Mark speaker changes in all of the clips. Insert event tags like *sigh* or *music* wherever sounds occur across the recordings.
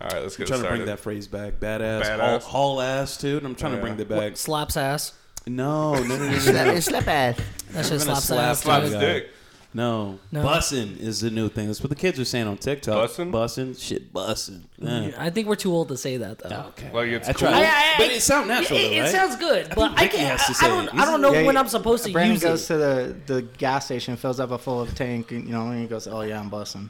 Speaker 1: All right, let's get
Speaker 2: I'm trying to
Speaker 1: started.
Speaker 2: bring that phrase back. Badass.
Speaker 1: Badass. Oh,
Speaker 2: Haul, haul ass, too. And I'm trying to bring that back.
Speaker 3: Slaps ass.
Speaker 2: No, no, no, no, no.
Speaker 3: *laughs*
Speaker 2: no.
Speaker 4: Slap it, slap it.
Speaker 3: That shit
Speaker 2: We're gonna slap
Speaker 3: slaps ass.
Speaker 2: that
Speaker 3: dude.
Speaker 1: Slap his
Speaker 2: guy.
Speaker 1: dick.
Speaker 2: No.
Speaker 3: No.
Speaker 2: Bussin' is the new thing. That's what the kids are saying on TikTok.
Speaker 1: Bussin'?
Speaker 2: Bussin'. Shit, bussin'. Yeah.
Speaker 3: I think we're too old to say that though.
Speaker 2: Okay.
Speaker 1: Like, it's
Speaker 2: I
Speaker 1: cool.
Speaker 2: tried.
Speaker 3: I- I-
Speaker 2: but it sounds natural,
Speaker 3: It,
Speaker 2: though,
Speaker 3: it
Speaker 2: right?
Speaker 3: sounds good, but I
Speaker 2: Ricky
Speaker 3: can't.
Speaker 2: has to
Speaker 3: I-
Speaker 2: say
Speaker 3: I
Speaker 2: it.
Speaker 3: don't.
Speaker 2: He's-
Speaker 3: I don't know
Speaker 4: Yeah,
Speaker 3: when
Speaker 4: he-
Speaker 3: I'm supposed to
Speaker 4: Brandon
Speaker 3: use
Speaker 4: goes
Speaker 3: it.
Speaker 4: to the, the gas station, fills up a full of tank, and, you know, and he goes, "Oh yeah,
Speaker 3: *laughs*
Speaker 4: I'm busting.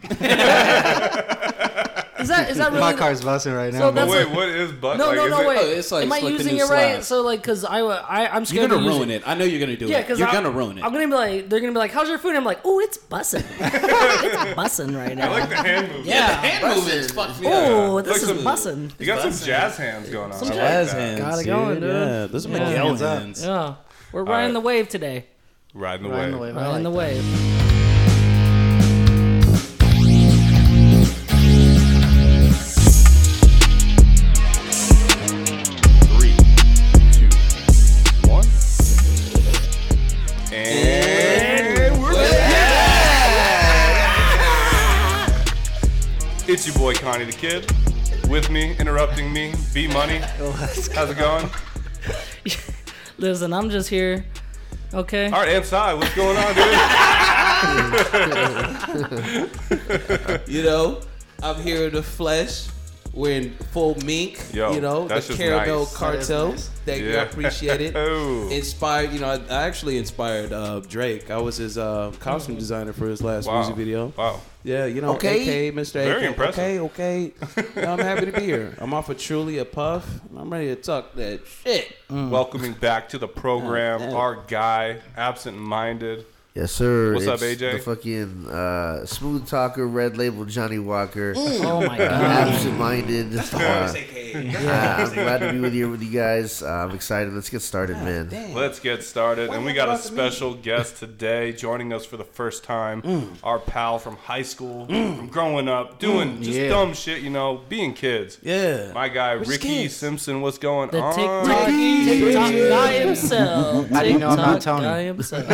Speaker 3: Is that is that really?
Speaker 4: *laughs* My car's busting right now."
Speaker 3: So
Speaker 1: But
Speaker 3: that's
Speaker 1: wait,
Speaker 3: like-
Speaker 1: what is butt?
Speaker 3: no,
Speaker 1: like,
Speaker 3: no,
Speaker 1: is
Speaker 3: no,
Speaker 1: it-
Speaker 3: wait.
Speaker 2: Oh, it's like-
Speaker 3: Am I
Speaker 2: it's like the
Speaker 3: using
Speaker 2: new
Speaker 3: it right?
Speaker 2: slap.
Speaker 3: So like, cause I, I I'm
Speaker 2: You're
Speaker 3: scared
Speaker 2: going to
Speaker 3: to use
Speaker 2: ruin it. I know you're going to do
Speaker 3: Yeah,
Speaker 2: it.
Speaker 3: because
Speaker 2: You're
Speaker 3: I'm
Speaker 2: going to ruin it.
Speaker 3: I'm gonna be like, they're gonna be like, "How's your food?" And I'm like, "Oh,
Speaker 2: *laughs*
Speaker 3: it's bussing. it's bussing right now.
Speaker 1: I like the hand
Speaker 3: *laughs*
Speaker 1: movement.
Speaker 2: yeah, the hand movements. Fuck me.
Speaker 3: oh,
Speaker 1: yeah.
Speaker 3: this
Speaker 1: Like
Speaker 3: is
Speaker 1: some-
Speaker 3: bussing.
Speaker 1: You got some jazz hands going on. I like
Speaker 2: Jazz
Speaker 1: that.
Speaker 2: hands.
Speaker 3: Got it
Speaker 2: dude.
Speaker 3: going, dude.
Speaker 2: Yeah, those are my
Speaker 3: Yeah.
Speaker 2: Miguel
Speaker 4: Hands up.
Speaker 2: hands.
Speaker 3: Yeah, we're riding
Speaker 1: right.
Speaker 3: the wave today.
Speaker 1: Riding the
Speaker 4: Riding the
Speaker 1: wave.
Speaker 4: wave. I
Speaker 3: Riding
Speaker 4: like
Speaker 3: the
Speaker 4: *laughs* that.
Speaker 3: wave.
Speaker 1: Three, two, one. And we're back. It's your boy Connie the Kid. With me, interrupting me, B Money.
Speaker 3: *laughs*
Speaker 1: How's it going?
Speaker 3: Listen, I'm just here. Okay.
Speaker 1: All right, inside. What's going on, dude?
Speaker 5: You know, I'm here in the flesh. We're in full mink.
Speaker 1: Yo,
Speaker 5: you know,
Speaker 1: that's
Speaker 5: the
Speaker 1: just
Speaker 5: caramel
Speaker 1: nice.
Speaker 4: That is
Speaker 5: cartel.
Speaker 4: nice.
Speaker 5: Thank you.
Speaker 1: Yeah.
Speaker 5: I appreciate it.
Speaker 1: *laughs* Oh.
Speaker 5: Inspired, you know, I, I actually inspired.
Speaker 2: Uh, Drake. I was his uh, costume designer for his last
Speaker 1: Mm. Wow.
Speaker 2: music video.
Speaker 1: Wow.
Speaker 2: Yeah, you know,
Speaker 5: Okay.
Speaker 2: okay, Mr.
Speaker 1: Very
Speaker 2: AK,
Speaker 1: impressive.
Speaker 2: Okay,
Speaker 1: *laughs*
Speaker 2: okay. Now I'm happy to be here. I'm off of truly a puff. and I'm ready to tuck that shit.
Speaker 1: Welcoming back to the program,
Speaker 2: Yeah.
Speaker 1: our guy, absent minded.
Speaker 6: Yes, sir.
Speaker 1: What's up,
Speaker 6: It's
Speaker 1: AJ?
Speaker 6: The fucking uh, smooth talker, red label Johnny Walker,
Speaker 3: Oh my
Speaker 6: uh,
Speaker 3: god.
Speaker 6: absent-minded. Uh, uh, I'm glad to be with you, with you guys. Uh, I'm excited. Let's get started, man.
Speaker 1: Let's get started. and we got a
Speaker 2: about to meet?
Speaker 1: special guest today joining us for the first time. Our pal from high school, from growing up, doing just
Speaker 4: yeah.
Speaker 1: dumb shit, you know, being kids.
Speaker 2: Yeah.
Speaker 1: My guy,
Speaker 2: We're just
Speaker 1: Ricky
Speaker 2: kids.
Speaker 1: Simpson, what's going
Speaker 3: The
Speaker 1: on?
Speaker 3: TikTok, TikTok guy himself.
Speaker 4: I didn't know about
Speaker 3: TikTok
Speaker 4: Tony.
Speaker 3: guy himself.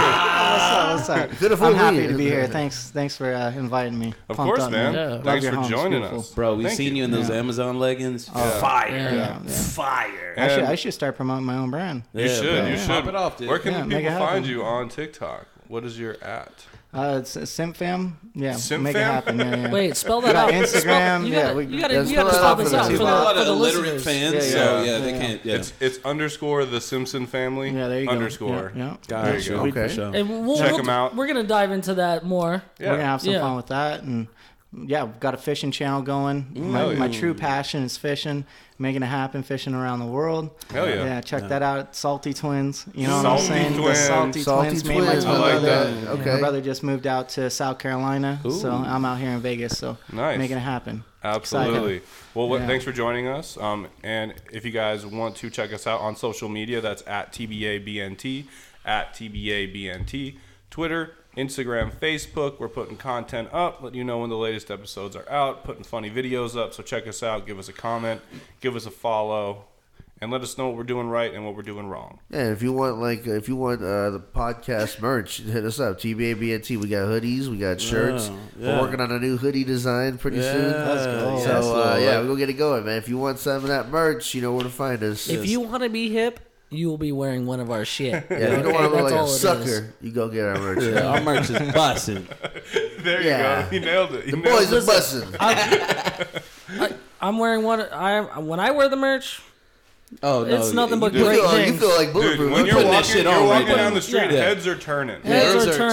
Speaker 4: What's up? What's up?
Speaker 6: Beautiful
Speaker 4: I'm happy
Speaker 6: weed.
Speaker 4: to be here. Thanks, thanks for uh, inviting me.
Speaker 1: Of
Speaker 4: Pumped
Speaker 1: course,
Speaker 4: up,
Speaker 1: man.
Speaker 3: Yeah.
Speaker 4: Love
Speaker 1: Thanks
Speaker 4: your
Speaker 1: for
Speaker 4: homes.
Speaker 1: joining
Speaker 4: Beautiful.
Speaker 1: us.
Speaker 2: Bro, we've
Speaker 1: Thank
Speaker 2: seen you, in those Amazon leggings.
Speaker 4: Yeah,
Speaker 1: Fire.
Speaker 4: yeah.
Speaker 1: Fire.
Speaker 4: I should, I should start promoting my own brand.
Speaker 1: You
Speaker 2: Yeah,
Speaker 1: should.
Speaker 2: bro.
Speaker 1: You
Speaker 2: Yeah.
Speaker 1: should.
Speaker 2: Pop it off, dude.
Speaker 1: Where can
Speaker 4: Yeah, make
Speaker 1: people
Speaker 4: it
Speaker 1: find
Speaker 4: happen.
Speaker 1: you on TikTok? What is your at?
Speaker 4: Uh, it's Simpfam. Yeah,
Speaker 1: Simp
Speaker 4: make
Speaker 1: fam?
Speaker 4: it happen. Yeah,
Speaker 3: *laughs*
Speaker 4: yeah.
Speaker 3: Wait, spell
Speaker 4: We
Speaker 3: that
Speaker 4: got
Speaker 3: out.
Speaker 4: Instagram,
Speaker 3: Spell- you
Speaker 4: yeah,
Speaker 3: gotta,
Speaker 4: we-
Speaker 3: you gotta,
Speaker 6: let's
Speaker 3: you gotta
Speaker 6: spell it
Speaker 3: spell
Speaker 6: out for
Speaker 3: this
Speaker 6: the
Speaker 3: out for
Speaker 6: two.
Speaker 3: the,
Speaker 2: a lot
Speaker 3: for
Speaker 2: of
Speaker 3: the
Speaker 2: illiterate
Speaker 3: listeners.
Speaker 2: fans,
Speaker 4: Yeah,
Speaker 2: so
Speaker 1: yeah.
Speaker 2: yeah, they
Speaker 4: Yeah.
Speaker 2: can't. Yeah,
Speaker 1: It's it's underscore the Simpson family.
Speaker 4: Yeah, there you go.
Speaker 1: underscore.
Speaker 4: Yeah, yeah.
Speaker 2: Guys,
Speaker 1: There you go.
Speaker 2: we- for
Speaker 6: Okay.
Speaker 2: sure.
Speaker 3: And we'll,
Speaker 1: Check
Speaker 3: we'll,
Speaker 1: 'em out.
Speaker 3: We're gonna dive into that more.
Speaker 1: Yeah.
Speaker 4: We're gonna have some
Speaker 3: Yeah.
Speaker 4: fun with that, and yeah, we've got a fishing channel going.
Speaker 1: Hell
Speaker 4: My,
Speaker 1: yeah.
Speaker 4: my true passion is fishing, making it happen, fishing around the world.
Speaker 1: Hell yeah.
Speaker 4: Yeah, check that out, Salty Twins. You know
Speaker 1: Salty
Speaker 4: what I'm saying? The
Speaker 1: Twins.
Speaker 4: Salty,
Speaker 6: Salty
Speaker 4: Twins. Me and my
Speaker 6: Twins.
Speaker 4: twin
Speaker 1: I like
Speaker 4: brother.
Speaker 6: that.
Speaker 4: Yeah,
Speaker 6: Okay.
Speaker 4: My brother just moved out to South Carolina, so I'm out here in Vegas. So
Speaker 1: Nice.
Speaker 4: making it happen.
Speaker 1: Absolutely. Well, what,
Speaker 4: Yeah.
Speaker 1: thanks for joining us. Um, and if you guys want to check us out on social media, that's at TBABNT, at TBABNT, Twitter, Instagram, Facebook. We're putting content up, let you know when the latest episodes are out, putting funny videos up. So check us out, give us a comment, give us a follow, and let us know what we're doing right and what we're doing wrong.
Speaker 6: Yeah, if you want like if you want uh, the podcast merch, *laughs* hit us up. TBABNT. We got hoodies, we got shirts.
Speaker 2: Yeah, yeah.
Speaker 6: We're working on a new hoodie design pretty
Speaker 2: Yeah.
Speaker 6: soon.
Speaker 2: Let's go.
Speaker 6: So
Speaker 2: Yes,
Speaker 6: uh,
Speaker 2: Lord.
Speaker 6: yeah, we're gonna get it going, man. If you want some of that merch, you know where to find us.
Speaker 3: If you want to be hip, you will be wearing one of our shit.
Speaker 6: yeah, if you don't want to
Speaker 3: Okay,
Speaker 6: look like a
Speaker 3: all it is.
Speaker 6: sucker, you go get our merch.
Speaker 2: Yeah, our merch is busting.
Speaker 1: There you
Speaker 6: Yeah.
Speaker 1: go. You nailed it. You
Speaker 6: The
Speaker 1: nailed
Speaker 6: *laughs* boys
Speaker 1: it.
Speaker 6: are busting.
Speaker 3: I'm wearing one. I when I wear the merch,
Speaker 2: *laughs* Oh no,
Speaker 3: It's nothing but
Speaker 2: you-
Speaker 6: You
Speaker 3: great
Speaker 6: feel, you
Speaker 3: things.
Speaker 6: feel like bulletproof.
Speaker 1: Dude, when
Speaker 6: We're
Speaker 1: you're
Speaker 6: putting
Speaker 2: that
Speaker 1: walking,
Speaker 2: shit
Speaker 1: you're
Speaker 2: on right
Speaker 1: walking
Speaker 2: now.
Speaker 1: down the street,
Speaker 3: Yeah.
Speaker 1: heads are turning.
Speaker 3: Heads
Speaker 2: Nerves
Speaker 3: are
Speaker 2: are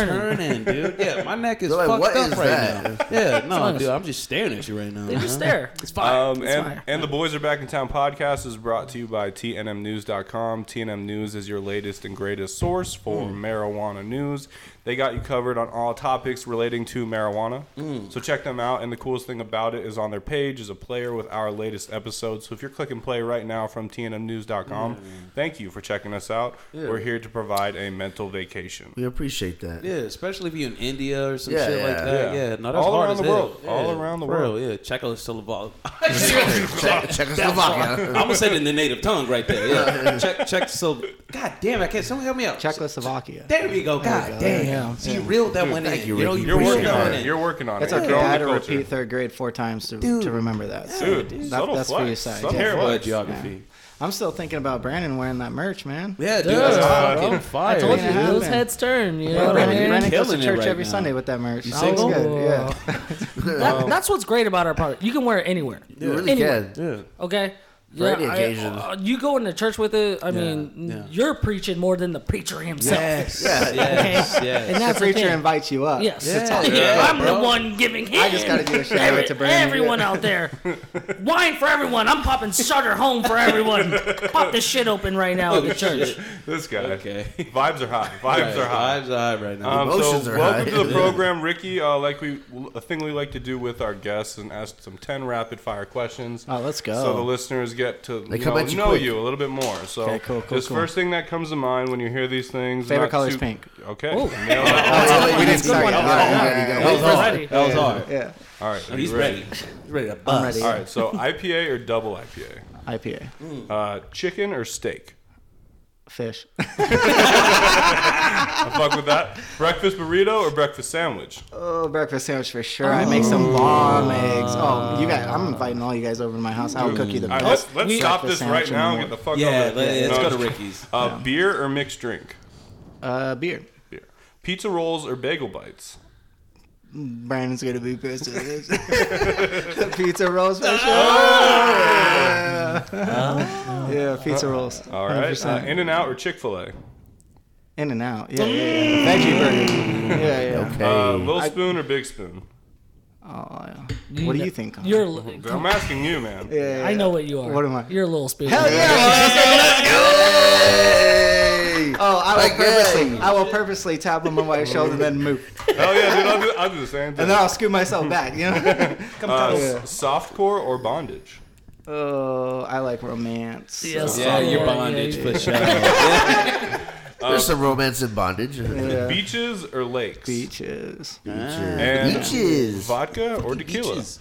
Speaker 2: turning,
Speaker 3: turning.
Speaker 2: dude. Yeah, my neck is
Speaker 6: *laughs* They're like,
Speaker 2: fucked
Speaker 6: "What
Speaker 2: up
Speaker 6: is
Speaker 2: right
Speaker 6: that?" *laughs*
Speaker 2: now. Yeah, no, dude, I'm just staring at you right now.
Speaker 3: they
Speaker 2: huh?
Speaker 3: just there. It's fine.
Speaker 1: Um, and, and the Boys Are Back in Town podcast is brought to you by TNMnews.com. TNM News is your latest and greatest source for marijuana news. They got you covered on all topics relating to marijuana. So check them out. And the coolest thing about it is on their page is a player with our latest episodes. So if you're clicking play right now from TNMnews.com, thank you for checking us out. We're here to provide a mental vacation.
Speaker 6: We appreciate that.
Speaker 2: Yeah, especially if you're in India or some
Speaker 6: Yeah,
Speaker 2: shit like
Speaker 6: yeah.
Speaker 2: that.
Speaker 1: Yeah.
Speaker 2: Yeah, no, that's
Speaker 1: All
Speaker 2: hard
Speaker 1: around
Speaker 2: as
Speaker 1: the
Speaker 2: hell.
Speaker 1: world.
Speaker 2: Yeah,
Speaker 1: All around the
Speaker 2: for real,
Speaker 1: world.
Speaker 2: Yeah, Czechoslovakia. *laughs*
Speaker 6: *laughs* Check us out. *laughs*
Speaker 2: I'm gonna say it in the native tongue right there. Yeah, check, check, so God damn! I can't. Someone help me out.
Speaker 4: Czechoslovakia.
Speaker 2: There we go. God
Speaker 4: go.
Speaker 2: damn.
Speaker 4: Yeah,
Speaker 2: See, you
Speaker 4: yeah.
Speaker 2: reeled that one in.
Speaker 6: thank you,
Speaker 2: you know,
Speaker 6: Ricky.
Speaker 2: you
Speaker 1: You're working
Speaker 2: reeled that
Speaker 1: on
Speaker 2: one
Speaker 1: it.
Speaker 2: in.
Speaker 1: You're working on it.
Speaker 4: It's
Speaker 1: You're
Speaker 4: okay.
Speaker 1: growing
Speaker 4: I had
Speaker 1: the
Speaker 4: to
Speaker 1: culture.
Speaker 4: repeat third grade four times to,
Speaker 2: Dude.
Speaker 4: to remember that. So
Speaker 1: Dude,
Speaker 4: that-
Speaker 1: subtle
Speaker 4: that's for
Speaker 1: flex.
Speaker 4: your side.
Speaker 1: Subtle
Speaker 4: yeah.
Speaker 1: flex.
Speaker 2: But geography.
Speaker 4: I'm still thinking about Brandon wearing that merch, man.
Speaker 2: Yeah, dude. That's
Speaker 1: Uh,
Speaker 2: fucking fire.
Speaker 3: I told you,
Speaker 4: Yeah, it
Speaker 3: those
Speaker 4: happened.
Speaker 3: heads turn. You know
Speaker 4: Yeah,
Speaker 3: what I
Speaker 2: Brandon,
Speaker 3: mean?
Speaker 2: you're
Speaker 4: Brandon goes to
Speaker 2: killing it
Speaker 4: church
Speaker 2: right
Speaker 4: every
Speaker 2: now.
Speaker 4: Sunday with that merch. You
Speaker 2: single?
Speaker 4: Good. Yeah. *laughs*
Speaker 3: That- that's what's great about our product. You can wear it anywhere.
Speaker 6: You really
Speaker 3: Anywhere.
Speaker 6: can.
Speaker 2: Yeah. Uh,
Speaker 3: Okay.
Speaker 6: For any occasion.
Speaker 3: uh, you go into church with it. I mean,
Speaker 2: yeah.
Speaker 3: you're preaching more than the preacher himself.
Speaker 2: Yes.
Speaker 6: Yeah.
Speaker 2: Yes. Yes.
Speaker 3: And that's
Speaker 4: The preacher
Speaker 3: thing.
Speaker 4: invites you up.
Speaker 3: Yes.
Speaker 2: Yeah,
Speaker 3: Yeah,
Speaker 2: yeah,
Speaker 3: I'm
Speaker 2: bro.
Speaker 3: the one giving him.
Speaker 4: I just gotta give a shout out to Brandon.
Speaker 3: Everyone out
Speaker 4: *laughs*
Speaker 3: there. Wine for everyone. I'm popping Sutter home for
Speaker 4: *laughs*
Speaker 3: everyone. Pop this shit open right now at the church.
Speaker 1: This guy.
Speaker 2: Okay.
Speaker 1: Vibes are high. Vibes are high.
Speaker 2: Vibes are high right now.
Speaker 1: Um,
Speaker 6: Emotions
Speaker 1: so
Speaker 6: are
Speaker 1: welcome
Speaker 6: high.
Speaker 1: to the
Speaker 4: *laughs*
Speaker 1: program, Ricky. Uh, like we, a thing we like to do with our guests and ask some ten rapid fire questions.
Speaker 4: Oh, let's go.
Speaker 1: So the listeners get to you
Speaker 6: come
Speaker 1: know,
Speaker 6: at you
Speaker 1: know
Speaker 6: quick.
Speaker 1: you a little bit more. So
Speaker 4: Okay, cool, cool,
Speaker 1: this
Speaker 4: cool.
Speaker 1: first thing that comes to mind when you hear these things.
Speaker 4: Favorite
Speaker 1: not
Speaker 4: color is
Speaker 1: too-
Speaker 4: pink.
Speaker 1: Okay. Nailed it.
Speaker 4: *laughs*
Speaker 6: We didn't
Speaker 4: Sorry.
Speaker 6: start.
Speaker 2: that was
Speaker 3: He's
Speaker 2: hard.
Speaker 3: ready.
Speaker 2: That was hard.
Speaker 4: Yeah.
Speaker 1: All right. are
Speaker 2: He's
Speaker 1: you
Speaker 2: ready. He's ready to
Speaker 4: I'm
Speaker 2: bust.
Speaker 4: ready.
Speaker 1: All right. So IPA or double IPA?
Speaker 4: IPA.
Speaker 1: Uh, chicken or steak?
Speaker 4: Fish.
Speaker 1: I fuck with
Speaker 4: *laughs*
Speaker 1: that. Breakfast burrito or breakfast sandwich?
Speaker 4: Oh, breakfast sandwich for sure. I make some bomb eggs. Oh, you guys, I'm inviting all you guys over to my house. I'll cook you the
Speaker 1: All right,
Speaker 4: best.
Speaker 1: let's let's
Speaker 4: Oh, breakfast
Speaker 1: stop this
Speaker 4: sandwich
Speaker 1: right
Speaker 4: in the
Speaker 1: now and
Speaker 4: morning.
Speaker 1: get the fuck
Speaker 2: Yeah,
Speaker 1: over
Speaker 2: let,
Speaker 1: it.
Speaker 2: us
Speaker 1: No,
Speaker 2: go to Ricky's.
Speaker 1: Uh, Beer or mixed drink?
Speaker 4: Uh, beer.
Speaker 1: Beer. Pizza rolls or bagel bites?
Speaker 4: Brandon's gonna
Speaker 1: *laughs*
Speaker 4: be pissed *laughs* at this. pizza rolls for sure. Yeah. *laughs* Yeah, pizza rolls.
Speaker 1: All right. Oh. Uh,
Speaker 4: 100%.
Speaker 1: In and out or Chick Fil A?
Speaker 4: In and out. Yeah, yeah, yeah. Veggie
Speaker 1: *laughs*
Speaker 4: burgers. Yeah, yeah.
Speaker 1: Uh,
Speaker 6: Okay.
Speaker 1: Little spoon or big spoon?
Speaker 4: Oh, yeah. What do you think? Connor?
Speaker 3: You're.
Speaker 1: I'm asking you, man.
Speaker 4: Yeah, yeah,
Speaker 3: I
Speaker 4: yeah.
Speaker 3: know what you are.
Speaker 4: What am I?
Speaker 3: You're a little spoon.
Speaker 4: Hell yeah!
Speaker 6: Hey!
Speaker 4: Oh, I will
Speaker 6: Like,
Speaker 4: purposely,
Speaker 6: hey.
Speaker 4: I will purposely tap on my wife's shoulder, then move,
Speaker 1: Hell yeah, dude. I'll do, I'll do the same thing.
Speaker 4: and then I'll scoot myself back. You know. Come
Speaker 1: Uh,
Speaker 4: on.
Speaker 1: s- Softcore or bondage?
Speaker 4: *laughs* Oh, I like romance.
Speaker 3: Yes,
Speaker 2: Yeah,
Speaker 3: sir.
Speaker 2: your bondage
Speaker 3: Oh, yeah,
Speaker 2: for sure. Yeah.
Speaker 6: There's some romance in bondage.
Speaker 4: Yeah.
Speaker 1: Beaches or lakes?
Speaker 4: Beaches.
Speaker 1: And
Speaker 6: Beaches.
Speaker 1: Vodka or tequila?
Speaker 2: Peaches.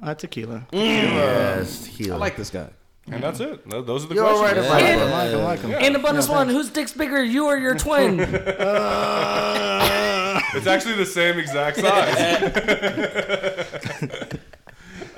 Speaker 4: Uh, tequila.
Speaker 6: Yes, tequila.
Speaker 2: I like this guy.
Speaker 1: And that's it. Th- Those are the
Speaker 6: You're all right
Speaker 1: questions.
Speaker 6: about
Speaker 3: Yeah.
Speaker 4: I like
Speaker 6: that.
Speaker 4: him. I like him.
Speaker 3: And the bonus one, whose dick's bigger, you or your
Speaker 4: *laughs*
Speaker 3: twin?
Speaker 1: It's actually the same
Speaker 4: *laughs*
Speaker 1: exact size.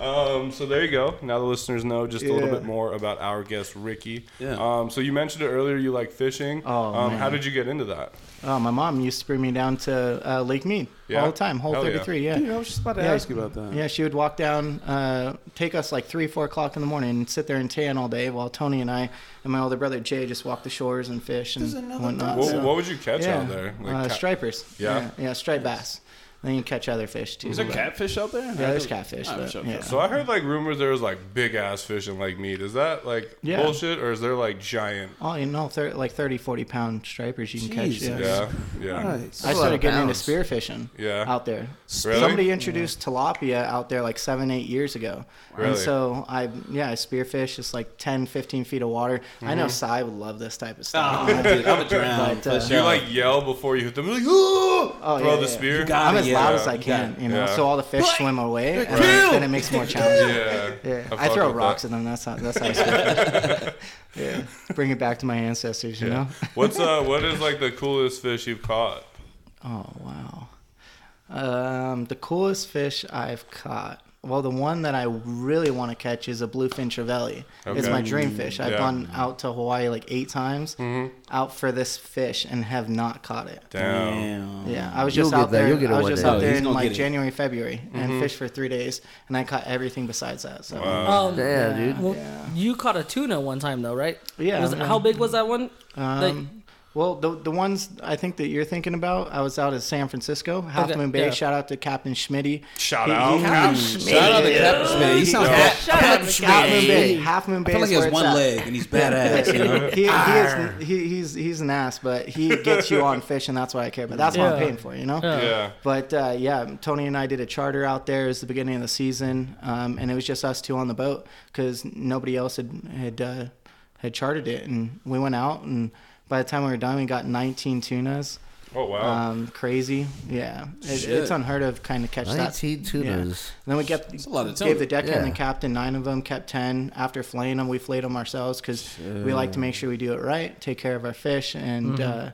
Speaker 1: um, so there you go. Now the listeners know just a little
Speaker 4: Yeah.
Speaker 1: bit more about our guest Ricky.
Speaker 2: Yeah.
Speaker 1: Um, so you mentioned it earlier. You like fishing.
Speaker 4: Oh,
Speaker 1: um,
Speaker 4: man.
Speaker 1: How did you get into that?
Speaker 4: Oh, my mom used to bring me down to uh, Lake Mead
Speaker 1: Yeah?
Speaker 4: all the time, Hole
Speaker 1: Hell yeah.
Speaker 4: 33. Yeah.
Speaker 2: I was just about to
Speaker 4: Yeah.
Speaker 2: ask you about that.
Speaker 4: Yeah, she would walk down, uh, take us like three, four o'clock in the morning, and sit there and tan all day, while Tony and I and my older brother Jay just walked the shores and fish and whatnot.
Speaker 1: What,
Speaker 4: Uh, so-
Speaker 1: what would you catch
Speaker 4: yeah,
Speaker 1: out there?
Speaker 4: uh,
Speaker 1: ca-
Speaker 4: stripers.
Speaker 1: Yeah?
Speaker 4: yeah, yeah, striped bass. And then you catch other fish too.
Speaker 2: Is there catfish out there?
Speaker 4: yeah, there's catfish. but, yeah.
Speaker 1: So I heard like rumors there was like big ass fish in Lake Mead. Is that like
Speaker 4: Yeah.
Speaker 1: bullshit or is there like giant?
Speaker 4: Oh, you know, thir- like 30, 40 pound stripers you can
Speaker 2: Jesus.
Speaker 4: catch. Yeah.
Speaker 1: Yeah, yeah.
Speaker 4: I
Speaker 6: a lot
Speaker 4: started
Speaker 6: of
Speaker 4: getting into
Speaker 6: pounds.
Speaker 4: spearfishing
Speaker 1: Yeah.
Speaker 4: out there.
Speaker 1: Really?
Speaker 4: Somebody introduced tilapia out there like seven, eight years ago.
Speaker 1: Really?
Speaker 4: And so I, yeah, I spearfish. It's like 10, 15 feet of water. I know
Speaker 1: Mm-hmm.
Speaker 4: Cy would love this type of stuff.
Speaker 1: *laughs*
Speaker 6: Oh.
Speaker 2: I'm a drown.
Speaker 4: But, uh,
Speaker 2: for
Speaker 1: You
Speaker 2: sure.
Speaker 1: like yell before you hit them, like Ooh!
Speaker 4: Oh,
Speaker 1: throw
Speaker 4: yeah,
Speaker 1: the
Speaker 4: yeah.
Speaker 1: spear.
Speaker 2: You got
Speaker 4: I'm as
Speaker 2: yeah.
Speaker 4: loud as I
Speaker 2: Yeah.
Speaker 4: can, you know,
Speaker 1: Yeah.
Speaker 4: so all the fish swim away, and then, then it makes it
Speaker 6: *laughs*
Speaker 4: more challenging.
Speaker 1: yeah,
Speaker 4: Yeah.
Speaker 1: fuck
Speaker 4: I, throw
Speaker 1: with
Speaker 4: rocks
Speaker 1: that.
Speaker 4: at them. That's how that's how I spearfish.
Speaker 1: *laughs*
Speaker 4: yeah, bring it back to my ancestors, you know.
Speaker 1: What's uh? What is like the coolest fish you've caught?
Speaker 4: Oh wow. Um, the coolest fish I've caught. Well, the one that I really want to catch is a bluefin trevally. It's
Speaker 1: Okay.
Speaker 4: my dream fish. I've
Speaker 1: Yeah. Mm-hmm.
Speaker 4: gone out to Hawaii like eight times out for this fish and have not caught it.
Speaker 1: Damn.
Speaker 2: Damn.
Speaker 4: Yeah, I was
Speaker 6: You'll
Speaker 4: just
Speaker 6: get
Speaker 4: out
Speaker 6: that.
Speaker 4: there.
Speaker 6: You'll get
Speaker 4: I
Speaker 6: it one
Speaker 4: was just
Speaker 6: day.
Speaker 2: Oh,
Speaker 4: out there
Speaker 2: he's
Speaker 4: in
Speaker 2: gonna get
Speaker 4: like
Speaker 2: it.
Speaker 4: January, February,
Speaker 1: Mm-hmm.
Speaker 4: and fished for three days, and I caught everything besides that. So
Speaker 3: Um,
Speaker 6: Damn, dude.
Speaker 3: well, you caught a tuna one time though, right?
Speaker 4: Yeah,
Speaker 3: Was-
Speaker 4: yeah.
Speaker 3: How big was that one? Like-
Speaker 4: Um, well, the the ones I think that you're thinking about, I was out in San Francisco, Half
Speaker 3: Okay,
Speaker 4: Moon Bay.
Speaker 3: yeah.
Speaker 4: Shout out to Captain Schmitty.
Speaker 1: Shout
Speaker 4: He-
Speaker 1: out,
Speaker 4: he-
Speaker 1: Captain.
Speaker 2: Shout out to Captain Smith. He sounds
Speaker 1: Yeah.
Speaker 2: bad.
Speaker 3: Shout out to
Speaker 4: Half Moon
Speaker 3: Captain.
Speaker 4: Bay. Half Moon Bay.
Speaker 2: I feel like
Speaker 4: is
Speaker 2: he has
Speaker 4: where
Speaker 2: one
Speaker 4: it's at.
Speaker 2: leg and he's badass. You
Speaker 4: *laughs*
Speaker 2: know?
Speaker 4: He, he
Speaker 1: *laughs*
Speaker 4: is, he, he's he's an ass, but he gets you on fish, and that's what I care about. That's what I'm
Speaker 3: Yeah.
Speaker 4: paying for, you know.
Speaker 1: Yeah.
Speaker 4: But uh, yeah, Tony and I did a charter out there. It was the beginning of the season, um, and it was just us two on the boat because nobody else had had uh, had chartered it. And we went out, and by the time we were done, we got 19 tunas,
Speaker 1: Oh wow.
Speaker 4: Um, crazy, yeah, it, it's unheard of. Kind of catch that.
Speaker 6: Nineteen tunas.
Speaker 4: And then we kept
Speaker 5: a lot of tuna.
Speaker 4: gave the deck and
Speaker 6: Yeah.
Speaker 4: the captain nine of them, kept ten. After flaying them, we flayed them ourselves because we like to make sure we do it right, take care of our fish, and uh,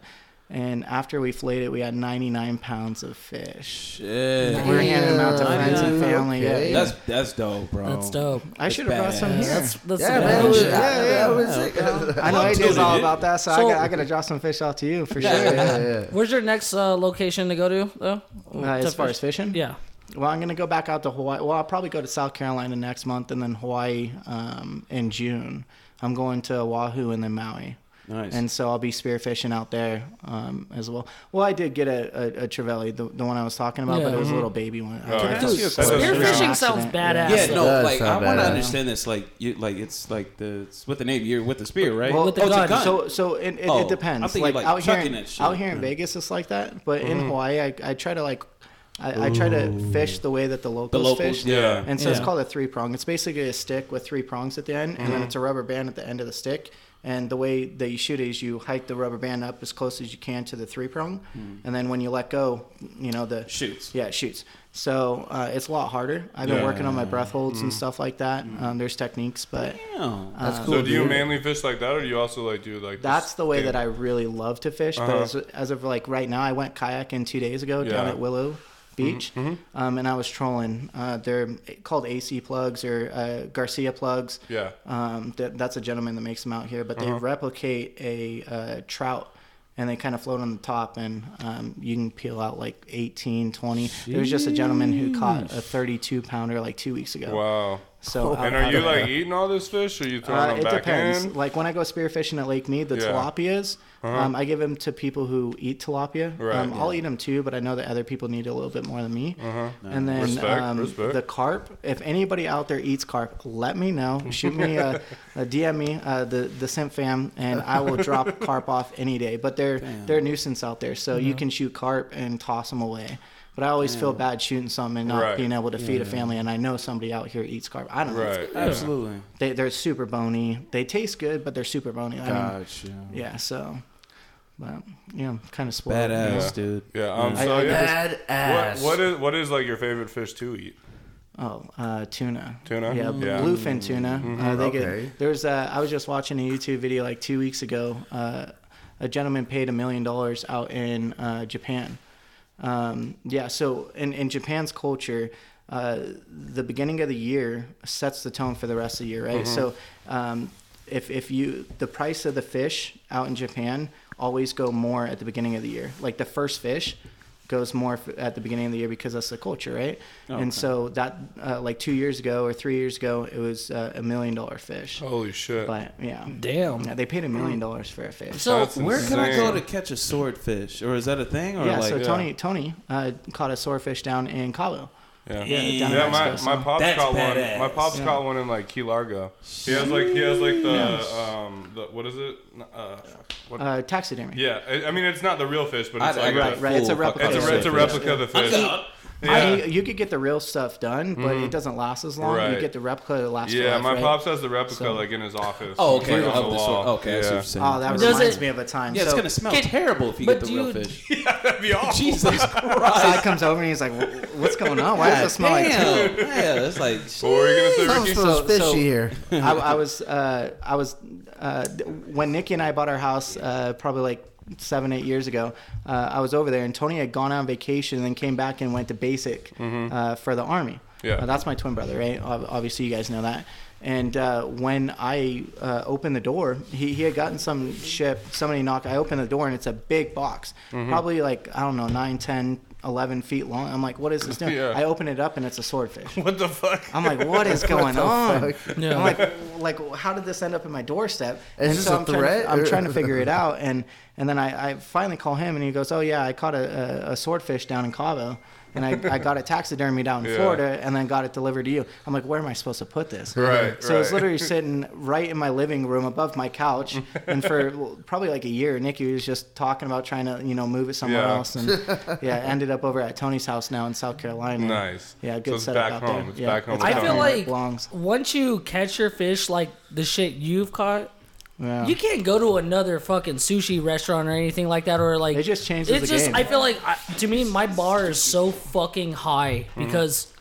Speaker 4: and after we flayed it, we had ninety nine pounds of fish.
Speaker 5: Shit.
Speaker 4: We We're handing them out to
Speaker 6: Yeah,
Speaker 4: friends and
Speaker 6: okay.
Speaker 4: family. Yeah, yeah.
Speaker 5: That's that's dope, bro.
Speaker 3: That's dope.
Speaker 4: I should have brought some
Speaker 5: badass.
Speaker 4: here.
Speaker 3: That's that's
Speaker 6: Yeah,
Speaker 3: some
Speaker 6: man.
Speaker 3: good
Speaker 6: it was-
Speaker 3: shit.
Speaker 6: Yeah, yeah, it was sick.
Speaker 4: I know AJ's all about that, so,
Speaker 3: So-
Speaker 4: I, got, I got to draw some fish out to you for sure.
Speaker 6: *laughs* Yeah, yeah.
Speaker 3: Where's your next uh, location to go to though?
Speaker 4: Uh,
Speaker 3: To
Speaker 4: as far
Speaker 3: fish?
Speaker 4: as fishing,
Speaker 3: yeah.
Speaker 4: Well, I'm gonna go back out to Hawaii. Well, I'll probably go to South Carolina next month, and then Hawaii um, in June. I'm going to Oahu and then Maui.
Speaker 2: Nice.
Speaker 4: And so I'll be spearfishing out there um, as well. Well, I did get a, a, a Trevally, the, the one I was talking about, but
Speaker 3: Yeah.
Speaker 4: it was a little baby one. I
Speaker 1: Alright.
Speaker 4: drowned.
Speaker 1: Dude,
Speaker 4: It was an
Speaker 3: Spearfishing sounds
Speaker 4: accident.
Speaker 3: badass.
Speaker 5: Yeah,
Speaker 3: though.
Speaker 5: no,
Speaker 6: That's
Speaker 5: like I
Speaker 6: not
Speaker 5: want to
Speaker 6: bad.
Speaker 5: understand this. Like you, like it's like the it's with the name. You're with the spear, right?
Speaker 4: Well,
Speaker 3: With the
Speaker 5: oh, it's a
Speaker 3: gun.
Speaker 4: So, so it, it,
Speaker 5: Oh,
Speaker 4: it depends.
Speaker 5: I'm thinking,
Speaker 4: like,
Speaker 5: like,
Speaker 4: out here,
Speaker 5: chucking
Speaker 4: in,
Speaker 5: that shit. Mm-hmm.
Speaker 4: out here in Vegas, it's like that. But in Hawaii, I, I try to like, I, I try to fish the way that the locals,
Speaker 5: Oh. the locals,
Speaker 4: fish.
Speaker 1: yeah.
Speaker 4: And so it's
Speaker 3: Yeah.
Speaker 4: called a three prong. It's basically a stick with three prongs at the end, and
Speaker 5: Mm-hmm.
Speaker 4: then it's a rubber band at the end of the stick. And the way that you shoot it is you hike the rubber band up as close as you can to the three prong, and then when you let go, you know the
Speaker 5: Hmm. Shoots.
Speaker 4: Yeah, it shoots. So uh, it's a lot harder. I've
Speaker 5: Yeah.
Speaker 4: been
Speaker 5: Mm-hmm.
Speaker 4: working on my breath holds and stuff like that. Um, there's techniques, but
Speaker 5: Damn.
Speaker 4: that's
Speaker 1: so do you mainly fish like that, or do you also like do like?
Speaker 4: that's
Speaker 1: this
Speaker 4: the way
Speaker 1: thing?
Speaker 4: that I really love to fish. But as, as of like right now, I went kayaking two days ago
Speaker 1: Uh-huh.
Speaker 4: down
Speaker 1: Yeah. Mm-hmm.
Speaker 4: at Willow Beach, um, and I was trolling. Uh, they're called AC plugs or uh, Garcia plugs.
Speaker 1: Yeah. Uh-huh.
Speaker 4: Um, that, that's a gentleman that makes them out here, but they replicate a uh, trout. And they kind of float on the top, and um, you can peel out like 18, 20. There was just a gentleman who caught a 32 pounder like two weeks ago.
Speaker 1: Wow.
Speaker 4: So,
Speaker 1: And
Speaker 4: out-
Speaker 1: are you
Speaker 4: out-
Speaker 1: like eating all this fish, or you throwing
Speaker 4: uh,
Speaker 1: them
Speaker 4: it
Speaker 1: back
Speaker 4: depends.
Speaker 1: in?
Speaker 4: Like when I go spearfishing at Lake Mead, the
Speaker 1: Yeah. Uh-huh.
Speaker 4: tilapias, um, I give them to people who eat tilapia.
Speaker 1: Right.
Speaker 4: Um, I'll eat them too, but I know that other people need a little bit more than me. And then
Speaker 1: Uh-huh. Respect,
Speaker 4: um,
Speaker 1: respect.
Speaker 4: the carp. If anybody out there eats carp, let me
Speaker 1: *laughs*
Speaker 4: know. Shoot me a, a DM me uh, the the Simp fam, and I will
Speaker 1: *laughs*
Speaker 4: drop carp off any day. But they're they're a nuisance out there, so
Speaker 1: Mm-hmm.
Speaker 4: you can shoot carp and toss them away. But I always feel bad shooting some and not
Speaker 1: Right.
Speaker 4: being able to feed a family. And I know somebody out here eats carp. I don't know.
Speaker 1: Right. yeah.
Speaker 5: Absolutely.
Speaker 4: They they're super bony. They taste good, but they're super bony. I mean,
Speaker 5: Gotcha.
Speaker 4: yeah. So, but yeah, kind of spoiled.
Speaker 5: Badass,
Speaker 1: Yeah.
Speaker 5: dude.
Speaker 1: Yeah. Um. So
Speaker 4: I- I
Speaker 1: yeah.
Speaker 6: Bad
Speaker 1: What,
Speaker 6: ass.
Speaker 1: what is what is like your favorite fish to eat?
Speaker 4: Oh, uh, tuna.
Speaker 1: Tuna?
Speaker 4: Yeah,
Speaker 1: Mm. Yeah. Mm-hmm.
Speaker 4: bluefin tuna. Uh, they
Speaker 6: Okay.
Speaker 4: get there's. Uh, I was just watching a YouTube video like two weeks ago. Uh, a gentleman paid a million dollars out in uh, Japan. Um, yeah, so in, in Japan's culture, uh, the beginning of the year sets the tone for the rest of the year,
Speaker 1: Mm-hmm.
Speaker 4: right? So um, if, if you the price of the fish out in Japan always go more at the beginning of the year, like the first fish goes more f- at the beginning of the year because that's the culture, right?
Speaker 1: Oh,
Speaker 4: And so that uh, like two years ago or three years ago, it was uh, a million dollar fish.
Speaker 1: Holy shit.
Speaker 4: But yeah,
Speaker 3: Damn.
Speaker 4: yeah, they paid a million dollars for a fish.
Speaker 3: So
Speaker 1: That's
Speaker 5: Where can I go
Speaker 1: insane.
Speaker 5: to catch a swordfish? Or is that a thing? Or
Speaker 4: yeah,
Speaker 5: like
Speaker 4: so Tony Tony uh, caught a swordfish down in Cabo.
Speaker 1: Yeah,
Speaker 4: Yeah,
Speaker 1: yeah,
Speaker 4: down in Mexico,
Speaker 1: my,
Speaker 4: so-
Speaker 1: my pops
Speaker 5: That's
Speaker 1: caught
Speaker 5: badass.
Speaker 1: one. My pops
Speaker 4: Yeah.
Speaker 1: caught one in like Key Largo. He has like he has like the um the, what is it? Uh, what,
Speaker 4: Uh, taxidermy.
Speaker 1: yeah, I, I mean it's not the real fish, but
Speaker 5: I'd-
Speaker 1: it's like
Speaker 5: I'd
Speaker 1: a,
Speaker 4: Right, right. It's a
Speaker 5: Full fucking
Speaker 4: replica.
Speaker 1: it's a,
Speaker 4: of the
Speaker 1: it's a
Speaker 4: fish.
Speaker 1: replica of the fish.
Speaker 5: down.
Speaker 1: Yeah,
Speaker 4: You, you could get the real stuff done, but it doesn't last as long. You
Speaker 1: Right.
Speaker 4: get the replica that lasts.
Speaker 1: yeah.
Speaker 4: forever,
Speaker 1: My
Speaker 4: right?
Speaker 1: pops has the replica like in his office.
Speaker 5: Oh,
Speaker 1: It's,
Speaker 5: okay.
Speaker 1: like, on
Speaker 5: of
Speaker 1: the
Speaker 5: the
Speaker 1: wall.
Speaker 5: sword. Okay, I see what you're
Speaker 1: yeah.
Speaker 5: saying.
Speaker 4: Oh, that
Speaker 3: Does
Speaker 4: reminds
Speaker 3: it-
Speaker 4: me of a time.
Speaker 5: yeah, it's
Speaker 4: so,
Speaker 5: gonna smell
Speaker 3: Can-
Speaker 5: terrible if you get
Speaker 3: but
Speaker 5: the
Speaker 3: do
Speaker 5: real
Speaker 3: you-
Speaker 5: fish.
Speaker 1: that'd be awful.
Speaker 5: Jesus Christ!
Speaker 4: Guy comes over and he's like, "Wh- "What's going on? Why does it smell like?" tuna?"
Speaker 5: damn. yeah, it's like
Speaker 1: What were you gonna say,
Speaker 6: Something
Speaker 1: Ricky?
Speaker 6: smells
Speaker 4: So-
Speaker 6: fishy
Speaker 4: so-
Speaker 6: here.
Speaker 1: *laughs*
Speaker 4: I, I was uh, I was uh, th- when Nikki and I bought our house uh, probably like seven eight years ago. Uh, I was over there, and Tony had gone on vacation and then came back and went to basic uh, for the army.
Speaker 1: Mm-hmm. Yeah.
Speaker 4: Uh, that's my twin brother, right? Ob- Obviously, you guys know that. And uh, when I uh, opened the door, he, he had gotten some ship. Somebody knocked. I opened the door, and it's a big box,
Speaker 1: Mm-hmm.
Speaker 4: probably like I don't know, 9, 10, 11 feet long. I'm like, what is
Speaker 1: *laughs*
Speaker 4: this doing?
Speaker 1: Yeah.
Speaker 4: I open it up, and it's a swordfish.
Speaker 1: What the fuck?
Speaker 4: I'm like,
Speaker 1: *laughs*
Speaker 4: what is going on?
Speaker 3: Yeah.
Speaker 4: I'm like, like, how did this end up in my doorstep?
Speaker 6: Is this a
Speaker 4: I'm trying to-
Speaker 6: threat,
Speaker 4: I'm
Speaker 6: or-
Speaker 4: trying
Speaker 1: *laughs*
Speaker 4: to figure it out, and and then I, I finally call him, and he goes, oh yeah, I caught a, a, a swordfish down in Cabo, and I, I
Speaker 1: *laughs*
Speaker 4: got it taxidermy down in
Speaker 1: Yeah.
Speaker 4: Florida, and then got it delivered to you. I'm like, where am I supposed to put this?
Speaker 1: Right,
Speaker 4: So it's
Speaker 1: right. *laughs*
Speaker 4: literally sitting right in my living room above my couch, and
Speaker 1: *laughs*
Speaker 4: for well, probably like a year, Nikki was just talking about trying to you know move it somewhere
Speaker 1: Yeah. *laughs*
Speaker 4: else, and yeah, ended up over at Tony's house now in South Carolina.
Speaker 1: Nice.
Speaker 4: Yeah, good
Speaker 1: So it's
Speaker 4: setup
Speaker 1: back
Speaker 4: out
Speaker 1: home.
Speaker 4: there.
Speaker 1: It's
Speaker 4: yeah.
Speaker 1: back home.
Speaker 4: It's
Speaker 1: I
Speaker 4: back
Speaker 1: feel
Speaker 4: home where it
Speaker 3: like-
Speaker 4: belongs.
Speaker 3: once you catch your fish, like the shit you've caught,
Speaker 4: Yeah.
Speaker 3: You can't go to another fucking sushi restaurant or anything like that, or like
Speaker 4: They just changed
Speaker 3: It's
Speaker 4: the
Speaker 3: just
Speaker 4: game.
Speaker 3: I feel like I, to me my bar is so fucking high because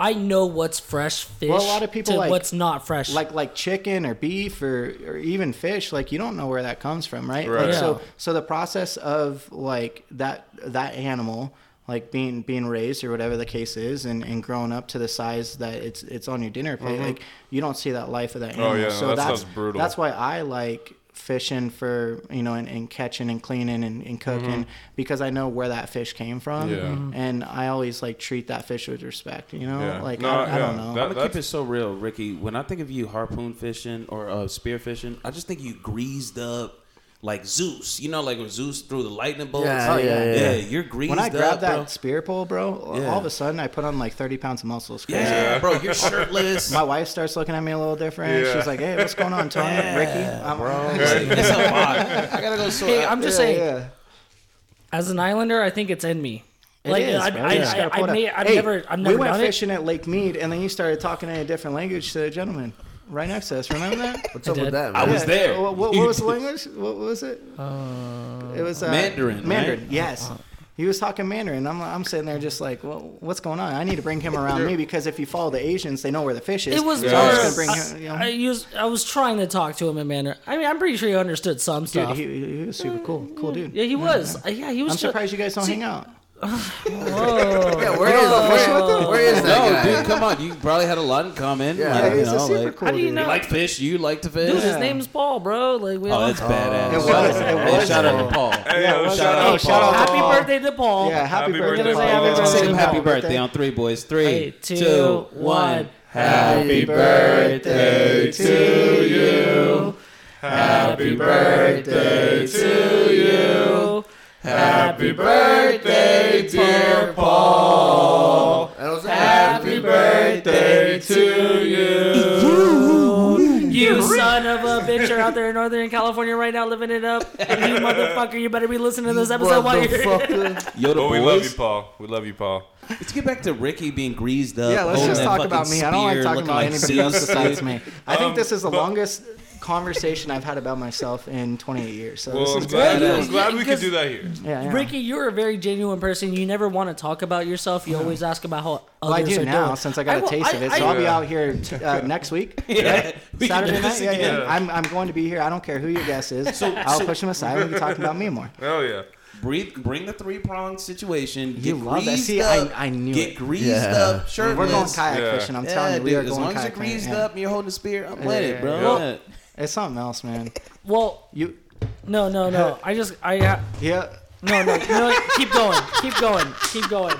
Speaker 3: I know what's fresh fish.
Speaker 4: Mm-hmm. Well, a lot of people
Speaker 3: to
Speaker 4: like-
Speaker 3: what's not fresh.
Speaker 4: like like chicken or beef or, or even fish like you don't know where that comes from right, Like,
Speaker 1: Right.
Speaker 3: Yeah.
Speaker 4: so so the process of like that that animal like being being raised or whatever the case is and, and growing up to the size that it's it's on your dinner plate like you don't see that life of that animal
Speaker 1: Mm-hmm. Oh, yeah, no,
Speaker 4: so
Speaker 1: that
Speaker 4: that's
Speaker 1: stuff's brutal.
Speaker 4: that's why i like fishing for you know and, and catching and cleaning and, and cooking because i know where that fish came from
Speaker 1: Mm-hmm. Yeah. Mhm.
Speaker 4: and i always like treat that fish with respect you know
Speaker 1: Yeah.
Speaker 4: like
Speaker 1: No,
Speaker 4: I, I
Speaker 1: yeah.
Speaker 4: don't know
Speaker 1: That-
Speaker 2: I'm gonna keep it
Speaker 1: that's-
Speaker 2: so real, Ricky. When I think of you harpoon fishing or uh, spear fishing, I just think you greased up like Zeus. You know, like when Zeus threw the lightning bolts.
Speaker 6: Yeah, Oh, yeah, yeah. yeah.
Speaker 2: you're greased
Speaker 4: when I
Speaker 2: up,
Speaker 4: grab that
Speaker 2: bro.
Speaker 4: spear pole, bro,
Speaker 2: Yeah.
Speaker 4: all of a sudden I put on like 30 pounds of muscle. It's crazy.
Speaker 2: Yeah, bro, you're shirtless.
Speaker 4: *laughs* My wife starts looking at me a little different.
Speaker 1: Yeah.
Speaker 4: She's like, "Hey, what's going on, Tony? Ricky?" I'm,
Speaker 2: it's a lot. I
Speaker 3: *laughs*
Speaker 2: gotta go sort.
Speaker 3: hey, I'm just
Speaker 4: Yeah,
Speaker 3: saying,
Speaker 4: yeah.
Speaker 3: as an islander, I think it's in me.
Speaker 4: It
Speaker 3: like
Speaker 4: is,
Speaker 3: I,
Speaker 4: bro.
Speaker 3: I,
Speaker 4: You just
Speaker 3: I,
Speaker 4: gotta
Speaker 3: I,
Speaker 4: put up-
Speaker 3: may, I've
Speaker 4: Hey,
Speaker 3: never, I've
Speaker 4: we
Speaker 3: never
Speaker 4: went
Speaker 3: done it.
Speaker 4: fishing at Lake Mead, and then you started talking in a different language to the gentleman right next to us.
Speaker 2: *laughs*
Speaker 4: Remember that?
Speaker 6: What's up
Speaker 3: did.
Speaker 6: with that,
Speaker 2: I
Speaker 6: man?
Speaker 2: was there.
Speaker 4: What, what, what was the language? What was it?
Speaker 3: Uh,
Speaker 4: it was uh,
Speaker 2: Mandarin, right?
Speaker 4: Mandarin. Yes.
Speaker 3: Uh-huh.
Speaker 4: He was talking Mandarin. I'm, I'm sitting there just like, well, what's going on? I need to bring him around me because if you follow the Asians, they know where the fish is.
Speaker 3: It was
Speaker 4: So
Speaker 3: more-
Speaker 4: I'm just gonna bring him. You know,
Speaker 3: I, I used, I was trying to talk to him in manner. I mean, I'm pretty sure he understood some
Speaker 4: dude,
Speaker 3: stuff.
Speaker 4: he, he was super cool, cool dude.
Speaker 3: yeah, he
Speaker 4: *laughs*
Speaker 3: was. Uh, Yeah, he was.
Speaker 4: I'm
Speaker 3: ju-
Speaker 4: surprised you guys don't hang out.
Speaker 6: Yeah, where is, where, where is that
Speaker 2: No,
Speaker 6: guy?
Speaker 2: dude, come on. You probably had a lot in common.
Speaker 6: Yeah.
Speaker 2: Like,
Speaker 6: Yeah,
Speaker 2: you
Speaker 4: he's a
Speaker 2: know,
Speaker 4: super
Speaker 2: like-
Speaker 4: cool
Speaker 3: How do you
Speaker 4: dude.
Speaker 2: You
Speaker 3: know?
Speaker 2: like fish? You like to fish?
Speaker 3: Dude, his name's Paul, bro. Like, we
Speaker 2: Oh,
Speaker 3: all. *laughs*
Speaker 2: that's badass.
Speaker 4: It was- it
Speaker 2: Hey,
Speaker 4: was
Speaker 2: shout out
Speaker 4: Paul.
Speaker 2: to Paul.
Speaker 1: Yeah,
Speaker 4: what's
Speaker 2: shout
Speaker 4: up?
Speaker 2: out to Paul.
Speaker 4: out
Speaker 3: Happy
Speaker 4: Paul.
Speaker 3: birthday to Paul.
Speaker 4: Yeah, happy,
Speaker 1: Happy
Speaker 4: birthday,
Speaker 1: birthday,
Speaker 4: Paul.
Speaker 3: Paul.
Speaker 2: Sing
Speaker 3: Paul.
Speaker 2: happy birthday on three, boys. Three,
Speaker 3: Eight,
Speaker 2: two,
Speaker 3: two,
Speaker 2: one.
Speaker 3: one.
Speaker 2: Happy birthday to you. Happy birthday to
Speaker 3: Happy
Speaker 2: birthday, dear Paul.
Speaker 6: That was
Speaker 3: Happy
Speaker 2: birthday to
Speaker 3: you. You son of a bitch. You're out there in Northern California right now living it up. And
Speaker 4: *laughs*
Speaker 3: you motherfucker, you better be listening to this episode while you're here.
Speaker 6: Motherfucker.
Speaker 2: Yo,
Speaker 1: But
Speaker 2: the boys.
Speaker 1: we love you, Paul. We love you, Paul.
Speaker 2: Let's get back to Ricky being greased up.
Speaker 4: Yeah, let's
Speaker 2: holding
Speaker 4: just
Speaker 2: that
Speaker 4: talk
Speaker 2: fucking
Speaker 4: about me. I don't like
Speaker 2: spear,
Speaker 4: talking
Speaker 2: looking
Speaker 4: about
Speaker 2: like
Speaker 4: anybody else
Speaker 2: Zeus.
Speaker 4: *laughs* besides me. I think
Speaker 1: Um,
Speaker 4: this is the
Speaker 1: but-
Speaker 4: longest conversation I've had about myself in 28 years. So
Speaker 1: Well,
Speaker 4: this
Speaker 1: I'm
Speaker 4: is
Speaker 1: glad,
Speaker 3: good.
Speaker 1: I'm glad we could
Speaker 3: Because-
Speaker 1: do that here.
Speaker 4: yeah, yeah.
Speaker 3: Ricky, you're a very genuine person. You never want to talk about yourself. You always ask about how others
Speaker 4: Well, I do
Speaker 3: are
Speaker 4: now
Speaker 3: doing.
Speaker 4: since I got a
Speaker 3: will-
Speaker 4: taste of it. So I, will be
Speaker 1: Yeah.
Speaker 4: out here
Speaker 2: *laughs*
Speaker 4: t- uh, next week.
Speaker 2: Yeah. We can
Speaker 4: Saturday
Speaker 2: do this
Speaker 4: night, yeah,
Speaker 2: again.
Speaker 4: yeah. I'm, I'm going to be here. I don't care who your guest is. I'll push him aside. We can talk about me more.
Speaker 1: Oh yeah.
Speaker 2: Breathe, bring the three prong situation. Get
Speaker 4: You love that.
Speaker 2: greased
Speaker 4: See, I-
Speaker 2: up,
Speaker 4: I knew
Speaker 2: get
Speaker 4: it.
Speaker 2: greased
Speaker 6: Yeah.
Speaker 2: up, shirtless.
Speaker 4: We're going kayak
Speaker 1: Yeah.
Speaker 4: fishing. I'm
Speaker 2: Yeah,
Speaker 4: telling you, we
Speaker 2: dude,
Speaker 4: are
Speaker 2: as
Speaker 4: going
Speaker 2: long as
Speaker 4: kayak
Speaker 2: you're greased
Speaker 4: fishing. yeah.
Speaker 2: up and you're holding the spear, I'm with it, bro.
Speaker 1: Well,
Speaker 2: *laughs* Yeah.
Speaker 4: It's something else, man.
Speaker 3: Well,
Speaker 4: You,
Speaker 3: no, no,
Speaker 4: *laughs*
Speaker 3: no. I just, I, uh,
Speaker 4: yeah.
Speaker 3: no, no, you know what? Keep going. Keep going. Keep going.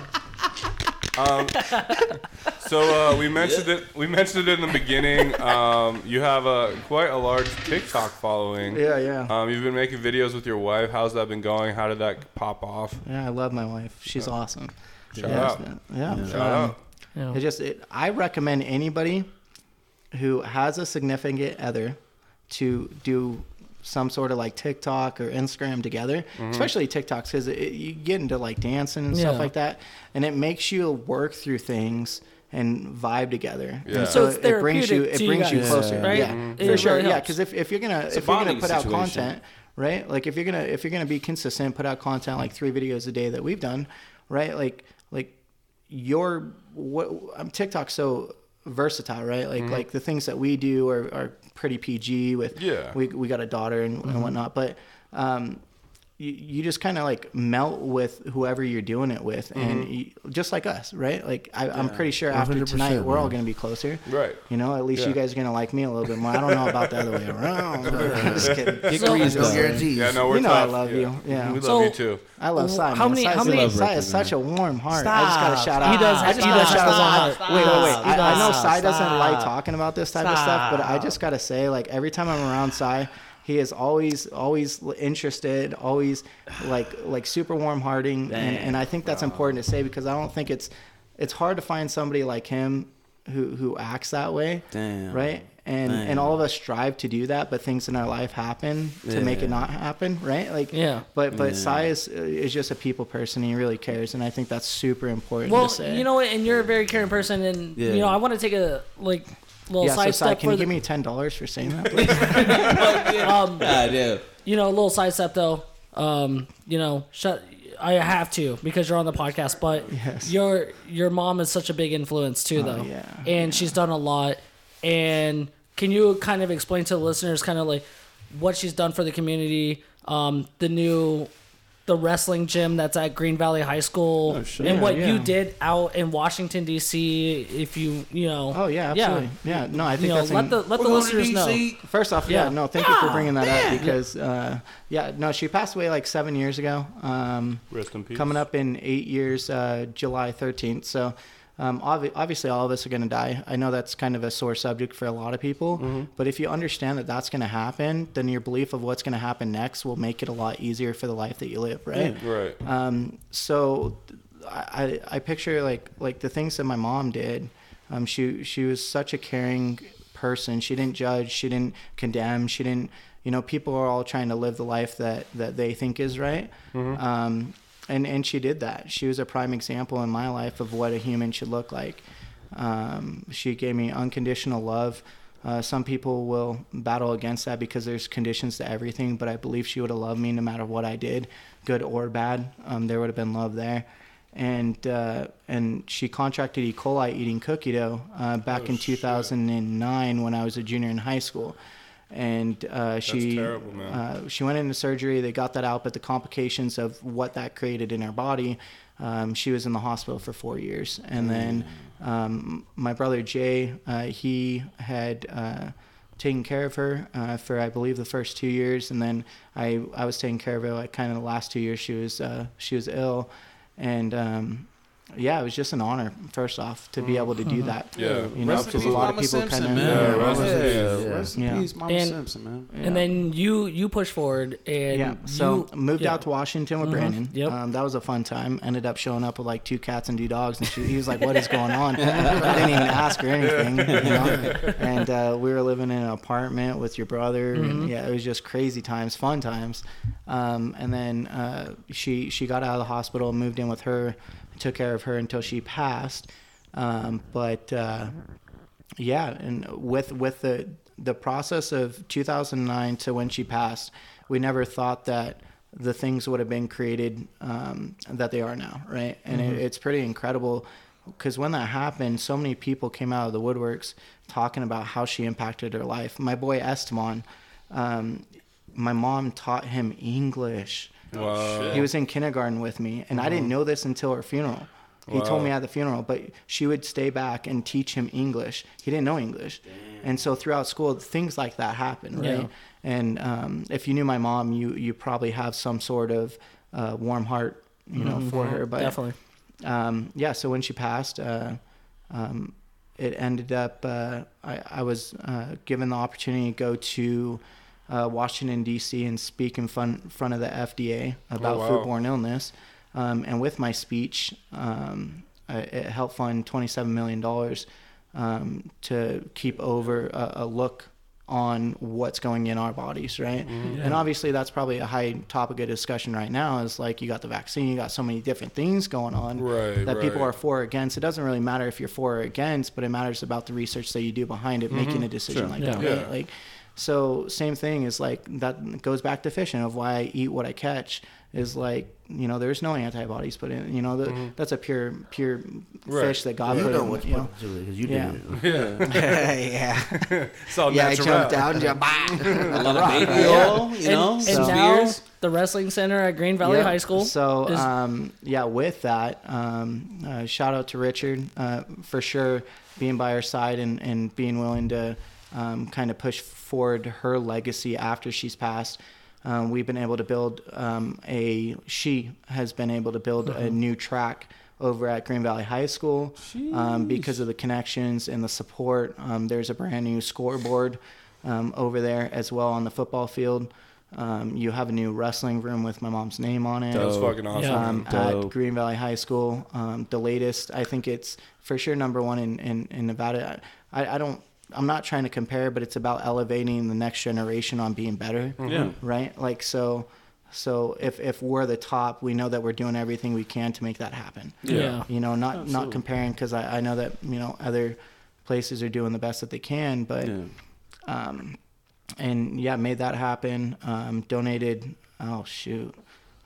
Speaker 1: So uh, we mentioned it. We mentioned it in the beginning. Um, you have a quite a large TikTok following.
Speaker 4: Yeah, yeah.
Speaker 1: Um, you've been making videos with your wife. How's that been going? How did that pop off?
Speaker 4: Yeah, I love my wife. She's awesome.
Speaker 1: Shout
Speaker 4: yeah,
Speaker 1: out.
Speaker 4: Yeah.
Speaker 1: Shout
Speaker 4: um,
Speaker 1: out.
Speaker 4: It just it, I recommend anybody who has a significant other to do some sort of like TikTok or Instagram together,
Speaker 1: Mm-hmm.
Speaker 4: especially TikToks because you get into like dancing and stuff
Speaker 3: Yeah.
Speaker 4: like that, and it makes you work through things and vibe together.
Speaker 1: Yeah. Mm-hmm.
Speaker 4: And
Speaker 3: So it's
Speaker 4: it brings you
Speaker 3: therapeutic
Speaker 4: it
Speaker 3: to you
Speaker 4: brings you
Speaker 3: guys,
Speaker 4: closer,
Speaker 3: right?
Speaker 4: yeah,
Speaker 3: Mhm. It
Speaker 4: for sure,
Speaker 3: really
Speaker 4: yeah.
Speaker 3: helps.
Speaker 4: Because if, if you're gonna
Speaker 2: a
Speaker 4: if you're gonna
Speaker 2: bonding
Speaker 4: put out
Speaker 2: situation.
Speaker 4: content, right? Like if you're gonna if you're gonna be consistent, put out content like three videos a day that we've done, right? Like like your what I'm TikTok so versatile, right?
Speaker 1: Mm-hmm.
Speaker 4: Like like the things that we do are, are pretty PG with
Speaker 1: Yeah. Mm-hmm.
Speaker 4: we we got a daughter and, and whatnot, but um you, you just kind of like melt with whoever you're doing it with
Speaker 1: Mm-hmm.
Speaker 4: and you, just like us right like I, i'm pretty sure after
Speaker 6: 100%,
Speaker 4: tonight we're all
Speaker 6: man.
Speaker 4: going to be closer
Speaker 1: Right.
Speaker 4: you know at least
Speaker 1: Yeah.
Speaker 4: you guys are going to like me a little bit more i don't know about the other
Speaker 1: *laughs*
Speaker 4: way around *laughs* i'm just kidding
Speaker 3: So-
Speaker 2: Greased
Speaker 6: No
Speaker 2: up.
Speaker 6: guarantees.
Speaker 1: Yeah, no, we're
Speaker 4: You know I
Speaker 1: tough.
Speaker 4: love
Speaker 1: Yeah.
Speaker 4: you. Yeah.
Speaker 1: we love
Speaker 3: So-
Speaker 1: you too.
Speaker 4: I love Simon.
Speaker 3: how many-
Speaker 4: Simon,
Speaker 3: how many-
Speaker 4: Sai is such a warm heart. I just got to
Speaker 3: Stop.
Speaker 4: shout out.
Speaker 3: He does-
Speaker 4: I just
Speaker 3: he
Speaker 4: gotta
Speaker 3: does-
Speaker 4: shout out
Speaker 3: stop,
Speaker 4: Simon.
Speaker 3: stop,
Speaker 4: Wait, wait, wait.
Speaker 3: stop,
Speaker 4: I, I know
Speaker 3: stop,
Speaker 4: Sai doesn't like
Speaker 3: stop.
Speaker 4: talking about this type of stuff, but I just got to say, like every time I'm around Sai, he is always, always l- interested, always like, like super warm hearting, and, and I think that's important to say because I don't think it's, it's hard to find somebody like him who who acts that way,
Speaker 2: Damn.
Speaker 4: right? And and all of us strive to do that, but things in our life happen to make it not happen, right? Like
Speaker 3: Yeah.
Speaker 4: but but Sai is is just a people person. He really cares, and I think that's super important
Speaker 3: Well,
Speaker 4: to say.
Speaker 3: you know what? And you're a very caring person, and
Speaker 2: Yeah.
Speaker 3: you know I want to take a like little
Speaker 4: yeah, so
Speaker 3: side
Speaker 4: Sai,
Speaker 3: step
Speaker 4: can
Speaker 3: for
Speaker 4: you
Speaker 3: the,
Speaker 4: give me ten dollars for saying
Speaker 3: *laughs*
Speaker 4: that? please?
Speaker 3: um,
Speaker 5: God damn.
Speaker 3: you know, a little sidestep though. Um, you know, shut. I have to because you're on the podcast, but
Speaker 4: Yes. Oh,
Speaker 3: your your mom is such a big influence too, though,
Speaker 4: yeah,
Speaker 3: and she's done a lot. And can you kind of explain to the listeners, kind of like what she's done for the community, um, the new the wrestling gym that's at Green Valley High School,
Speaker 4: Oh, sure.
Speaker 3: and
Speaker 4: Yeah,
Speaker 3: what you
Speaker 4: yeah.
Speaker 3: did out in Washington D.C. If you you know,
Speaker 4: Oh yeah, absolutely. Yeah, no, I think
Speaker 3: you know,
Speaker 4: that's
Speaker 3: let
Speaker 4: in-
Speaker 3: the let the listeners know.
Speaker 4: First off, yeah,
Speaker 3: Yeah.
Speaker 4: no, thank you for bringing that up because, uh, yeah, no, she passed away like seven years ago. Um,
Speaker 1: Rest in peace.
Speaker 4: Coming up in eight years, uh, July 13th. So, um, obvi- obviously, all of us are going to die. I know that's kind of a sore subject for a lot of people,
Speaker 1: Mm-hmm.
Speaker 4: but if you understand that that's going to happen, then your belief of what's going to happen next will make it a lot easier for the life that you live, right?
Speaker 1: Right. *laughs*
Speaker 4: um, so I, I I picture like like the things that my mom did. Um, she she was such a caring person. She didn't judge. She didn't condemn. She didn't. You know, people are all trying to live the life that that they think is right. Um, and and she did that. She was a prime example in my life of what a human should look like. Um, she gave me unconditional love. Uh, some people will battle against that because there's conditions to everything, but I believe she would have loved me no matter what I did, good or bad. Um, there would have been love there. And uh, and she contracted E. coli eating cookie dough uh, back
Speaker 1: Oh,
Speaker 4: in 2009 when I was a junior in high school. And uh, she
Speaker 1: terrible, man.
Speaker 4: Uh, she went into surgery. They got that out, but the complications of what that created in her body, um, she was in the hospital for four years.
Speaker 2: Mm.
Speaker 4: And then um, my brother Jay, uh, he had uh, taken care of her uh, for I believe the first two years, and then I I was taking care of her like kind of the last two years. She was uh, she was ill, and. Um, yeah, it was just an honor, first off, to be able
Speaker 2: *laughs*
Speaker 4: to do that.
Speaker 1: Yeah.
Speaker 4: you
Speaker 2: Mm.
Speaker 4: know,
Speaker 2: Rest in
Speaker 4: because a
Speaker 2: peace,
Speaker 4: lot of
Speaker 2: Mama
Speaker 4: people
Speaker 2: Simpson,
Speaker 4: kind of
Speaker 2: man.
Speaker 1: Yeah, rest in
Speaker 2: Yeah.
Speaker 1: peace.
Speaker 6: Yeah.
Speaker 2: Rest in
Speaker 4: Yeah.
Speaker 2: peace, Mama
Speaker 3: And-
Speaker 2: Simpson, man.
Speaker 3: And then you you push forward and
Speaker 4: yeah. So
Speaker 3: you-
Speaker 4: moved
Speaker 3: yeah. Uh-huh.
Speaker 4: out to Washington with Brandon.
Speaker 3: Yep.
Speaker 4: Um, that was a fun time. Ended up showing up with like two cats and two dogs, and she, he was like, "What is going
Speaker 3: *laughs*
Speaker 4: on?" I didn't even ask or anything. You know? And uh, we were living in an apartment with your brother.
Speaker 3: Mm-hmm.
Speaker 4: And, yeah, it was just crazy times, fun times. Um, and then uh, she she got out of the hospital, moved in with her, took care of her until she passed. Um, but uh, yeah and with with the the process of 2009 to when she passed we never thought that the things would have been created um, that they are now right and it, it's pretty incredible because when that happened so many people came out of the woodworks talking about how she impacted her life my boy esteban um, my mom taught him english
Speaker 1: Wow.
Speaker 4: he was in kindergarten with me, and I didn't know this until her funeral. He told me at the funeral, but she would stay back and teach him English. He didn't know English, and so throughout school, things like that happen, right?
Speaker 3: Yeah.
Speaker 4: And um, if you knew my mom, you you probably have some sort of uh, warm heart, you know, for her. But
Speaker 3: Mm-hmm. Definitely.
Speaker 4: um, yeah, so when she passed, uh, um, it ended up uh, I, I was uh, given the opportunity to go to uh, Washington D.C. and speak in front front of the FDA about
Speaker 1: wow.
Speaker 4: foodborne illness, um, and with my speech, um, I, it helped fund twenty seven million dollars um, to keep over a, a look on what's going in our bodies, right? And obviously, that's probably a high topic of discussion right now. Is like you got the vaccine, you got so many different things going on
Speaker 1: Right,
Speaker 4: that people
Speaker 1: right.
Speaker 4: are for or against. It doesn't really matter if you're for or against, but it matters about the research that you do behind it, making a decision like
Speaker 3: Yeah.
Speaker 4: that,
Speaker 1: Mm-hmm. Yeah.
Speaker 4: right? Like, so same thing is like that goes back to fishing of why I eat what I catch is like you know there's no antibodies, but in, you know the, that's a pure pure
Speaker 1: Mm-hmm. Right.
Speaker 4: fish that God
Speaker 6: You
Speaker 4: put
Speaker 6: know
Speaker 4: in,
Speaker 6: what's
Speaker 4: you know.
Speaker 6: put into it because you
Speaker 4: Yeah.
Speaker 6: did
Speaker 4: *laughs*
Speaker 6: it.
Speaker 4: yeah,
Speaker 1: It's all
Speaker 4: yeah, I
Speaker 1: natural.
Speaker 4: jumped out and jumped.
Speaker 5: A lot of baby oil, you
Speaker 3: and,
Speaker 5: know?
Speaker 3: and
Speaker 5: some
Speaker 3: now
Speaker 5: beers.
Speaker 3: the wrestling center at Green Valley
Speaker 4: Yeah.
Speaker 3: High School.
Speaker 4: So,
Speaker 3: is-
Speaker 4: um, yeah, with that, um, uh, shout out to Richard uh, for sure being by her side and, and being willing to um, kind of push forward her legacy after she's passed. Um, we've been able to build um, a, she has been able to build a new track over at Green Valley High School um, because of the connections and the support. Um, there's a brand new scoreboard um, over there as well on the football field. Um, you have a new wrestling room with my mom's name on it.
Speaker 1: That's fucking awesome.
Speaker 3: Yeah.
Speaker 4: Um,
Speaker 2: Dope.
Speaker 4: at Green Valley High School, um, the latest. I think it's for sure number one in, in, in Nevada. I, I don't. I'm not trying to compare, but it's about elevating the next generation on being better.
Speaker 3: Mm-hmm.
Speaker 2: Yeah.
Speaker 4: Right. Like so. So if if we're the top, we know that we're doing everything we can to make that happen
Speaker 3: yeah.
Speaker 4: you know not not comparing because I, I know that you know other places are doing the best that they can. But
Speaker 2: Yeah.
Speaker 4: um, and yeah, made that happen. Um, donated. Oh shoot.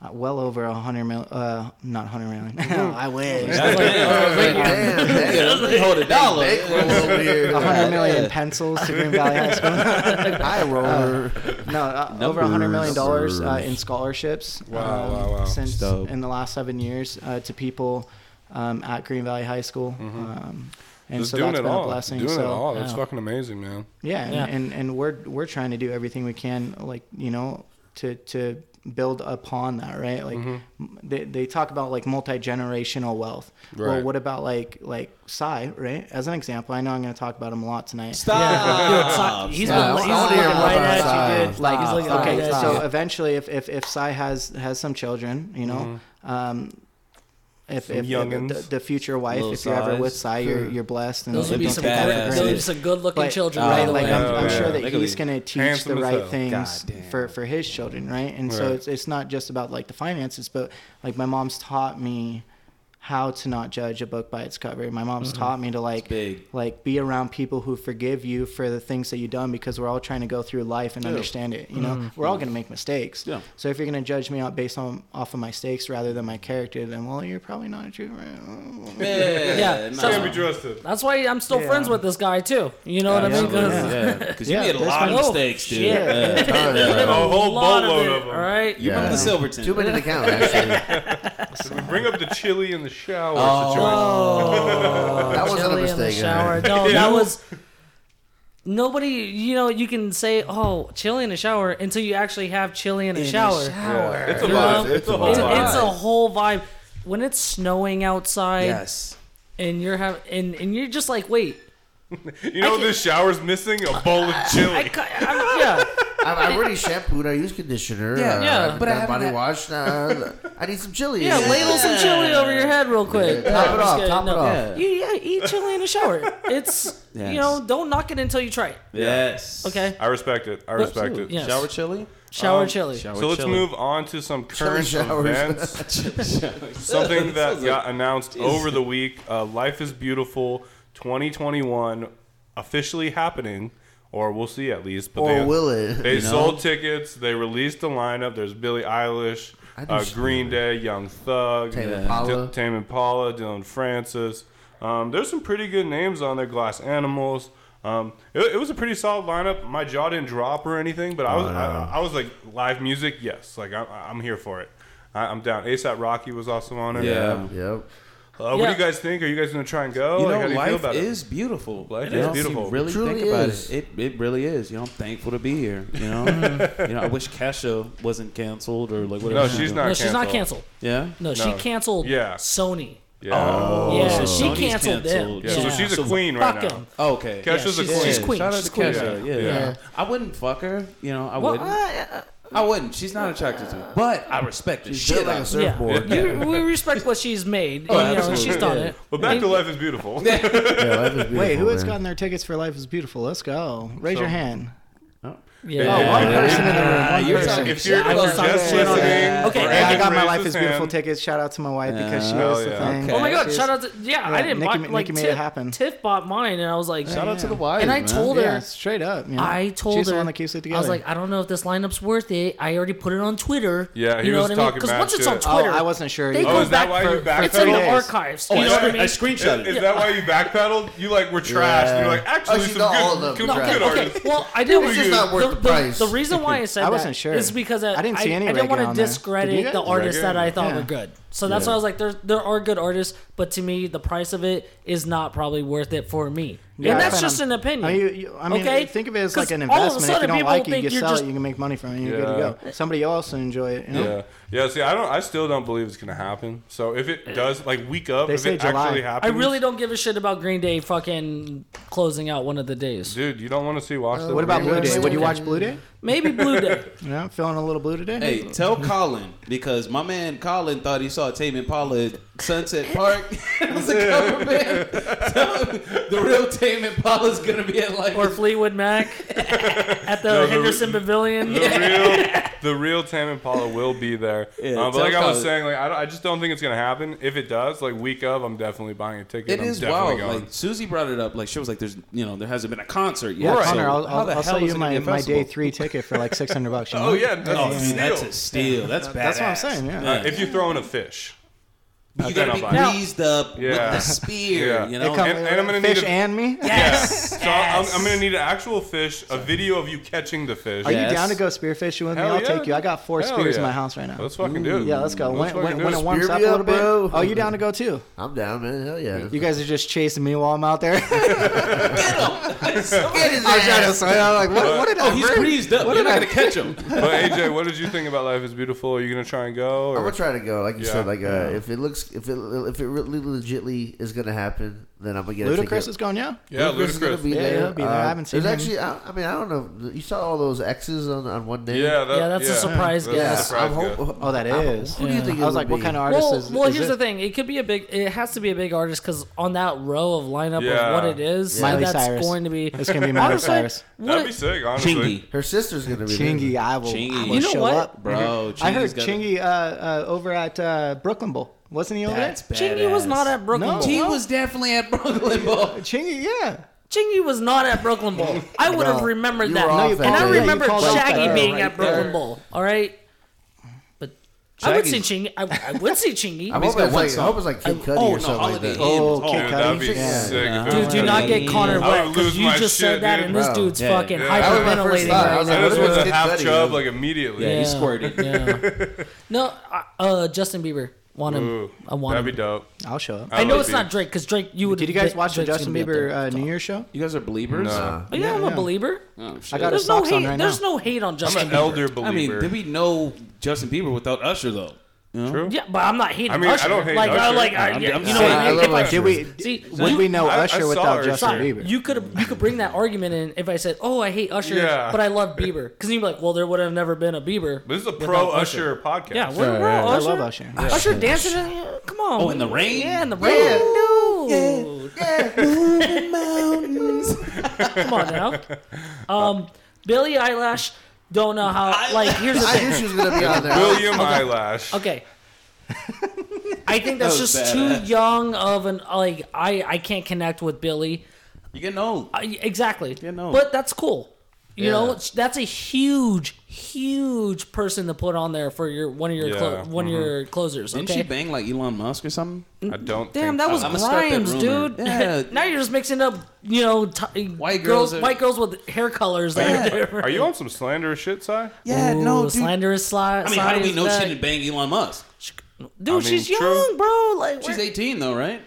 Speaker 4: Uh, well over a hundred mil, uh, not a hundred million. *laughs* I wish
Speaker 5: *laughs*
Speaker 3: oh, *laughs*
Speaker 6: Damn, damn.
Speaker 5: Hold a dollar.
Speaker 6: *laughs* Bankroll over
Speaker 4: *laughs*
Speaker 6: here.
Speaker 1: *laughs*
Speaker 4: a hundred million pencils to Green Valley High
Speaker 6: *laughs*
Speaker 4: School.
Speaker 6: High roller.
Speaker 4: No, uh, over a hundred million dollars uh,
Speaker 6: Numbers.
Speaker 4: in scholarships. um,
Speaker 1: Wow, wow, wow.
Speaker 4: Since
Speaker 2: Dope.
Speaker 4: in the last seven years uh, to people um, at Green Valley High School, um, and
Speaker 1: Mm-hmm. Just
Speaker 4: so
Speaker 1: doing
Speaker 4: that's
Speaker 1: it
Speaker 4: been
Speaker 1: all.
Speaker 4: a blessing.
Speaker 1: doing
Speaker 4: so
Speaker 1: it all. That's
Speaker 3: yeah.
Speaker 1: fucking amazing, man.
Speaker 4: yeah, and,
Speaker 3: Yeah.
Speaker 4: and and we're we're trying to do everything we can, like you know, to to build upon that, right? Like m they they talk about like multi generational wealth. Well,
Speaker 1: Right.
Speaker 4: what about like like Psy, right? As an example, I know I'm going to talk about him a lot tonight.
Speaker 5: Stop.
Speaker 3: He's
Speaker 6: stop.
Speaker 3: been, he's
Speaker 6: Stop.
Speaker 3: looking
Speaker 6: Stop.
Speaker 3: right at you,
Speaker 6: Stop.
Speaker 3: dude. Like he's looking
Speaker 6: Stop.
Speaker 3: right
Speaker 4: okay
Speaker 3: at
Speaker 4: so
Speaker 3: you.
Speaker 4: eventually if if if Sai has has some children you know um if, if,
Speaker 1: youngins.
Speaker 4: if the, the future wife,
Speaker 2: Little
Speaker 4: if you're ever with
Speaker 2: Sais.
Speaker 4: Sai, you're, you're blessed, and
Speaker 3: Those would
Speaker 4: don't
Speaker 3: be
Speaker 4: take
Speaker 3: some
Speaker 4: that
Speaker 2: badass
Speaker 3: good,
Speaker 4: for
Speaker 3: those would
Speaker 4: granted.
Speaker 3: be some good looking
Speaker 4: But- uh,
Speaker 3: children,
Speaker 2: Oh,
Speaker 3: right?
Speaker 4: Like um,
Speaker 3: away.
Speaker 4: I'm,
Speaker 1: yeah.
Speaker 4: I'm sure
Speaker 1: Yeah.
Speaker 4: that
Speaker 2: Look at
Speaker 4: he's
Speaker 2: these.
Speaker 4: gonna teach the
Speaker 1: Handsome as
Speaker 4: right
Speaker 1: hell.
Speaker 4: things
Speaker 2: Goddamn.
Speaker 4: for for his children, right? And
Speaker 1: Right.
Speaker 4: so it's it's not just about like the finances, but like my mom's taught me how to not judge a book by its cover. My mom's
Speaker 1: Mm-hmm.
Speaker 4: taught me to like
Speaker 2: big.
Speaker 4: like be around people who forgive you for the things that you've done because we're all trying to go through life and understand it. You know,
Speaker 1: Mm-hmm.
Speaker 4: we're all gonna make mistakes.
Speaker 2: Yeah.
Speaker 4: So if you're gonna judge me out based on off of my mistakes rather than my character, then well, you're probably not a true friend.
Speaker 5: Yeah.
Speaker 3: Yeah,
Speaker 5: nah.
Speaker 3: so-
Speaker 1: Can't be trusted.
Speaker 3: That's why I'm still
Speaker 4: Yeah.
Speaker 3: friends with this guy too. You know what I mean?
Speaker 5: *laughs*
Speaker 3: 'Cause-
Speaker 2: Because
Speaker 4: Yeah,
Speaker 2: you made a
Speaker 4: that's
Speaker 2: lot of
Speaker 3: fine.
Speaker 2: mistakes, dude.
Speaker 3: Shit.
Speaker 2: Yeah.
Speaker 6: Oh, yeah.
Speaker 1: A whole
Speaker 3: lot
Speaker 1: boatload
Speaker 3: it,
Speaker 1: of 'em.
Speaker 3: All right.
Speaker 2: You remember
Speaker 6: Yeah.
Speaker 2: the Silverton?
Speaker 6: Too many to count, actually.
Speaker 1: We bring up the chili in the shower
Speaker 4: Oh.
Speaker 6: That wasn't a
Speaker 3: Chili in the
Speaker 6: mistake.
Speaker 3: shower. No, that was nobody. You know, you can say, "Oh, chili in the shower," until you actually have chili in a shower.
Speaker 1: situation. It's a
Speaker 3: You
Speaker 1: vibe.
Speaker 3: know?
Speaker 1: It's a whole
Speaker 3: It's,
Speaker 1: vibe.
Speaker 3: it's a whole vibe. When it's snowing outside,
Speaker 2: Yes.
Speaker 3: and you're having, and, and you're just like, wait,
Speaker 1: you know what this shower's missing? A bowl
Speaker 6: *laughs*
Speaker 1: of
Speaker 3: I,
Speaker 1: chili.
Speaker 3: ca- I'm, yeah,
Speaker 6: I've, I've already shampooed. I use conditioner.
Speaker 2: Yeah,
Speaker 6: uh,
Speaker 3: yeah,
Speaker 6: I've
Speaker 2: but I
Speaker 6: done
Speaker 2: haven't
Speaker 6: body
Speaker 2: had-
Speaker 6: wash. Uh, I need some chili.
Speaker 3: yeah,
Speaker 6: in it.
Speaker 3: ladle some chili over your head real quick. No,
Speaker 6: Yeah, top
Speaker 3: I'm
Speaker 6: it
Speaker 3: just
Speaker 6: off,
Speaker 3: kidding.
Speaker 6: top it
Speaker 3: No.
Speaker 6: off.
Speaker 2: Yeah.
Speaker 3: You, yeah, eat chili in the
Speaker 6: *laughs*
Speaker 3: shower. It's
Speaker 2: Yes.
Speaker 3: you know, don't knock it until you try it.
Speaker 2: Yes.
Speaker 3: Okay,
Speaker 1: I respect it. I respect it.
Speaker 3: Yes.
Speaker 2: Shower chili.
Speaker 3: shower
Speaker 1: Um,
Speaker 3: chili.
Speaker 2: Shower
Speaker 1: So let's
Speaker 2: chili.
Speaker 1: move on to some current
Speaker 6: showers.
Speaker 1: events.
Speaker 2: *laughs*
Speaker 1: Something that got announced over the week. Uh, Life is Beautiful 2021 officially happening, or we'll see at least. But
Speaker 6: Or
Speaker 1: they,
Speaker 2: *laughs*
Speaker 6: will it?
Speaker 1: They
Speaker 2: You know?
Speaker 1: sold tickets. They released the lineup. There's Billie Eilish,
Speaker 6: I do
Speaker 1: uh,
Speaker 6: see
Speaker 1: Green Day, Young Thug,
Speaker 6: Tame
Speaker 1: T-
Speaker 6: Impala.
Speaker 1: Tame Impala, Dylan Francis. Um, there's some pretty good names on there. Glass Animals. Um, it, it was a pretty solid lineup. My jaw didn't drop or anything, but I
Speaker 2: Oh,
Speaker 1: was I, I was like live music. Yes, like I'm, I'm here for it. I, I'm down. ASAP Rocky was also on it.
Speaker 2: Yeah.
Speaker 6: Yep.
Speaker 1: Uh, what do
Speaker 3: Yeah.
Speaker 1: you guys think? Are you guys gonna try and go?
Speaker 2: You
Speaker 1: Like,
Speaker 2: know,
Speaker 1: how do you feel
Speaker 2: life
Speaker 1: about it?
Speaker 2: is beautiful.
Speaker 1: Life
Speaker 2: You
Speaker 1: is
Speaker 2: know, if you
Speaker 1: beautiful.
Speaker 2: Really
Speaker 6: Truly
Speaker 2: think about
Speaker 6: is.
Speaker 2: it. It it really is. You know, I'm thankful to be here. You know, you know, I wish Kesha wasn't canceled or like whatever.
Speaker 1: No, she's
Speaker 2: doing.
Speaker 1: not.
Speaker 3: no, she's not
Speaker 1: canceled.
Speaker 3: canceled.
Speaker 2: Yeah.
Speaker 3: No, she
Speaker 1: No.
Speaker 3: canceled
Speaker 1: Yeah.
Speaker 3: Sony.
Speaker 1: Yeah.
Speaker 2: Oh,
Speaker 3: yeah, she
Speaker 2: Sony's
Speaker 3: canceled,
Speaker 2: canceled.
Speaker 3: them.
Speaker 1: yeah. So she's a
Speaker 2: So
Speaker 1: queen right
Speaker 3: Fuck
Speaker 1: now.
Speaker 3: them.
Speaker 2: Oh, okay.
Speaker 1: Kesha's a
Speaker 3: Yeah,
Speaker 1: queen.
Speaker 3: She's queen.
Speaker 2: Shout out
Speaker 3: She's
Speaker 2: to
Speaker 3: queen.
Speaker 2: Kesha. Yeah.
Speaker 6: Yeah.
Speaker 2: I wouldn't fuck her. You know, I
Speaker 3: Well,
Speaker 2: wouldn't.
Speaker 3: I-
Speaker 2: I wouldn't. She's not attractive to me, but I respect her.
Speaker 6: She's
Speaker 2: Shit,
Speaker 6: built like a
Speaker 2: out of her.
Speaker 3: yeah.
Speaker 6: surfboard.
Speaker 3: You- we respect what she's made.
Speaker 2: Oh,
Speaker 3: and, you know,
Speaker 2: absolutely.
Speaker 3: she's done
Speaker 2: Yeah.
Speaker 3: it.
Speaker 1: But back
Speaker 3: And-
Speaker 1: to Life is Beautiful.
Speaker 6: *laughs* Yeah, life is beautiful,
Speaker 4: Wait, who has
Speaker 6: man.
Speaker 4: gotten their tickets for Life is Beautiful? Let's go. Raise
Speaker 1: So-
Speaker 4: your hand.
Speaker 3: Yeah. Oh,
Speaker 4: One person in the room. One
Speaker 2: you're
Speaker 4: person.
Speaker 2: talking
Speaker 1: If you're,
Speaker 3: I
Speaker 1: if you're
Speaker 3: was talking
Speaker 1: just
Speaker 3: shit on
Speaker 1: listening,
Speaker 3: that. Okay,
Speaker 1: Brandon
Speaker 4: Hey, I got my
Speaker 1: raised
Speaker 4: Life
Speaker 1: his
Speaker 4: is Beautiful
Speaker 1: hand.
Speaker 4: tickets. Shout out to my wife because she
Speaker 2: Yeah.
Speaker 4: was
Speaker 1: Hell
Speaker 4: the
Speaker 1: yeah.
Speaker 4: thing.
Speaker 3: Oh my god!
Speaker 4: She's-
Speaker 3: Shout out to yeah, I
Speaker 4: Yeah,
Speaker 3: didn't buy
Speaker 4: Nikki ma-
Speaker 3: like
Speaker 4: Nikki made it
Speaker 3: Tiff,
Speaker 4: happen.
Speaker 3: Tiff bought mine, and I was like,
Speaker 6: Shout out to the
Speaker 4: Yeah.
Speaker 6: wife.
Speaker 3: and I
Speaker 6: man.
Speaker 3: told her,
Speaker 4: Yeah, straight up. You know?
Speaker 3: I told
Speaker 4: She's
Speaker 3: her,
Speaker 4: the one that keeps it together.
Speaker 3: I was like, I don't know if this lineup's worth it. I already put it on Twitter.
Speaker 1: Yeah, he
Speaker 3: you know
Speaker 1: was
Speaker 3: what I mean?
Speaker 1: talking mad
Speaker 3: once it's on
Speaker 1: shit.
Speaker 4: oh,
Speaker 3: Twitter,
Speaker 4: I wasn't sure.
Speaker 3: they
Speaker 4: either.
Speaker 1: Oh,
Speaker 3: go
Speaker 1: is that
Speaker 3: back
Speaker 1: why you
Speaker 3: for
Speaker 1: back
Speaker 3: it's in the
Speaker 4: days?
Speaker 3: archives.
Speaker 2: Oh,
Speaker 3: you know what I
Speaker 2: I, I
Speaker 3: mean?
Speaker 2: screenshot
Speaker 1: Is
Speaker 2: it.
Speaker 1: that why you backpedaled? You like were trashed.
Speaker 6: Yeah.
Speaker 1: You're like actually
Speaker 6: Oh, she got all
Speaker 1: some
Speaker 6: of
Speaker 1: good,
Speaker 6: them
Speaker 1: good,
Speaker 6: trash.
Speaker 1: good
Speaker 3: Okay,
Speaker 1: artists.
Speaker 3: well, I didn't.
Speaker 6: was just not worth the price.
Speaker 3: The reason why I said
Speaker 4: I wasn't
Speaker 3: that
Speaker 4: sure.
Speaker 3: is because I,
Speaker 4: I didn't see any
Speaker 3: I didn't
Speaker 4: Reggae
Speaker 3: want
Speaker 4: on
Speaker 3: to
Speaker 4: there.
Speaker 3: discredit
Speaker 4: Did you
Speaker 3: the
Speaker 4: guys?
Speaker 3: artists
Speaker 1: Reggae?
Speaker 3: that I thought
Speaker 4: Yeah.
Speaker 3: were good. So that's why I was like, there there are good artists, but to me, the price of it is not probably worth it for me.
Speaker 4: Yeah,
Speaker 3: and
Speaker 4: I
Speaker 3: that's
Speaker 4: plan
Speaker 3: just
Speaker 4: on-
Speaker 3: an opinion.
Speaker 4: I mean, you, you, I mean
Speaker 3: Okay?
Speaker 4: think of it as like
Speaker 3: 'Cause all
Speaker 4: an
Speaker 3: of a
Speaker 4: investment. If
Speaker 3: sudden
Speaker 4: you don't
Speaker 3: people
Speaker 4: like it,
Speaker 3: think
Speaker 4: you
Speaker 3: you're
Speaker 4: sell
Speaker 3: just-
Speaker 4: it. You can make money from it. You're
Speaker 1: Yeah.
Speaker 4: good to go. Somebody else will enjoy it. You know?
Speaker 1: Yeah, yeah. See, I don't. I still don't believe it's gonna happen. So if it does, like week up,
Speaker 4: They
Speaker 1: if
Speaker 4: say
Speaker 1: it
Speaker 4: July.
Speaker 1: actually
Speaker 4: I
Speaker 1: happens,
Speaker 3: I really don't give a shit about Green Day fucking closing out one of the days.
Speaker 1: Dude, you don't want to see watch them.
Speaker 4: What about
Speaker 6: Blue
Speaker 4: Blue Day?
Speaker 6: Day?
Speaker 4: Would you watch Blue Day?
Speaker 3: Maybe Blue Day.
Speaker 4: Yeah, I'm feeling a little blue today.
Speaker 2: Hey, tell Colin because my man Colin thought he saw Tame Impala at Sunset Park. *laughs* it was a cover band. Tell him the real Tame Impala is gonna be at like
Speaker 3: or Fleetwood Mac at the
Speaker 1: No, the-
Speaker 3: Henderson Pavilion.
Speaker 1: the real the real Tame Impala will be there.
Speaker 2: Yeah,
Speaker 1: Uh, but like
Speaker 2: tell
Speaker 1: I was
Speaker 2: Khaled.
Speaker 1: saying, like I, don't- I just don't think it's gonna happen. If it does, like week of, I'm definitely buying a ticket.
Speaker 2: It
Speaker 1: I'm
Speaker 2: is
Speaker 1: definitely
Speaker 2: wild.
Speaker 1: Going.
Speaker 2: Like Susie brought it up. Like she was like, "There's, you know, there hasn't been a concert yet."
Speaker 4: Yeah,
Speaker 1: Right.
Speaker 4: Connor,
Speaker 2: so
Speaker 4: I'll,
Speaker 2: how
Speaker 4: I'll,
Speaker 2: the hell
Speaker 4: I'll sell
Speaker 2: is
Speaker 4: you
Speaker 2: it
Speaker 4: my,
Speaker 2: gonna be a
Speaker 4: my day
Speaker 2: festival?
Speaker 4: three ticket for like six hundred bucks. you
Speaker 1: oh
Speaker 4: know?
Speaker 1: yeah, that's,
Speaker 2: Oh,
Speaker 1: a
Speaker 2: man,
Speaker 1: steal.
Speaker 2: that's a steal. That's badass.
Speaker 4: that's what I'm saying. Yeah.
Speaker 1: Uh, if you throw in a fish,
Speaker 2: You
Speaker 1: Then
Speaker 2: gotta be
Speaker 1: I'll buy it.
Speaker 2: greased up with
Speaker 1: Yeah.
Speaker 2: the spear.
Speaker 1: Yeah.
Speaker 2: You
Speaker 4: It
Speaker 2: know,
Speaker 4: come-
Speaker 1: and- and I'm gonna need
Speaker 4: fish
Speaker 1: a-
Speaker 4: and me.
Speaker 1: yes. So I'm, I'm gonna need an actual fish, a video of you catching the fish.
Speaker 4: Are
Speaker 2: Yes.
Speaker 4: you down to go spearfishing with me?
Speaker 1: Hell
Speaker 4: I'll
Speaker 1: yeah.
Speaker 4: take you. I got four
Speaker 1: Hell
Speaker 4: spears in
Speaker 1: yeah.
Speaker 4: my house right now.
Speaker 1: Let's fucking do it.
Speaker 4: yeah, let's go.
Speaker 1: Let's
Speaker 4: When,
Speaker 1: fucking
Speaker 4: when,
Speaker 1: do
Speaker 4: when
Speaker 1: it.
Speaker 4: it warms
Speaker 6: Spear
Speaker 4: up a
Speaker 6: me
Speaker 4: little
Speaker 6: up,
Speaker 4: bit,
Speaker 6: bro.
Speaker 4: oh, you down to go too?
Speaker 6: I'm down, man. Hell yeah.
Speaker 4: You guys are just chasing me while I'm out there. *laughs*
Speaker 2: Get his
Speaker 4: I shot a sign. I'm like, what, what did I
Speaker 2: Oh, he's
Speaker 4: bring?
Speaker 2: greased up. You're not gonna catch
Speaker 1: *laughs*
Speaker 2: him.
Speaker 1: but AJ, what did you think about Life Is Beautiful? Are you gonna try and go?
Speaker 6: I'm
Speaker 1: Or?
Speaker 6: gonna try to go. Like you
Speaker 1: Yeah.
Speaker 6: said, like uh, if it looks, if it if it really legitly is gonna happen, then I'm gonna get a ticket.
Speaker 4: Ludacris is going, yeah.
Speaker 1: yeah,
Speaker 6: Ludacris is gonna
Speaker 1: ludicrous.
Speaker 6: be
Speaker 4: Yeah,
Speaker 6: there. Uh,
Speaker 4: he'll be there. I haven't seen
Speaker 6: there's
Speaker 4: him.
Speaker 6: actually. I, I mean, I don't know. You saw all those X's on, on one name.
Speaker 1: Yeah, that,
Speaker 3: Yeah, that's a surprise
Speaker 1: that's
Speaker 3: guest.
Speaker 1: a
Speaker 6: Yes,
Speaker 1: surprise
Speaker 6: I'm
Speaker 1: guest.
Speaker 6: ho-
Speaker 4: Oh, that
Speaker 6: I'm-
Speaker 4: is.
Speaker 6: Who do you think?
Speaker 4: I was like, what kind of artist
Speaker 3: well,
Speaker 4: is?
Speaker 3: well
Speaker 4: is
Speaker 3: here's
Speaker 4: it?
Speaker 3: the thing. It could be a big. It has to be a big artist because on that row of lineup
Speaker 1: Yeah.
Speaker 3: of what it is, so
Speaker 4: Miley
Speaker 3: that's
Speaker 4: Cyrus.
Speaker 3: going to be. *laughs*
Speaker 4: It's gonna be Miley
Speaker 3: Honestly,
Speaker 4: Cyrus.
Speaker 1: That'd
Speaker 3: what-
Speaker 1: be sick, honestly.
Speaker 2: Chingy,
Speaker 6: Her sister's gonna be
Speaker 4: Chingy, I will.
Speaker 2: Chingy.
Speaker 4: I will
Speaker 2: You
Speaker 3: know
Speaker 4: show
Speaker 3: what?
Speaker 4: up.
Speaker 2: bro.
Speaker 4: I heard
Speaker 2: Chingy's got-
Speaker 4: Chingy uh, uh, over at uh, Brooklyn Bowl. Wasn't he over
Speaker 2: That's
Speaker 4: there?
Speaker 2: badass.
Speaker 3: Chingy was not at Brooklyn
Speaker 4: No.
Speaker 3: Bowl.
Speaker 2: He was definitely at Brooklyn Bowl.
Speaker 4: Chingy, yeah.
Speaker 3: Chingy was not at Brooklyn Bowl.
Speaker 6: *laughs*
Speaker 3: I would have
Speaker 6: Bro,
Speaker 3: remembered
Speaker 6: you
Speaker 3: that.
Speaker 6: were off
Speaker 3: and
Speaker 6: that day.
Speaker 3: I
Speaker 6: Yeah, you
Speaker 3: remember
Speaker 4: called
Speaker 6: out
Speaker 3: Shaggy
Speaker 6: that
Speaker 3: being
Speaker 6: right
Speaker 3: at Brooklyn
Speaker 2: there.
Speaker 3: Bowl. All right, but I would see
Speaker 2: Shaggy's-
Speaker 3: Chingy. I, I would see Chingy.
Speaker 6: I'm
Speaker 2: He's got
Speaker 6: hoping it's
Speaker 2: one
Speaker 6: like, I
Speaker 2: song.
Speaker 6: hope it's like Kid Cudi
Speaker 2: oh,
Speaker 6: or
Speaker 2: no,
Speaker 6: something like
Speaker 2: Holiday
Speaker 6: that.
Speaker 2: Inn.
Speaker 4: Oh,
Speaker 2: Oh,
Speaker 4: Kid
Speaker 1: Dude, that'd be
Speaker 4: Cudi. Yeah.
Speaker 1: sick. if it
Speaker 3: Dude,
Speaker 1: was
Speaker 3: do not
Speaker 1: Chingy.
Speaker 3: get Connor
Speaker 2: I
Speaker 1: would
Speaker 3: wet because
Speaker 1: lose
Speaker 3: you
Speaker 1: my
Speaker 3: just
Speaker 1: shit,
Speaker 3: said that,
Speaker 1: dude.
Speaker 3: and this
Speaker 6: Bro.
Speaker 3: dude's
Speaker 2: Yeah.
Speaker 3: fucking
Speaker 1: Yeah. That
Speaker 6: was my first
Speaker 3: hyperventilating
Speaker 6: thought. I
Speaker 3: right
Speaker 6: was
Speaker 3: now.
Speaker 6: like,
Speaker 1: I just
Speaker 6: Yeah.
Speaker 1: went to
Speaker 6: Kid
Speaker 1: half
Speaker 6: Cudi,
Speaker 1: chub
Speaker 6: yeah.
Speaker 1: like immediately.
Speaker 2: Yeah, he
Speaker 3: Yeah.
Speaker 2: squirted.
Speaker 3: Yeah. no, I- uh, Justin Bieber. Want him?
Speaker 1: Ooh,
Speaker 3: I want
Speaker 1: that'd be
Speaker 3: him.
Speaker 1: dope.
Speaker 4: I'll show up.
Speaker 1: I
Speaker 3: I know
Speaker 1: would
Speaker 3: it's
Speaker 1: be.
Speaker 3: not Drake because Drake. You would.
Speaker 4: Did you guys watch the
Speaker 3: Drake's
Speaker 4: Justin
Speaker 3: gonna be up
Speaker 4: Bieber
Speaker 3: there.
Speaker 4: uh, New Year's show?
Speaker 2: You guys are believers.
Speaker 1: Nah.
Speaker 3: Oh, yeah, I'm a
Speaker 4: yeah.
Speaker 3: believer.
Speaker 2: Oh, shit.
Speaker 4: I got his
Speaker 3: There's no
Speaker 4: socks
Speaker 3: hate.
Speaker 4: on right now.
Speaker 3: there's no hate on
Speaker 1: I'm
Speaker 3: Justin.
Speaker 1: an
Speaker 3: Bieber.
Speaker 1: elder
Speaker 2: I
Speaker 1: believer.
Speaker 2: mean, did we know Justin Bieber without Usher though? You know?
Speaker 1: True.
Speaker 3: Yeah, but I'm not hating.
Speaker 1: I mean, I
Speaker 3: Usher.
Speaker 1: don't hate
Speaker 3: like, I,
Speaker 1: Usher.
Speaker 3: like, I,
Speaker 2: I'm-
Speaker 3: yeah,
Speaker 2: I'm
Speaker 3: you know
Speaker 2: saying-
Speaker 3: what
Speaker 6: I
Speaker 3: I mean.
Speaker 6: love
Speaker 3: If I-
Speaker 6: Usher.
Speaker 4: Did we?
Speaker 3: See,
Speaker 4: would we know
Speaker 1: I- I
Speaker 4: Usher
Speaker 1: saw
Speaker 4: without
Speaker 1: her.
Speaker 4: Justin
Speaker 1: Sorry.
Speaker 4: Bieber?
Speaker 3: You could you could bring that argument in if I said, "Oh, I hate Usher,
Speaker 1: Yeah.
Speaker 3: but I love Bieber," because you'd be like, "Well, there would have never been a Bieber."
Speaker 1: This is a
Speaker 3: without
Speaker 1: pro Usher podcast.
Speaker 3: Yeah, we're, we're
Speaker 4: I
Speaker 3: Usher.
Speaker 4: love Usher.
Speaker 3: Usher dancing, uh, come on.
Speaker 2: Oh, in the rain?
Speaker 3: Yeah, in the rain. Dude. come on now. Um, Billie Eyelash, don't know how. Like, here's the
Speaker 6: I
Speaker 3: thing.
Speaker 6: knew she was gonna be on there. *laughs*
Speaker 1: William Eyelash.
Speaker 3: Okay. I think that's
Speaker 2: That was
Speaker 3: just
Speaker 2: badass.
Speaker 3: too young of an like. I I can't connect with Billie.
Speaker 2: You get old.
Speaker 3: I- exactly.
Speaker 2: You know.
Speaker 3: But that's cool. You
Speaker 6: Yeah.
Speaker 3: know, it's- that's a huge, huge person to put on there for your one of your clo-
Speaker 1: Yeah,
Speaker 3: one of your closers.
Speaker 2: Didn't
Speaker 3: Okay.
Speaker 2: she bang like Elon Musk or something?
Speaker 1: I don't. think
Speaker 3: Damn, that was
Speaker 2: I'ma start that
Speaker 3: rhymes,
Speaker 2: rumor.
Speaker 3: dude.
Speaker 2: Yeah.
Speaker 3: *laughs* now you're just mixing up, you know, t-
Speaker 2: White girls are-
Speaker 3: white girls with hair colors that are different.
Speaker 1: Are you on some slanderous shit, Si?
Speaker 2: Yeah, no, dude.
Speaker 3: slanderous slide.
Speaker 2: I mean, how do we know she didn't bang Elon Musk?
Speaker 3: Dude,
Speaker 1: mean,
Speaker 3: she's
Speaker 1: true.
Speaker 3: young, bro. Like
Speaker 2: She's
Speaker 3: we're-
Speaker 2: 18 though, right?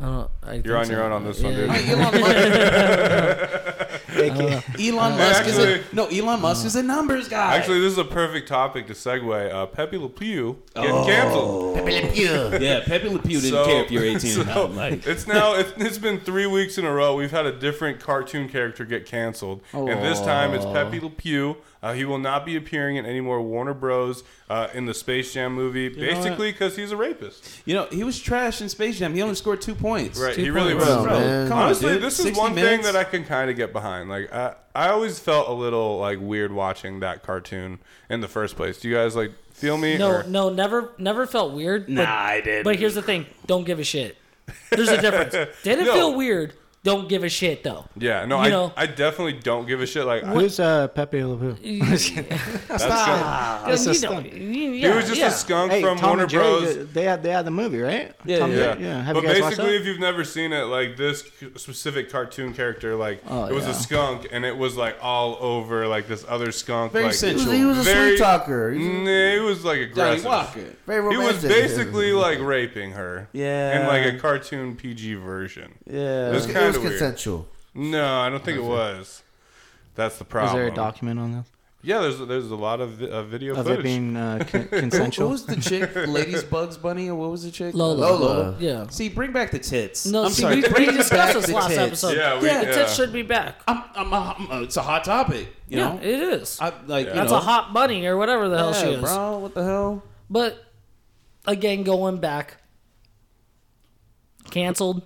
Speaker 3: I don't- I think
Speaker 1: You're on
Speaker 3: so.
Speaker 1: your own on this one,
Speaker 3: Yeah.
Speaker 1: dude.
Speaker 2: Hey, Oh, Elon Musk, *laughs* Uh,
Speaker 4: Thank you.
Speaker 2: Elon Musk is a
Speaker 1: actually-
Speaker 2: no. Elon Musk is a numbers guy.
Speaker 1: Actually, this is a perfect topic to segue. Uh, Pepe Le Pew getting canceled.
Speaker 2: yeah, Pepe Le Pew Oh. didn't
Speaker 1: So-
Speaker 2: care if you're 18
Speaker 1: *laughs* so
Speaker 2: or not. Like,
Speaker 1: it's now it's, it's been three weeks in a row we've had a different cartoon character get canceled, and this time it's Pepe Le Pew. Uh, he will not be appearing in any more Warner Bros. Uh, in the Space Jam movie, basically because he's a rapist.
Speaker 2: you know, he was trash in Space Jam. He only scored two points.
Speaker 1: Right,
Speaker 3: Two
Speaker 1: he really
Speaker 3: points.
Speaker 1: was.
Speaker 6: Bro,
Speaker 2: Bro,
Speaker 6: man.
Speaker 2: come on,
Speaker 1: Honestly,
Speaker 2: dude.
Speaker 1: this is
Speaker 2: 60
Speaker 1: one
Speaker 2: minutes?
Speaker 1: thing that I can kind of get behind. Like, I, I always felt a little like weird watching that cartoon in the first place. Do you guys like feel me?
Speaker 3: No,
Speaker 1: or-
Speaker 3: no, never, never felt weird. But,
Speaker 2: Nah, I didn't.
Speaker 3: But here's the thing: don't give a shit. There's a
Speaker 1: *laughs*
Speaker 3: difference. Didn't
Speaker 1: No.
Speaker 3: feel weird. Don't give a shit though.
Speaker 1: Yeah, no,
Speaker 3: You
Speaker 1: I,
Speaker 3: know.
Speaker 1: I definitely don't give a shit. Like, I,
Speaker 4: Who's uh, Pepe
Speaker 3: *laughs*
Speaker 4: Le Pew?
Speaker 1: that's
Speaker 3: That's
Speaker 4: just
Speaker 3: you know,
Speaker 4: them.
Speaker 3: you-
Speaker 1: It
Speaker 3: yeah,
Speaker 1: he was just
Speaker 3: yeah.
Speaker 1: a skunk
Speaker 4: Hey,
Speaker 1: from
Speaker 4: Tom
Speaker 1: Warner
Speaker 4: and Jerry.
Speaker 1: Bros.
Speaker 4: did- They had they had the movie, right?
Speaker 2: Yeah,
Speaker 4: Tom and
Speaker 2: yeah.
Speaker 4: Jerry- yeah. Have
Speaker 1: but
Speaker 4: you guys watched
Speaker 1: basically,
Speaker 4: that?
Speaker 1: if you've never seen it, like this c- specific cartoon character, like it was a
Speaker 4: Oh, yeah.
Speaker 1: skunk, and it was like all over like this other skunk.
Speaker 2: Very
Speaker 1: like,
Speaker 6: He
Speaker 2: sensual.
Speaker 6: was, he was a
Speaker 1: Very-
Speaker 6: sweet talker. He was
Speaker 1: Nah, he was like
Speaker 2: Johnny
Speaker 1: aggressive.
Speaker 2: Walker.
Speaker 6: very
Speaker 1: He
Speaker 6: romantic.
Speaker 1: was basically like raping her.
Speaker 2: Yeah.
Speaker 1: In like a cartoon PG version.
Speaker 2: Yeah.
Speaker 1: It was
Speaker 6: It
Speaker 1: kind
Speaker 6: was
Speaker 1: of weird.
Speaker 6: consensual.
Speaker 1: No, I don't think it was. That's the
Speaker 4: Is
Speaker 1: problem.
Speaker 4: there a document on this
Speaker 1: Yeah, there's there's a lot of vi- uh, video
Speaker 4: of
Speaker 1: footage.
Speaker 4: it
Speaker 1: *laughs*
Speaker 4: being uh, con-
Speaker 2: What
Speaker 4: consensual?
Speaker 2: was the *laughs* chick? Ladies Bugs Bunny, or what was the chick?
Speaker 3: Lola.
Speaker 6: Lola.
Speaker 3: Yeah.
Speaker 2: See, bring back the tits.
Speaker 3: No,
Speaker 2: I'm
Speaker 3: see,
Speaker 2: sorry.
Speaker 3: we, we
Speaker 2: bring back
Speaker 3: discussed this
Speaker 2: the
Speaker 3: last
Speaker 2: tits.
Speaker 3: episode.
Speaker 1: Yeah, we-
Speaker 3: the tits
Speaker 1: yeah.
Speaker 3: should be back.
Speaker 2: I'm, I'm, a, I'm a- it's a hot topic. You
Speaker 3: yeah,
Speaker 2: know,
Speaker 3: it is.
Speaker 2: I, like you
Speaker 3: That's
Speaker 2: know,
Speaker 3: a hot bunny or whatever the hell she
Speaker 2: Yeah,
Speaker 3: is.
Speaker 2: bro. What the hell?
Speaker 3: But again, going back, canceled.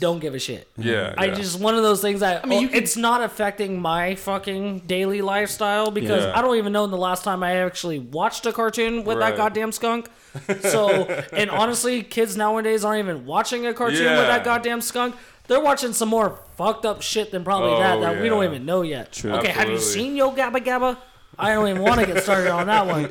Speaker 3: don't give a shit.
Speaker 1: Yeah,
Speaker 3: I
Speaker 1: yeah.
Speaker 3: just one of those things that I mean,
Speaker 5: you can-
Speaker 3: it's not affecting my fucking daily lifestyle because
Speaker 1: Yeah.
Speaker 3: I don't even know when the last time I actually watched a cartoon with
Speaker 1: Right.
Speaker 3: that goddamn skunk.
Speaker 1: *laughs*
Speaker 3: So, and honestly, kids nowadays aren't even watching a cartoon with
Speaker 1: Yeah.
Speaker 3: that goddamn skunk. They're watching some more fucked up shit than probably
Speaker 1: Oh,
Speaker 3: that that we don't
Speaker 1: yeah.
Speaker 3: even know yet. Okay, have you
Speaker 1: Absolutely.
Speaker 3: seen Yo Gabba Gabba? I don't even want to get started on
Speaker 1: *laughs*
Speaker 3: that one.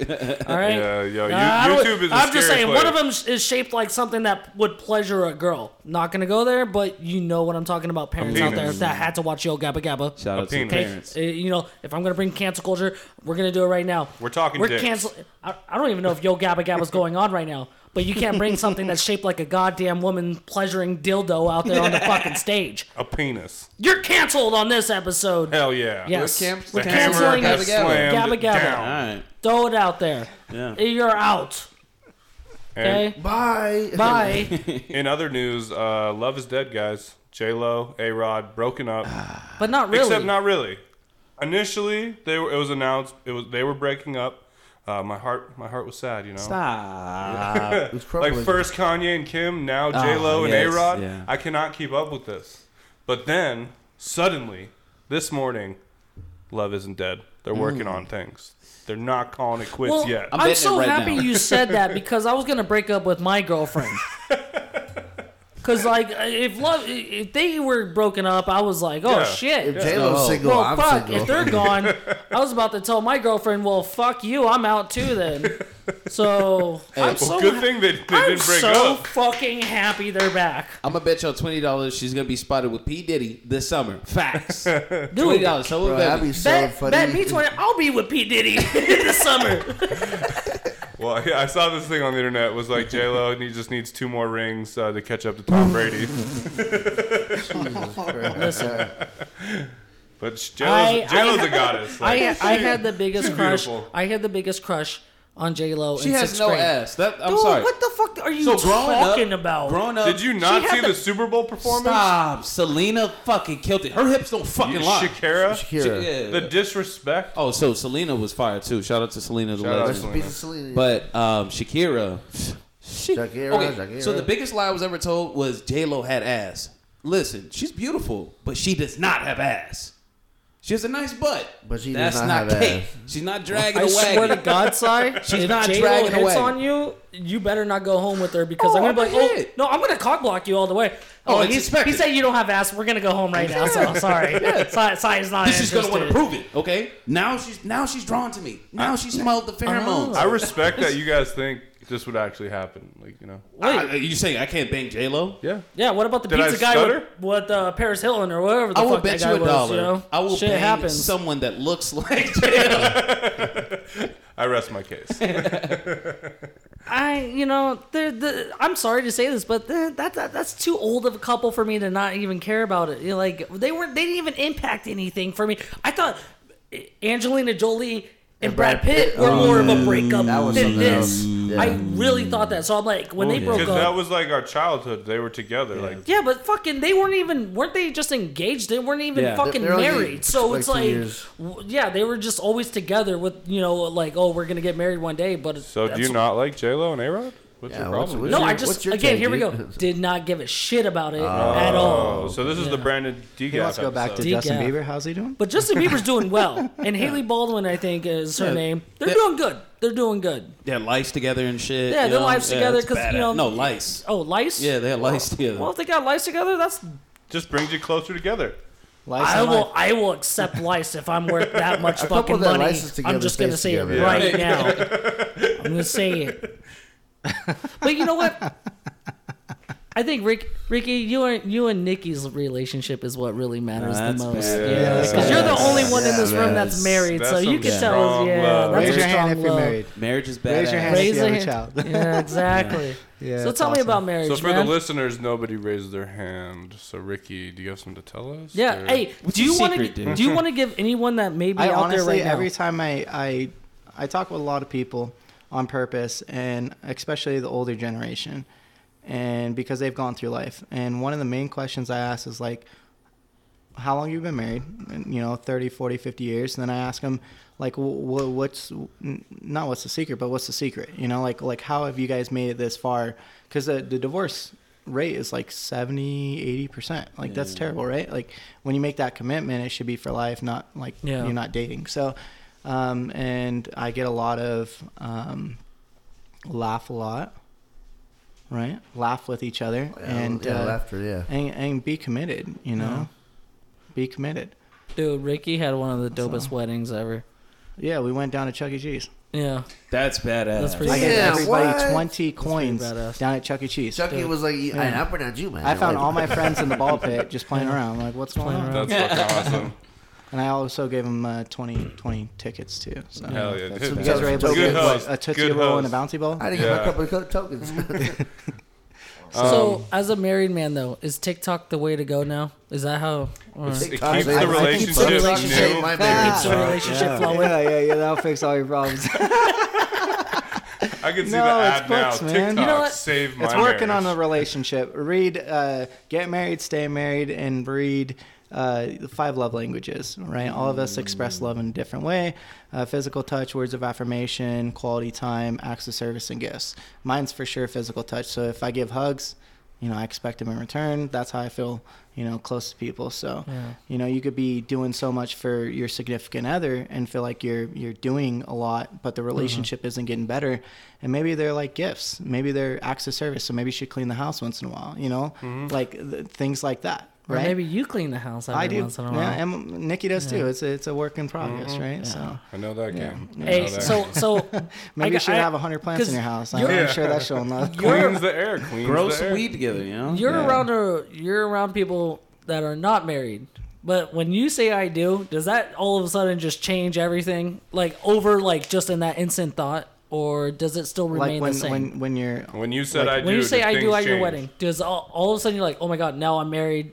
Speaker 3: All right.
Speaker 1: Yeah, yo, you-
Speaker 3: I don't-
Speaker 1: YouTube is a
Speaker 3: I'm just
Speaker 1: scary
Speaker 3: saying, one
Speaker 1: place.
Speaker 3: of them is- is shaped like something that would pleasure a girl. Not gonna go there, but you know what I'm talking about. Parents out there
Speaker 1: penis.
Speaker 3: that had to watch Yo Gabba Gabba.
Speaker 5: Shout out to the
Speaker 1: penis.
Speaker 3: Okay,
Speaker 5: parents.
Speaker 3: uh, you know, if I'm gonna bring cancel culture, we're gonna do it right now.
Speaker 1: We're talking
Speaker 3: We're
Speaker 1: dicks.
Speaker 3: cancel. I, I don't even know if Yo Gabba Gabba's going on right now, but you can't bring something that's shaped like a goddamn woman pleasuring dildo out there
Speaker 1: *laughs*
Speaker 3: on the fucking stage.
Speaker 1: a penis.
Speaker 3: You're canceled on this episode.
Speaker 1: Hell yeah.
Speaker 3: Yes.
Speaker 5: We're camp- we're
Speaker 1: The
Speaker 5: Cancel
Speaker 1: hammer
Speaker 5: Gabba
Speaker 1: has
Speaker 5: Gabba.
Speaker 1: slammed
Speaker 3: Gabba Gabba.
Speaker 5: All
Speaker 1: down.
Speaker 5: right.
Speaker 3: Throw it out there.
Speaker 5: Yeah.
Speaker 3: You're out.
Speaker 1: And
Speaker 3: Okay.
Speaker 6: Bye.
Speaker 3: Bye.
Speaker 1: in other news, uh, Love is Dead, guys. J Lo, A Rod, broken up.
Speaker 3: But not Ah. really.
Speaker 1: Except not really. Initially, they were. It was announced. It was they were breaking up. Uh, my heart, my heart was sad. You know.
Speaker 5: Stop.
Speaker 6: It's
Speaker 1: Like
Speaker 6: crumbling.
Speaker 1: first Kanye and Kim, now
Speaker 3: Ah,
Speaker 1: J Lo and
Speaker 5: yes,
Speaker 1: A Rod.
Speaker 5: yeah.
Speaker 1: I cannot keep up with this. But then suddenly, this morning, Love isn't dead. They're working on things. They're not calling it quits
Speaker 3: Mm. well,
Speaker 1: yet.
Speaker 3: I'm,
Speaker 5: betting
Speaker 3: so
Speaker 5: it right
Speaker 3: happy
Speaker 5: now.
Speaker 3: you said that because I was gonna break up with my girlfriend.
Speaker 1: *laughs*
Speaker 3: Cause like if love if they were broken up, I was like, oh
Speaker 1: Yeah.
Speaker 3: shit.
Speaker 6: If J Lo's
Speaker 5: Oh.
Speaker 6: single,
Speaker 3: Well,
Speaker 6: I'm
Speaker 3: fuck.
Speaker 6: single.
Speaker 3: If
Speaker 1: *laughs*
Speaker 3: they're gone, I was about to tell my girlfriend, well, fuck you, I'm out too then. So I'm so
Speaker 1: Good thing they, they
Speaker 3: I'm
Speaker 1: didn't break
Speaker 3: so
Speaker 1: up.
Speaker 3: fucking happy they're back,
Speaker 5: I'm gonna bet y'all twenty dollars she's gonna be spotted with P Diddy this summer. *laughs* Facts. Twenty
Speaker 3: dude.
Speaker 5: dollars. So
Speaker 6: Bro, that'd
Speaker 5: baby.
Speaker 6: be so
Speaker 3: Bet,
Speaker 6: funny.
Speaker 3: bet
Speaker 6: *laughs*
Speaker 3: me twenty. I'll be with P Diddy *laughs* this summer.
Speaker 1: Well, yeah, I saw this thing on the internet. It was like J *laughs* Lo, and he just needs two more rings uh, to catch up to Tom
Speaker 3: *laughs*
Speaker 1: Brady.
Speaker 3: Listen,
Speaker 1: But J Lo's
Speaker 3: I-
Speaker 1: J Lo's
Speaker 3: I-
Speaker 1: a goddess. Like,
Speaker 3: I *laughs* I had the biggest
Speaker 1: she's
Speaker 3: crush.
Speaker 1: beautiful.
Speaker 3: I had the biggest crush on J Lo.
Speaker 5: She has no ass. That I'm
Speaker 3: Dude,
Speaker 5: sorry.
Speaker 3: what the fuck are you
Speaker 5: so growing
Speaker 3: talking
Speaker 5: up,
Speaker 3: about?
Speaker 5: growing up,
Speaker 1: did you not
Speaker 3: had
Speaker 1: see the,
Speaker 3: the-
Speaker 1: Super Bowl performance?
Speaker 5: stop? Selena fucking killed it. Her hips don't
Speaker 1: You-
Speaker 5: fucking lie.
Speaker 1: Shakira,
Speaker 6: Shakira.
Speaker 5: Yeah.
Speaker 1: the disrespect.
Speaker 5: oh, so Selena was fired too. Shout out to Selena the
Speaker 1: Shout out to
Speaker 5: legend.
Speaker 1: Selena.
Speaker 6: Piece of Selena.
Speaker 5: But um, Shakira, she,
Speaker 6: Shakira, Shakira.
Speaker 5: So the biggest lie I was ever told was J Lo had ass. Listen, she's beautiful, but she does not have ass. She has a nice butt,
Speaker 6: But she does
Speaker 5: that's
Speaker 6: not
Speaker 5: not,
Speaker 6: have
Speaker 5: cake.
Speaker 6: ass.
Speaker 5: She's not dragging
Speaker 3: I
Speaker 5: a
Speaker 3: swear to
Speaker 5: wagon.
Speaker 3: God, Si,
Speaker 4: *laughs*
Speaker 5: She's
Speaker 3: if
Speaker 5: not
Speaker 3: J-Lo
Speaker 5: dragging a
Speaker 3: hits
Speaker 5: wagon.
Speaker 3: on you, you better not go home with her because
Speaker 5: Oh,
Speaker 3: I'm gonna be
Speaker 5: I'm
Speaker 3: like,
Speaker 5: ahead.
Speaker 3: oh, no, I'm gonna cock block you all the way.
Speaker 5: Oh,
Speaker 3: Oh,
Speaker 5: it's
Speaker 3: he's, he
Speaker 5: expected.
Speaker 3: said you don't have ass. We're gonna go home right now. So I'm
Speaker 5: *laughs*
Speaker 3: sorry. Si, Si is not.
Speaker 5: This is gonna want to
Speaker 3: interested.
Speaker 5: prove it. Okay, now she's now she's drawn to me. Now she smelled the pheromones.
Speaker 1: I respect
Speaker 4: *laughs*
Speaker 1: that you guys think this would actually happen. Like, you know.
Speaker 5: I- I- you saying I can't bang J Lo?
Speaker 1: Yeah.
Speaker 3: Yeah, what about the
Speaker 1: Did I
Speaker 3: pizza guy with,
Speaker 1: stutter?
Speaker 3: with uh, Paris Hilton or whatever the
Speaker 5: I will
Speaker 3: fuck
Speaker 5: bet
Speaker 3: that guy
Speaker 5: you a
Speaker 3: was?
Speaker 5: dollar.
Speaker 3: You know,
Speaker 5: I will
Speaker 3: shit
Speaker 5: bang
Speaker 3: happens.
Speaker 5: someone that looks *laughs* like J Lo.
Speaker 1: I rest my case.
Speaker 4: *laughs*
Speaker 3: I, you know, they're, the, I'm sorry to say this, but the, that, that that's too old of a couple for me to not even care about it. You know, like they weren't, they didn't even impact anything for me. I thought Angelina Jolie and, Brad Pitt, were more of a breakup
Speaker 6: Oh, that was
Speaker 3: than
Speaker 6: something
Speaker 3: this.
Speaker 6: else. Yeah.
Speaker 3: I really thought that. So I'm like, when they broke
Speaker 1: Because that
Speaker 3: up.
Speaker 1: was like our childhood. They were together. Like,
Speaker 3: Yeah, but fucking, they weren't even, weren't they just engaged? They weren't even
Speaker 5: Yeah.
Speaker 3: fucking
Speaker 6: They're only
Speaker 3: married. So
Speaker 6: like
Speaker 3: it's
Speaker 6: two
Speaker 3: like,
Speaker 6: years.
Speaker 3: w- yeah, they were just always together with, you know, like, oh, we're going to get married one day. But
Speaker 1: so do you not like J Lo and A Rod? What's
Speaker 6: Yeah,
Speaker 1: your
Speaker 6: what's-
Speaker 1: problem?
Speaker 6: what's
Speaker 1: dude?
Speaker 3: No,
Speaker 6: your-
Speaker 3: I
Speaker 6: what's
Speaker 3: just
Speaker 6: your
Speaker 3: again
Speaker 6: take,
Speaker 3: here we go.
Speaker 6: dude?
Speaker 3: Did not give a shit about it at all.
Speaker 1: Oh, so this is the Brandon D.
Speaker 4: He wants to go back to Justin
Speaker 3: Decaf.
Speaker 4: Bieber. How's he doing?
Speaker 3: But Justin Bieber's doing well, and Haley Baldwin, I think, is her name. They're doing good. They're doing good.
Speaker 5: Their lives together and shit.
Speaker 3: Yeah,
Speaker 5: you
Speaker 3: their
Speaker 5: know?
Speaker 3: lives together,
Speaker 5: it's
Speaker 3: 'cause, you
Speaker 5: badass.
Speaker 3: know-
Speaker 5: no lice.
Speaker 3: Oh, lice.
Speaker 5: Yeah, they had lice together.
Speaker 3: Well, if they got lice together, that's
Speaker 1: Just brings you closer together.
Speaker 4: Lice
Speaker 3: I
Speaker 4: on
Speaker 3: will.
Speaker 4: life.
Speaker 3: I will accept lice if I'm worth
Speaker 4: *laughs*
Speaker 3: that much fucking
Speaker 6: that
Speaker 3: money.
Speaker 6: lices together
Speaker 3: I'm just gonna
Speaker 6: stays
Speaker 3: say
Speaker 6: together.
Speaker 3: it
Speaker 6: Yeah.
Speaker 3: right now.
Speaker 4: *laughs*
Speaker 3: I'm gonna say it. But you know what? I think Rick, Ricky, you and you and Nikki's relationship is what really matters
Speaker 5: That's
Speaker 3: the most.
Speaker 5: bad.
Speaker 3: Yeah, because you're the only one in
Speaker 6: Yeah,
Speaker 3: this room
Speaker 6: man.
Speaker 3: that's married,
Speaker 1: That's
Speaker 3: so you
Speaker 1: some
Speaker 3: can tell
Speaker 1: strong
Speaker 3: us. Yeah,
Speaker 1: love.
Speaker 3: that's
Speaker 4: Raise
Speaker 3: a
Speaker 4: your hand
Speaker 3: strong
Speaker 4: if you're
Speaker 3: love.
Speaker 4: married.
Speaker 5: Marriage is badass.
Speaker 4: Raise your hand
Speaker 3: Raise
Speaker 4: if you
Speaker 3: a
Speaker 4: have a
Speaker 3: hand.
Speaker 4: child.
Speaker 3: *laughs* Yeah, exactly.
Speaker 4: Yeah,
Speaker 3: so
Speaker 4: that's
Speaker 3: tell me
Speaker 4: awesome.
Speaker 3: about marriage,
Speaker 1: So for
Speaker 3: man.
Speaker 1: the listeners, nobody raised their hand. So Ricky, do you have something to tell us?
Speaker 3: yeah.
Speaker 1: Or-
Speaker 3: Hey,
Speaker 5: What's
Speaker 3: do
Speaker 5: your
Speaker 3: you want
Speaker 5: secret,
Speaker 3: to
Speaker 5: dude?
Speaker 3: do you want to give anyone that may be
Speaker 4: I
Speaker 3: out
Speaker 4: honestly,
Speaker 3: there right
Speaker 4: every
Speaker 3: now?
Speaker 4: time I, I I talk with a lot of people on purpose, and especially the older generation, and because they've gone through life. And one of the main questions I ask is like, how long you been married? And, you know, 30, 40, 50 years. And then I ask them like, wh- wh- what's n- not what's the secret, but what's the secret? You know, like like how have you guys made it this far? Because the the divorce rate is like 70, 80%. Like that's terrible, right? Like when you make that commitment, it should be for life, not like
Speaker 3: Yeah.
Speaker 4: you're not dating. So, um, and I get a lot of, um, laugh a lot, right? Laugh with each other and,
Speaker 6: Oh, yeah,
Speaker 4: uh,
Speaker 6: laughter, yeah.
Speaker 4: and, and be committed, you know, be committed.
Speaker 3: Dude, Ricky had one of the dopest weddings ever.
Speaker 4: Yeah. We went down to Chuck E. Cheese.
Speaker 3: Yeah,
Speaker 5: That's badass.
Speaker 3: that's pretty.
Speaker 4: I gave
Speaker 3: good.
Speaker 6: Yeah,
Speaker 4: everybody
Speaker 6: what?
Speaker 4: 20 coins
Speaker 3: badass.
Speaker 4: down at Chuck E. Cheese.
Speaker 6: Chucky was like, yeah. I, I pronounced you, man.
Speaker 4: I found all my friends in the ball pit just playing around. Like, what's going on?
Speaker 1: That's fucking awesome.
Speaker 4: *laughs* And I also gave them uh, 20, 20 tickets too. So
Speaker 1: Hell yeah,
Speaker 4: So
Speaker 1: dude.
Speaker 4: you guys were able to
Speaker 1: Good
Speaker 4: get what,
Speaker 1: host.
Speaker 4: a Tootsie
Speaker 1: Good
Speaker 4: Roll and a
Speaker 1: host.
Speaker 4: bouncy ball?
Speaker 6: *laughs* I didn't get
Speaker 1: Yeah.
Speaker 6: my couple of
Speaker 4: *laughs*
Speaker 6: co- tokens. *laughs*
Speaker 4: Um,
Speaker 3: So, as a married man, though, is TikTok the way to go now? Is that how? all right.
Speaker 1: It keeps
Speaker 6: I- I
Speaker 1: the
Speaker 6: think
Speaker 1: relationship
Speaker 6: TikTok
Speaker 3: new.
Speaker 6: saved my marriage.
Speaker 3: Keeps the relationship flowing.
Speaker 4: yeah, yeah, yeah. That'll fix all your problems.
Speaker 1: I can see
Speaker 4: No,
Speaker 1: the
Speaker 4: it's
Speaker 1: ad now.
Speaker 4: books, man.
Speaker 1: TikTok
Speaker 4: You know what?
Speaker 1: save my
Speaker 4: it's working
Speaker 1: marriage.
Speaker 4: on the relationship. Read, uh, get married, stay married, and read uh, the five love languages. Right, all of us express love in a different way: uh, physical touch, words of affirmation, quality time, acts of service, and gifts. Mine's for sure physical touch. So if I give hugs. You know, I expect them in return. That's how I feel, you know, close to people. So, you know, you could be doing so much for your significant other and feel like you're you're doing a lot, but the
Speaker 3: Mm-hmm.
Speaker 4: relationship isn't getting better. And maybe they're like gifts, maybe they're acts of service. So maybe you should clean the house once in a while, you know, like th- things like that,
Speaker 3: Mm-hmm. Or
Speaker 4: right?
Speaker 3: maybe you clean the house every
Speaker 4: I do.
Speaker 3: once in a while. Mm-hmm.
Speaker 4: Yeah, and Nikki does too. It's a, it's a work in progress, right? So
Speaker 1: I know that game. I know
Speaker 3: Hey,
Speaker 1: that
Speaker 3: so
Speaker 1: game.
Speaker 4: *laughs*
Speaker 3: so
Speaker 4: maybe
Speaker 3: I
Speaker 4: you
Speaker 3: got-
Speaker 4: should
Speaker 3: I-
Speaker 4: have have hundred plants
Speaker 3: 'cause
Speaker 4: in your house. I'm
Speaker 3: you're-
Speaker 1: Yeah.
Speaker 4: sure
Speaker 3: *laughs*
Speaker 4: that's showing love.
Speaker 1: Queens the air, Queens
Speaker 5: Grow
Speaker 1: the
Speaker 5: some
Speaker 1: air.
Speaker 5: weed together, you know?
Speaker 3: You're around a, you're around people that are not married. But when you say I do, does that all of a sudden just change everything? Like over like just in that instant thought or does it still remain
Speaker 4: like when,
Speaker 3: the same?
Speaker 4: when when you're
Speaker 1: When you said I do,
Speaker 3: when you say
Speaker 1: did
Speaker 3: I do
Speaker 1: things
Speaker 3: at your
Speaker 1: change?
Speaker 3: wedding, does all, all of a sudden you're like, oh my god, now I'm married,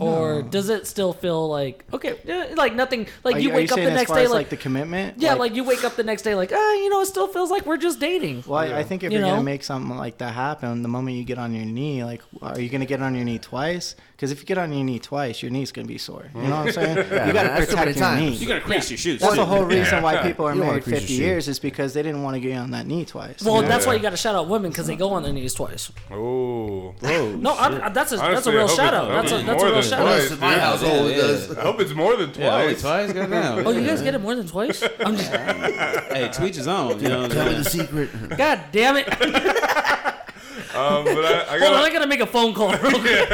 Speaker 3: or does it still feel like okay, yeah, like nothing? Like
Speaker 4: are
Speaker 3: you
Speaker 4: are
Speaker 3: wake up
Speaker 4: saying
Speaker 3: the
Speaker 4: as
Speaker 3: next
Speaker 4: far
Speaker 3: day
Speaker 4: as,
Speaker 3: like,
Speaker 4: like the commitment.
Speaker 3: yeah, like, you wake up the next day like ah, you know, it still feels like we're just dating.
Speaker 4: Well, I- I think if
Speaker 3: You
Speaker 4: you are
Speaker 3: know?
Speaker 4: gonna make something like that happen, the moment you get on your knee, like, are you gonna get on your knee twice? Because if you get on your knee twice, your knee's gonna be sore. You know what
Speaker 1: *laughs*
Speaker 4: I'm saying? you gotta
Speaker 6: man, that's too many
Speaker 4: protect your
Speaker 6: times.
Speaker 4: knee.
Speaker 5: gotta crease your shoes.
Speaker 4: That's
Speaker 5: too.
Speaker 4: the whole reason why people are
Speaker 6: You don't wanna
Speaker 4: married
Speaker 6: crease your
Speaker 4: 50
Speaker 6: shoe.
Speaker 4: years is because they didn't want to get on that knee twice.
Speaker 3: Well,
Speaker 4: You know?
Speaker 3: that's why
Speaker 1: Yeah.
Speaker 3: you got to shout out women because they go on their knees twice.
Speaker 1: Oh,
Speaker 3: No, I'm, I- that's a that's a
Speaker 1: Honestly, I
Speaker 3: real
Speaker 1: hope
Speaker 3: shout
Speaker 1: it-
Speaker 3: out.
Speaker 1: I hope
Speaker 3: That's a
Speaker 1: it's
Speaker 3: that's a
Speaker 1: more
Speaker 3: real
Speaker 1: than
Speaker 3: shout
Speaker 6: Well,
Speaker 3: out.
Speaker 1: twice.
Speaker 6: this is my household.
Speaker 5: yeah.
Speaker 3: *laughs*
Speaker 6: does.
Speaker 1: I hope it's more than
Speaker 5: Yeah, only
Speaker 1: twice.
Speaker 5: twice, goddamn.
Speaker 4: *laughs*
Speaker 3: Oh, you guys get it more than
Speaker 1: *laughs*
Speaker 3: twice? I'm just,
Speaker 5: Hey, tweet his own. You know what I'm
Speaker 6: Tell
Speaker 5: saying?
Speaker 6: me the
Speaker 1: *laughs*
Speaker 6: secret.
Speaker 3: God damn it! Hold
Speaker 1: Um, but I, I
Speaker 3: on, I
Speaker 1: got.
Speaker 3: gotta make a phone call. Real quick.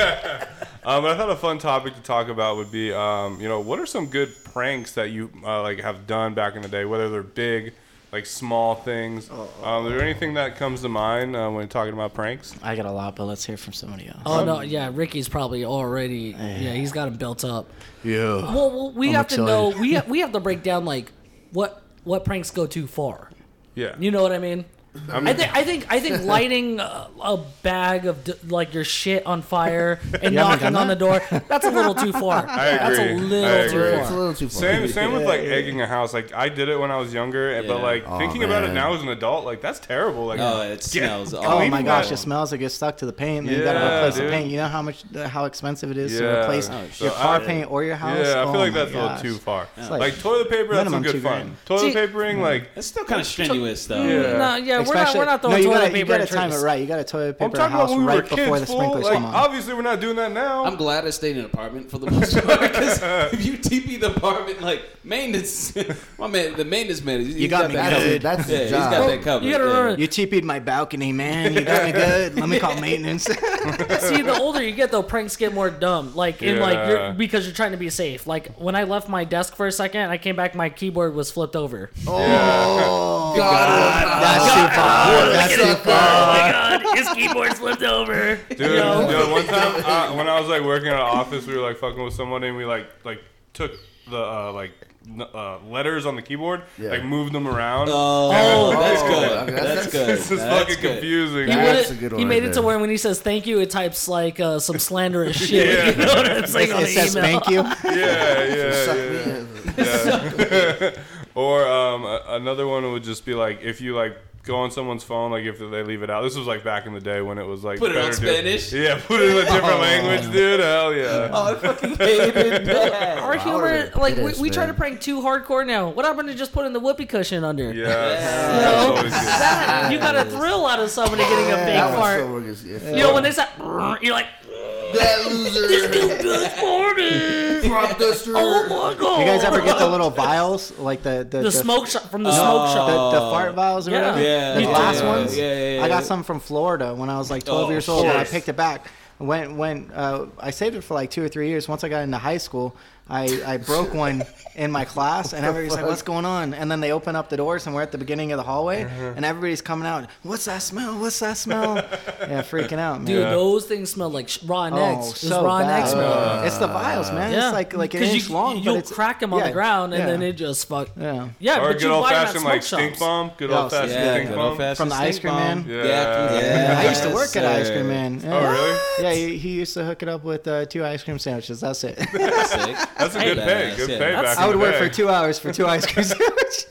Speaker 1: Um, but I thought a fun topic to talk about would be, um, you know, what are some good pranks that you uh, like have done back in the day, whether they're big, like small things.
Speaker 3: Oh.
Speaker 1: Um, is there anything that comes to mind uh, when talking about pranks?
Speaker 4: I got a lot, but let's hear from somebody else.
Speaker 3: Oh no, yeah, Ricky's probably already. Yeah, he's got him built up.
Speaker 6: yeah.
Speaker 3: Well, well we
Speaker 4: I'm
Speaker 3: have to
Speaker 4: excited.
Speaker 3: know. We have, we have to break down like what what pranks go too far.
Speaker 1: Yeah.
Speaker 3: You know what I mean? i think I think I think lighting a, a bag of d- like your shit on fire and
Speaker 4: You haven't
Speaker 3: knocking
Speaker 4: done
Speaker 3: on the
Speaker 4: that?
Speaker 3: door that's a little too far. That's a
Speaker 1: agree.
Speaker 3: little
Speaker 1: I
Speaker 3: too
Speaker 1: agree.
Speaker 6: It's a
Speaker 3: far.
Speaker 6: little too far.
Speaker 1: Same,
Speaker 4: *laughs*
Speaker 1: same with like egging a house. Like I did it when I was younger, and but
Speaker 5: Yeah.
Speaker 1: like
Speaker 6: Aw,
Speaker 1: thinking about it
Speaker 6: man.
Speaker 1: now as an adult, like that's terrible. Like
Speaker 5: Oh, it smells
Speaker 4: Oh
Speaker 5: awful.
Speaker 4: my gosh,
Speaker 1: that-
Speaker 4: it smells. It gets stuck to the paint. And you
Speaker 1: Yeah,
Speaker 4: gotta replace
Speaker 1: dude.
Speaker 4: the paint. You know how much, how expensive it is
Speaker 1: Yeah.
Speaker 4: to replace
Speaker 1: Oh,
Speaker 4: your
Speaker 1: so
Speaker 4: car
Speaker 1: I-
Speaker 4: paint or your house.
Speaker 1: Yeah, I
Speaker 4: Oh
Speaker 1: feel like
Speaker 4: my
Speaker 1: that's a
Speaker 4: gosh.
Speaker 1: little too far. Like,
Speaker 4: like-
Speaker 1: toilet paper, that's some
Speaker 4: Minimum
Speaker 1: good
Speaker 4: two
Speaker 1: fun.
Speaker 4: grand. Mm-hmm.
Speaker 1: Toilet
Speaker 3: See-
Speaker 1: papering, like
Speaker 5: That's still kind of strenuous, though.
Speaker 1: Yeah.
Speaker 3: No, yeah, we're not we're not throwing
Speaker 4: no, you
Speaker 3: toilet
Speaker 4: gotta,
Speaker 3: paper
Speaker 4: You gotta
Speaker 3: at
Speaker 4: time it
Speaker 3: trees.
Speaker 4: right. You gotta toilet
Speaker 1: I'm
Speaker 4: paper a
Speaker 1: talking about
Speaker 4: house
Speaker 1: when we were
Speaker 4: right before
Speaker 1: kids.
Speaker 4: the
Speaker 1: Fool.
Speaker 4: sprinklers
Speaker 1: Like
Speaker 4: come on.
Speaker 1: obviously we're not doing that now.
Speaker 5: I'm glad I stayed in an apartment for the most part because if you TP the apartment, like maintenance, *laughs* my man, the maintenance man, he's
Speaker 4: got me
Speaker 5: that
Speaker 4: good.
Speaker 5: covered.
Speaker 6: That's his
Speaker 5: yeah, he's
Speaker 6: job.
Speaker 5: got that covered.
Speaker 3: You gotta
Speaker 5: yeah.
Speaker 3: remember
Speaker 4: You TP'd my balcony, man. You got me good. Let me call *laughs* maintenance.
Speaker 3: See, the older you get, though, pranks get more dumb. Like, in like,
Speaker 1: Yeah.
Speaker 3: you're, because you're trying to be safe. Like, when I left my desk for a second, I came back, my keyboard was flipped over.
Speaker 4: that's too far. That's too far.
Speaker 3: His keyboard flipped over.
Speaker 5: *laughs*
Speaker 1: Dude, dude, one time uh, when I was like working at an office, we were like fucking with someone, and we like like took the uh, like n- uh, letters on the keyboard,
Speaker 6: Yeah.
Speaker 1: like moved them around.
Speaker 5: Oh, that's
Speaker 6: okay,
Speaker 5: good.
Speaker 6: that's-
Speaker 5: That's good.
Speaker 1: *laughs* this is
Speaker 5: That's
Speaker 1: fucking
Speaker 5: good.
Speaker 1: confusing.
Speaker 3: He, wouldn't-
Speaker 6: That's a good one
Speaker 3: he made
Speaker 6: right
Speaker 3: it to
Speaker 6: there.
Speaker 3: where when he says thank you, it types like
Speaker 1: *laughs*
Speaker 3: uh, some slanderous shit. You know what I'm saying on
Speaker 4: It
Speaker 3: the
Speaker 4: says
Speaker 3: email.
Speaker 4: thank you.
Speaker 1: yeah, yeah,
Speaker 6: Suck
Speaker 1: yeah.
Speaker 6: me in.
Speaker 1: Or um, a- another one would just be like if you like go on someone's phone, like if they leave it out. This was like back in the day when it was like
Speaker 5: Put it on
Speaker 1: better to-
Speaker 5: Spanish?
Speaker 1: yeah, put it in a different
Speaker 4: Oh.
Speaker 1: language, dude. Hell yeah.
Speaker 2: Oh,
Speaker 5: I fucking hated that.
Speaker 3: Our humor,
Speaker 6: it
Speaker 3: like
Speaker 6: is,
Speaker 3: we, we try to
Speaker 6: man.
Speaker 3: prank too hardcore now. What happened to just putting the whoopee cushion under? *laughs*
Speaker 1: Yeah, that's always good.
Speaker 3: That- you got a thrill out of somebody getting a
Speaker 6: Yeah,
Speaker 3: big
Speaker 6: that was
Speaker 3: fart.
Speaker 6: so working. Yeah.
Speaker 3: you know when they say, you're like,
Speaker 4: *laughs*
Speaker 6: that loser
Speaker 3: good
Speaker 6: *laughs*
Speaker 3: morning.
Speaker 6: prop duster.
Speaker 3: Oh my god!
Speaker 4: You guys ever get the little vials, like the the,
Speaker 3: the,
Speaker 4: the-
Speaker 3: smoke shop from the smoke
Speaker 4: the,
Speaker 3: shop?
Speaker 4: the fart vials or
Speaker 3: Yeah.
Speaker 4: whatever?
Speaker 5: *laughs* Yeah,
Speaker 4: *laughs* the
Speaker 5: yeah,
Speaker 4: glass
Speaker 5: yeah,
Speaker 4: ones.
Speaker 5: yeah, yeah, yeah.
Speaker 4: I got some from Florida when I was like 12
Speaker 5: Oh,
Speaker 4: years old, and I
Speaker 5: yes.
Speaker 4: picked it back. When when uh, I saved it for like two or three years. Once I got into high school, I,
Speaker 5: *laughs*
Speaker 4: I broke one in my class, and everybody's like, "What's going on?" And then they open up the doors, and we're at the beginning of the hallway,
Speaker 5: Uh-huh.
Speaker 4: and everybody's coming out. What's that smell? What's that
Speaker 5: *laughs*
Speaker 4: smell? yeah, freaking out, man.
Speaker 3: Dude, those things smell like sh- raw
Speaker 4: Oh,
Speaker 3: necks. Just
Speaker 4: so
Speaker 3: raw
Speaker 4: bad.
Speaker 3: necks, man.
Speaker 4: it's the vials, man.
Speaker 3: Yeah.
Speaker 4: It's like like an
Speaker 3: 'Cause
Speaker 4: inch
Speaker 3: you,
Speaker 4: long, but
Speaker 3: You'll
Speaker 4: it's,
Speaker 3: crack them on
Speaker 4: yeah,
Speaker 3: the ground, and
Speaker 4: yeah,
Speaker 3: then it just fuck. Yeah,
Speaker 4: yeah.
Speaker 1: Or
Speaker 3: but
Speaker 1: good
Speaker 3: you
Speaker 1: old
Speaker 3: buy them at
Speaker 1: fashioned like
Speaker 3: smoke
Speaker 1: stink
Speaker 3: shops.
Speaker 1: bomb. Good
Speaker 4: Yes,
Speaker 1: old fashioned
Speaker 5: Yeah,
Speaker 1: stink
Speaker 5: good
Speaker 1: bomb.
Speaker 5: old-fashioned
Speaker 4: From the
Speaker 5: stink
Speaker 4: Ice Cream
Speaker 5: bomb.
Speaker 4: Man?
Speaker 1: Yeah.
Speaker 4: I used to work at Ice Cream Man. Yeah.
Speaker 1: Oh really?
Speaker 4: Yeah, he, he used to hook it up with uh, two ice cream sandwiches. That's it.
Speaker 1: That's a good pay.
Speaker 5: Badass,
Speaker 1: Good
Speaker 5: yeah.
Speaker 1: pay back
Speaker 4: *laughs* I would
Speaker 1: in the
Speaker 4: work for
Speaker 1: day.
Speaker 4: two hours for two ice *laughs* cream sandwiches.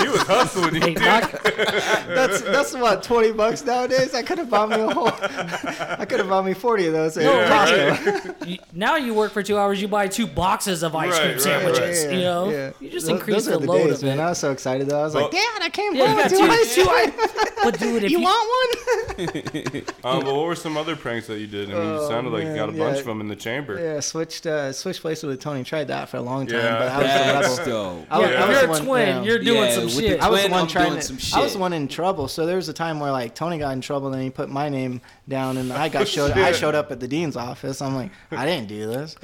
Speaker 1: He was hustling you,
Speaker 3: Hey,
Speaker 4: *laughs*
Speaker 1: dude.
Speaker 3: Doc,
Speaker 4: that's that's what twenty bucks nowadays. I could have bought me a whole. *laughs* I could have bought me forty of those.
Speaker 3: No,
Speaker 1: Yeah,
Speaker 3: Doc,
Speaker 1: right.
Speaker 3: you- now you work for two hours, you buy two boxes of ice
Speaker 1: Right,
Speaker 3: cream
Speaker 1: right,
Speaker 3: sandwiches.
Speaker 1: right.
Speaker 3: You know,
Speaker 4: yeah.
Speaker 3: you just
Speaker 4: Those-
Speaker 3: increase
Speaker 4: those are
Speaker 3: the load
Speaker 4: days,
Speaker 3: of
Speaker 4: man.
Speaker 3: it.
Speaker 4: I was so excited though. I was
Speaker 1: Well-
Speaker 4: like, "Dad, I came
Speaker 3: Yeah, you
Speaker 4: home
Speaker 3: got
Speaker 4: with two
Speaker 3: two-
Speaker 4: ice two ice.
Speaker 3: But dude, if
Speaker 4: You
Speaker 3: you,
Speaker 4: want one?" *laughs*
Speaker 1: Um, but what were some other pranks that you did? I mean, you
Speaker 4: Oh,
Speaker 1: sounded like you
Speaker 4: man,
Speaker 1: got a bunch
Speaker 4: yeah.
Speaker 1: of them in the chamber.
Speaker 4: Yeah, switched uh, switched places with Tony. Tried that for a long time,
Speaker 1: Yeah.
Speaker 4: but I was the
Speaker 5: That's
Speaker 4: rebel. *laughs* Oh,
Speaker 5: dope.
Speaker 4: I was,
Speaker 1: Yeah.
Speaker 4: I was
Speaker 3: you're
Speaker 4: the
Speaker 3: a
Speaker 4: one-
Speaker 3: twin,
Speaker 4: yeah.
Speaker 3: you're doing
Speaker 5: Yeah,
Speaker 3: some
Speaker 5: with the
Speaker 3: shit.
Speaker 4: I was the
Speaker 5: When
Speaker 4: one
Speaker 5: I'm
Speaker 4: trying
Speaker 5: doing
Speaker 4: to,
Speaker 5: some
Speaker 4: I was the
Speaker 5: shit.
Speaker 4: one in trouble. So there was a time where like Tony got in trouble, and then he put my name down, and
Speaker 5: *laughs*
Speaker 4: I got showed. I showed up at the dean's office. I'm like, I didn't
Speaker 5: *laughs*
Speaker 4: do this.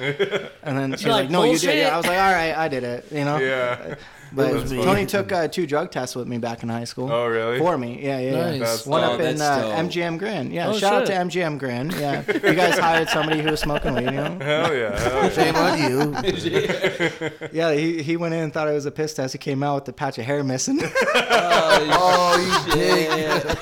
Speaker 4: And then she's
Speaker 3: You're
Speaker 4: like,
Speaker 3: like,
Speaker 4: No, you did.
Speaker 3: "Bullshit."
Speaker 4: Yeah. I was like, All right, I did it. You know.
Speaker 1: Yeah.
Speaker 4: But
Speaker 6: was me.
Speaker 4: Tony took uh, two drug tests with me back in high school.
Speaker 1: Oh, really?
Speaker 4: For me, yeah, yeah. yeah.
Speaker 3: Nice. That's
Speaker 4: One
Speaker 5: dope.
Speaker 4: up in
Speaker 5: Oh, That's
Speaker 4: uh,
Speaker 5: dope.
Speaker 4: MGM Grand. Yeah,
Speaker 3: Oh,
Speaker 4: shout
Speaker 3: shit.
Speaker 4: out to MGM Grand.
Speaker 5: *laughs*
Speaker 4: Yeah, you guys hired somebody who was smoking weed. You know.
Speaker 1: Hell yeah.
Speaker 4: *laughs*
Speaker 1: Hell yeah.
Speaker 6: Shame on you.
Speaker 5: *laughs*
Speaker 4: Yeah, he, he went in and thought it was a piss test. He came out with a patch of hair missing. *laughs*
Speaker 6: Oh, you dick.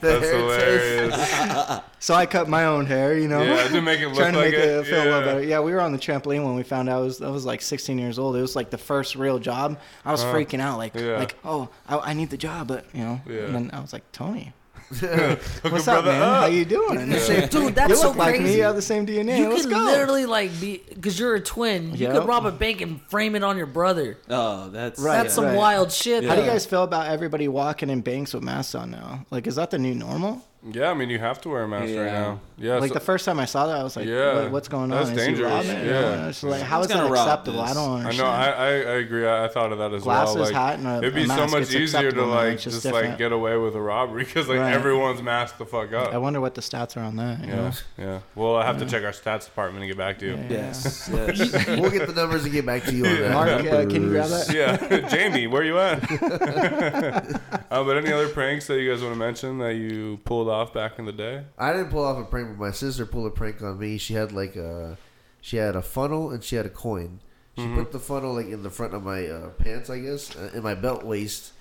Speaker 1: That's hilarious.
Speaker 4: so I cut my own hair, you know,
Speaker 1: Yeah, to
Speaker 4: *laughs*
Speaker 1: make it look
Speaker 4: trying to
Speaker 1: like
Speaker 4: make it, feel a
Speaker 1: yeah.
Speaker 4: little better. Yeah, we were on the trampoline when we found out. I was I was like 16 years old. It was like the first real job. I was freaking out, like
Speaker 1: Uh-huh. yeah.
Speaker 4: like oh I, I need the job, but you know.
Speaker 1: Yeah.
Speaker 4: And then I was like Tony,
Speaker 1: Hook
Speaker 4: what's
Speaker 1: a
Speaker 4: up,
Speaker 1: brother
Speaker 4: man? How
Speaker 1: up.
Speaker 4: you doing?
Speaker 6: Shame-
Speaker 3: dude,
Speaker 4: You
Speaker 3: that's so
Speaker 4: look like me.
Speaker 3: crazy.
Speaker 4: You have the same DNA.
Speaker 3: You
Speaker 4: Let's
Speaker 3: could
Speaker 4: go.
Speaker 3: literally like be because you're a twin. You
Speaker 4: Yep.
Speaker 3: could rob a bank and frame it on your brother.
Speaker 5: Oh, that's
Speaker 4: Right.
Speaker 3: That's some
Speaker 4: right.
Speaker 3: wild shit.
Speaker 4: How do you
Speaker 3: though.
Speaker 4: guys feel about everybody walking in banks with masks on now? Like, is that the new normal?
Speaker 1: Yeah, I mean, you have to wear a mask right
Speaker 5: Yeah.
Speaker 1: now. Yeah.
Speaker 4: Like
Speaker 1: so-
Speaker 4: the first time I saw that, I was like,
Speaker 1: Yeah.
Speaker 4: "What- "What's going on?
Speaker 1: That's
Speaker 4: Is he
Speaker 1: dangerous.
Speaker 4: robbing it?"
Speaker 1: Yeah.
Speaker 4: And it's like, how is
Speaker 5: gonna
Speaker 4: that
Speaker 5: rob
Speaker 4: acceptable?
Speaker 5: this.
Speaker 4: I don't
Speaker 1: I
Speaker 4: understand.
Speaker 1: know. I, I, I agree. I, I thought of that as
Speaker 4: Glasses,
Speaker 1: well. Like,
Speaker 4: hat, and a-
Speaker 1: it'd be
Speaker 4: a
Speaker 1: so
Speaker 4: mask.
Speaker 1: much
Speaker 4: It's
Speaker 1: easier to
Speaker 4: acceptable now.
Speaker 1: like
Speaker 4: It's just
Speaker 1: just like
Speaker 4: different.
Speaker 1: get away with a robbery because like
Speaker 4: Right.
Speaker 1: everyone's masked the fuck
Speaker 4: I
Speaker 1: up.
Speaker 4: wonder what the stats are on that. you know?
Speaker 1: Yeah. Yeah. Well, I have to check our stats department and get back to you.
Speaker 5: Yes. yes.
Speaker 6: We'll get the numbers and get back to you on that.
Speaker 4: Mark, uh, can you grab that?
Speaker 1: Yeah, *laughs* Jamie, where you
Speaker 4: *laughs*
Speaker 1: at? uh, but any other pranks that you guys want to mention that you pulled off back in the day?
Speaker 6: I didn't pull off a prank, but my sister pulled a prank on me. She had like a, she had a funnel and she had a coin. She
Speaker 1: Mm-hmm.
Speaker 6: put the funnel like in the front of my uh, pants, I guess, uh, in my belt waist,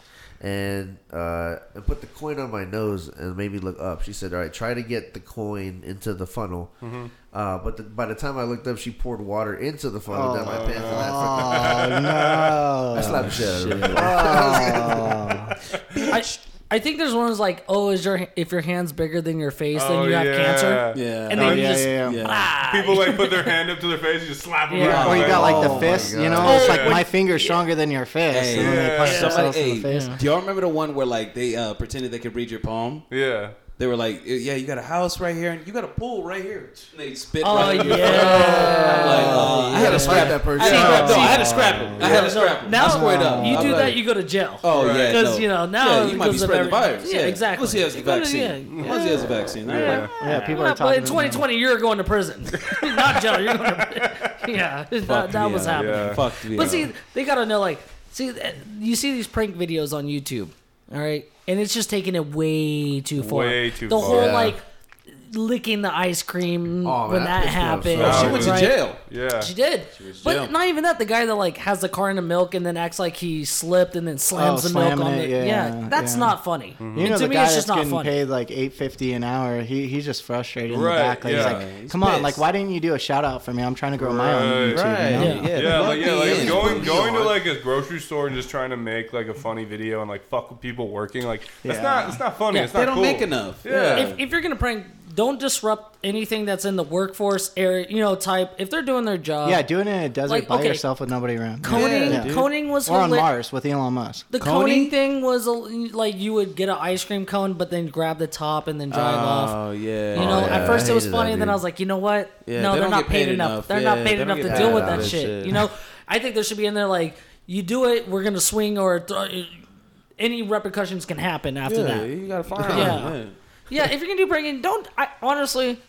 Speaker 6: and uh, and put the coin on my nose and made me look up. She said, "All right, try to get the coin into the funnel."
Speaker 1: Mm-hmm.
Speaker 6: Uh, but the, by the time I looked up, she poured water into the funnel down my pants, and I, fucking,
Speaker 4: Oh no!
Speaker 6: *laughs* I slapped the shit out of her. *laughs*
Speaker 3: I, I think there's one that's like, oh, is your if your hand's bigger than your face, then
Speaker 1: Oh,
Speaker 3: you have
Speaker 1: yeah.
Speaker 3: cancer.
Speaker 5: Yeah.
Speaker 3: And
Speaker 4: Oh,
Speaker 3: then you
Speaker 4: *laughs* yeah,
Speaker 3: just
Speaker 4: yeah, yeah.
Speaker 3: ah.
Speaker 1: People like put their hand up to their face and just slap them.
Speaker 3: Yeah.
Speaker 1: around.
Speaker 4: Or Oh, you got like the fist,
Speaker 6: God.
Speaker 4: you know?
Speaker 3: Oh,
Speaker 4: it's like
Speaker 1: yeah.
Speaker 4: my finger's stronger than your fist.
Speaker 5: Hey,
Speaker 4: and then they punch themselves
Speaker 5: Somebody,
Speaker 4: in the
Speaker 5: hey,
Speaker 4: face.
Speaker 5: do y'all remember the one where like they uh, pretended they could read your palm?
Speaker 1: yeah.
Speaker 5: They were like, "Yeah, you got a house right here, and you got a pool right here." And they spit.
Speaker 3: Oh
Speaker 5: right in your-
Speaker 3: yeah.
Speaker 5: Like, uh, I had
Speaker 6: to
Speaker 5: a scrap.
Speaker 6: slap that person.
Speaker 5: I had,
Speaker 3: Yeah.
Speaker 5: no, I had to scrap him. I had to scrap him.
Speaker 3: Now
Speaker 5: I swear to God.
Speaker 3: you
Speaker 5: I'm
Speaker 3: do
Speaker 5: like-
Speaker 3: that, you go to jail.
Speaker 5: Oh yeah,
Speaker 3: because
Speaker 5: no.
Speaker 3: you know now
Speaker 5: yeah, you might be
Speaker 3: because of
Speaker 5: spreading the
Speaker 3: every-
Speaker 5: virus.
Speaker 3: Yeah, exactly.
Speaker 5: Unless he has the
Speaker 3: You go to-
Speaker 5: vaccine.
Speaker 3: yeah.
Speaker 5: Unless he has the vaccine. I
Speaker 1: Yeah.
Speaker 5: don't know.
Speaker 4: Yeah, people
Speaker 3: Yeah,
Speaker 4: are
Speaker 3: but
Speaker 4: talking.
Speaker 3: in 2020, you're going to prison. *laughs* not jail. You're going to prison. *laughs* Yeah, that, that was
Speaker 5: yeah,
Speaker 3: happening.
Speaker 1: yeah.
Speaker 5: Fuck the
Speaker 3: But see, they gotta know like, see, th- you see these prank videos on YouTube, all right, and it's just taking it way too far.
Speaker 1: Way too
Speaker 3: the
Speaker 1: far.
Speaker 3: whole
Speaker 1: Yeah.
Speaker 3: like, licking the ice cream
Speaker 6: Oh, man,
Speaker 3: when that,
Speaker 6: that pissed
Speaker 3: happened.
Speaker 6: me off so
Speaker 2: Oh, she
Speaker 6: Oh,
Speaker 2: went to
Speaker 3: right?
Speaker 2: jail.
Speaker 1: Yeah.
Speaker 3: She did.
Speaker 2: was
Speaker 3: But
Speaker 2: jailed.
Speaker 3: not even that. The guy that like has the car in the milk and then acts like he slipped and then slams
Speaker 4: Oh,
Speaker 3: the milk
Speaker 4: slamming
Speaker 3: on
Speaker 4: it,
Speaker 3: it.
Speaker 4: yeah,
Speaker 3: Yeah, that's
Speaker 4: yeah.
Speaker 3: not funny.
Speaker 4: You know
Speaker 3: to
Speaker 4: the
Speaker 3: me,
Speaker 4: guy
Speaker 3: it's
Speaker 4: that's
Speaker 3: just not
Speaker 4: getting
Speaker 3: funny.
Speaker 4: paid like eight fifty an hour. He he's just frustrated in
Speaker 1: Right,
Speaker 4: the back. Like,
Speaker 1: yeah.
Speaker 4: He's like,
Speaker 2: He's
Speaker 4: come on, like
Speaker 2: pissed.
Speaker 4: why didn't you do a shout out for me? I'm trying to grow my
Speaker 1: Right,
Speaker 4: own YouTube.
Speaker 2: Right.
Speaker 4: You know?
Speaker 2: Yeah.
Speaker 1: Yeah, like, yeah,
Speaker 2: Plug me
Speaker 1: like
Speaker 2: in.
Speaker 1: going going to
Speaker 6: on.
Speaker 1: like a grocery store and just trying to make like a funny video and like fuck with people working like that's
Speaker 4: Yeah.
Speaker 1: not it's not funny.
Speaker 3: Yeah,
Speaker 1: it's not
Speaker 2: They don't
Speaker 1: cool.
Speaker 2: make enough.
Speaker 1: Yeah.
Speaker 3: if, if you're gonna prank, don't disrupt anything that's in the workforce area. You know, type if they're doing their job.
Speaker 4: Yeah, doing it in a desert
Speaker 3: Like,
Speaker 4: by
Speaker 3: okay.
Speaker 4: yourself with nobody around.
Speaker 3: Coning,
Speaker 4: Yeah.
Speaker 3: coning was
Speaker 4: Or on
Speaker 3: hila-
Speaker 4: Mars with Elon Musk.
Speaker 3: The coning thing was a, like you would get an ice cream cone, but then grab the top and then drive off.
Speaker 2: Oh yeah.
Speaker 3: You know,
Speaker 6: yeah,
Speaker 3: at first
Speaker 6: I
Speaker 3: it was
Speaker 6: hated that,
Speaker 3: funny, and then
Speaker 6: dude.
Speaker 3: I was like, you know what?
Speaker 2: Yeah,
Speaker 3: no,
Speaker 2: they
Speaker 3: they are
Speaker 2: don't
Speaker 3: not
Speaker 2: get paid
Speaker 3: paid enough.
Speaker 2: enough.
Speaker 3: They're
Speaker 2: Yeah,
Speaker 3: not paid
Speaker 2: they don't
Speaker 3: enough
Speaker 2: get
Speaker 3: to
Speaker 2: paid
Speaker 3: deal with
Speaker 2: enough.
Speaker 3: that
Speaker 2: That
Speaker 3: shit.
Speaker 2: shit.
Speaker 3: You know, I think there should be in there like, you do it, we're gonna swing, or th- any repercussions can happen after
Speaker 2: Yeah,
Speaker 3: that.
Speaker 2: you gotta find
Speaker 3: Yeah.
Speaker 2: them,
Speaker 3: Yeah, if you're gonna do breaking, don't I, honestly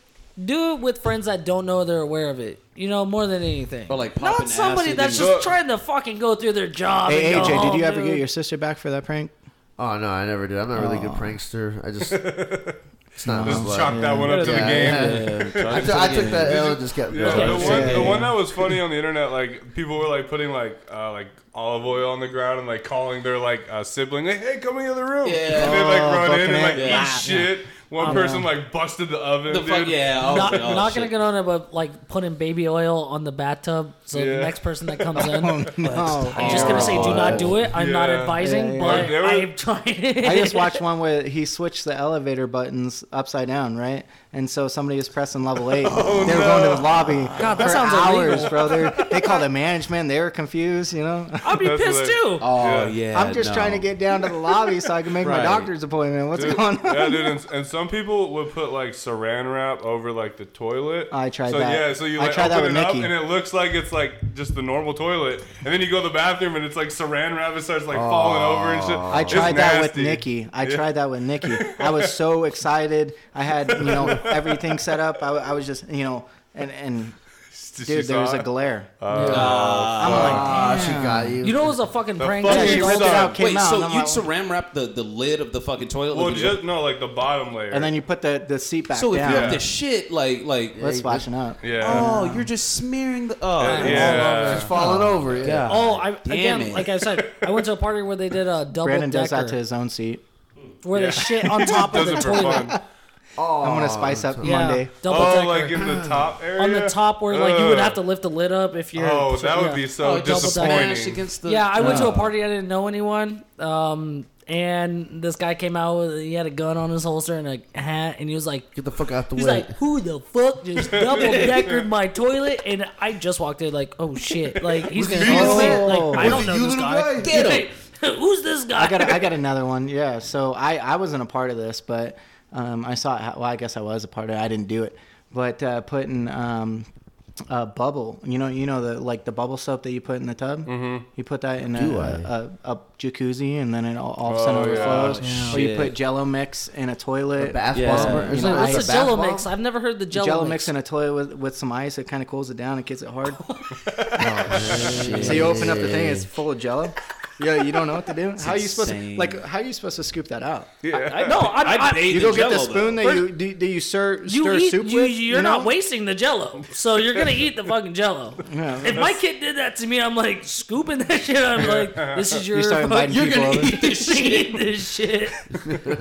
Speaker 3: do it with friends that don't know they're aware of it. You know, more than anything.
Speaker 2: Or, like, popping
Speaker 3: not somebody
Speaker 2: acid
Speaker 3: that's
Speaker 2: and-
Speaker 3: just trying to fucking go through their job.
Speaker 4: Hey
Speaker 3: and go
Speaker 4: AJ, did
Speaker 3: home,
Speaker 4: you ever get
Speaker 3: dude.
Speaker 4: your sister back for that prank?
Speaker 6: Oh no, I never did. I'm not really a good prankster.
Speaker 1: *laughs*
Speaker 6: I just it's not.
Speaker 1: Just
Speaker 6: my blood.
Speaker 1: chalk that one up to the
Speaker 6: Yeah,
Speaker 1: game.
Speaker 6: yeah. I took- I took that L and just kept
Speaker 1: Yeah,
Speaker 6: going.
Speaker 1: the one the one that was funny on the internet, like people were like putting like uh, like olive oil on the ground and like calling their like uh, sibling, like, "Hey, come in the other room."
Speaker 2: Yeah.
Speaker 1: and they like
Speaker 4: Oh,
Speaker 1: run in and
Speaker 4: fucking
Speaker 1: like
Speaker 4: heck,
Speaker 1: eat
Speaker 2: yeah.
Speaker 1: shit. One person like busted the oven.
Speaker 2: The
Speaker 1: dude.
Speaker 2: fuck yeah. I was
Speaker 3: Not,
Speaker 2: like, oh,
Speaker 3: not
Speaker 2: shit.
Speaker 3: gonna get on it, but like putting baby oil on the bathtub. So
Speaker 1: Yeah.
Speaker 3: the next person that
Speaker 4: *laughs*
Speaker 3: comes in,
Speaker 4: Oh, No.
Speaker 3: I'm Oh, just gonna say, do not do it. I'm not
Speaker 1: Yeah.
Speaker 3: advising,
Speaker 4: Yeah, yeah.
Speaker 3: but
Speaker 1: Like, there was-
Speaker 3: I'm trying.
Speaker 4: I just watched one where he switched the elevator buttons upside down, right? And so somebody was pressing level
Speaker 1: *laughs*
Speaker 4: eight.
Speaker 1: Oh,
Speaker 4: they were going to the lobby
Speaker 3: God, that
Speaker 4: for
Speaker 3: sounds
Speaker 4: hours,
Speaker 3: illegal.
Speaker 4: bro. They're, they called the management. They were confused, you know.
Speaker 3: *laughs* I'll be
Speaker 1: That's
Speaker 3: pissed
Speaker 1: hilarious.
Speaker 3: too.
Speaker 2: Oh yeah.
Speaker 1: Yeah.
Speaker 4: I'm just
Speaker 2: no.
Speaker 4: trying to get down to the lobby so I can make
Speaker 2: Right.
Speaker 4: my doctor's appointment. What's
Speaker 1: Dude,
Speaker 4: going on?
Speaker 1: *laughs* yeah, dude, and, and some people would put like saran wrap over like the toilet.
Speaker 4: I tried
Speaker 1: so,
Speaker 4: that.
Speaker 1: Yeah, so you
Speaker 4: I
Speaker 1: like
Speaker 4: tried that
Speaker 1: open
Speaker 4: with
Speaker 1: it up
Speaker 4: Nikki.
Speaker 1: and it looks like it's like just the normal toilet, and then you go to the bathroom and it's like saran wrap. It starts like falling over and shit. Oh,
Speaker 4: I
Speaker 1: It's
Speaker 4: tried that with
Speaker 1: nasty.
Speaker 4: Nikki. I
Speaker 1: Yeah.
Speaker 4: tried that with Nikki. I was so excited. I had you know everything set up. I, I was just you know and and
Speaker 1: *laughs* Did she
Speaker 4: dude, there was
Speaker 1: saw
Speaker 4: a
Speaker 1: it?
Speaker 4: glare.
Speaker 6: I'm
Speaker 4: like,
Speaker 6: Ah, she got you.
Speaker 3: You know, it was a fucking prank.
Speaker 1: fucking
Speaker 4: yeah,
Speaker 3: that
Speaker 4: she
Speaker 3: she
Speaker 1: sucked.
Speaker 4: ripped it
Speaker 1: sorry.
Speaker 4: out, came
Speaker 2: Wait,
Speaker 4: out.
Speaker 2: so
Speaker 4: and I'm
Speaker 2: you
Speaker 4: like-
Speaker 2: saran wrap the, the lid of the fucking toilet?
Speaker 1: Well,
Speaker 2: Look at
Speaker 1: just
Speaker 2: you.
Speaker 1: no, like the bottom layer.
Speaker 4: and then you put the the seat back
Speaker 2: so if
Speaker 4: down.
Speaker 2: you have to shit, like like
Speaker 4: Let's
Speaker 6: Yeah,
Speaker 4: splash it up.
Speaker 1: yeah,
Speaker 2: Oh, you're just smearing the. Oh,
Speaker 1: yeah,
Speaker 6: It's falling over. Yeah.
Speaker 3: Oh, I,
Speaker 2: Damn
Speaker 3: again,
Speaker 2: it.
Speaker 3: like I said, I went to a party where they did a double
Speaker 4: Brandon does
Speaker 3: decker,
Speaker 4: that to his own seat.
Speaker 3: where they shit on top of
Speaker 1: does
Speaker 3: the
Speaker 1: it for
Speaker 3: toilet.
Speaker 1: fun.
Speaker 4: I'm gonna spice up
Speaker 3: Yeah,
Speaker 4: Monday.
Speaker 3: double
Speaker 1: Oh,
Speaker 3: decker.
Speaker 1: like in the top area.
Speaker 3: on the top where like you would
Speaker 1: Ugh.
Speaker 3: have to lift the lid up if you're.
Speaker 1: Oh, that would
Speaker 3: yeah.
Speaker 1: be so
Speaker 2: Oh, double smash
Speaker 1: disappointing.
Speaker 2: against the.
Speaker 3: Yeah, I went to a party. I didn't know anyone. Um, and this guy came out. with He had a gun on his holster and a hat, and he was like,
Speaker 6: Get the fuck out the
Speaker 3: "He's
Speaker 6: way.
Speaker 3: like, who the fuck
Speaker 1: *laughs*
Speaker 3: just double deckered my toilet?" And I just walked in like, "Oh shit!" Like he's gonna
Speaker 4: Oh.
Speaker 3: do it. Like I
Speaker 6: Was
Speaker 3: don't
Speaker 6: it
Speaker 3: know
Speaker 6: you,
Speaker 3: this
Speaker 6: little
Speaker 3: guy.
Speaker 6: guy?
Speaker 3: Get him. *laughs* Who's this guy?
Speaker 4: I got a, I got another one. Yeah. So I I wasn't a part of this, but um I saw it. ha- Well, I guess I was a part of it. I didn't do it, but uh, putting um. A bubble, you know, you know the like the bubble soap that you put in the tub. Mm-hmm. You put that in
Speaker 6: Do
Speaker 4: a, a, a jacuzzi, and then it all, all of a sudden
Speaker 1: Oh, yeah.
Speaker 4: overflows. Or you
Speaker 2: Shit.
Speaker 4: put Jello mix in a toilet.
Speaker 6: bath
Speaker 2: Yeah.
Speaker 6: bomb.
Speaker 2: You
Speaker 6: Or, is
Speaker 4: know,
Speaker 6: it
Speaker 4: it's
Speaker 6: like
Speaker 3: What's
Speaker 4: a
Speaker 3: a,
Speaker 6: bath
Speaker 3: Jello
Speaker 6: bomb?
Speaker 3: mix? I've never heard the Jello,
Speaker 4: Jello
Speaker 3: mix.
Speaker 4: mix in a toilet with, with some ice. It kind of cools it down. It gets it hard. *laughs* so you open up the thing. It's full of Jello. Yeah, you don't know what to do. how are you supposed to
Speaker 2: insane.
Speaker 4: like? How are you supposed to scoop that out?
Speaker 1: Yeah.
Speaker 3: no, I'm, I,
Speaker 2: bathe
Speaker 4: You
Speaker 2: in
Speaker 4: go get the
Speaker 2: Jell-O,
Speaker 4: spoon
Speaker 2: though.
Speaker 4: that you do, do you sir,
Speaker 3: you
Speaker 4: stir
Speaker 3: eat,
Speaker 4: soup
Speaker 3: you,
Speaker 4: with.
Speaker 3: You're not wasting the jello, so you're gonna eat the fucking jello. *laughs* if my kid did that to me, I'm like scooping that shit. I'm like, this is your.
Speaker 4: You start
Speaker 3: fucking-
Speaker 4: inviting
Speaker 2: You're
Speaker 4: people
Speaker 2: gonna
Speaker 4: over.
Speaker 2: eat
Speaker 4: *laughs*
Speaker 2: this shit.
Speaker 3: *laughs* eat this shit.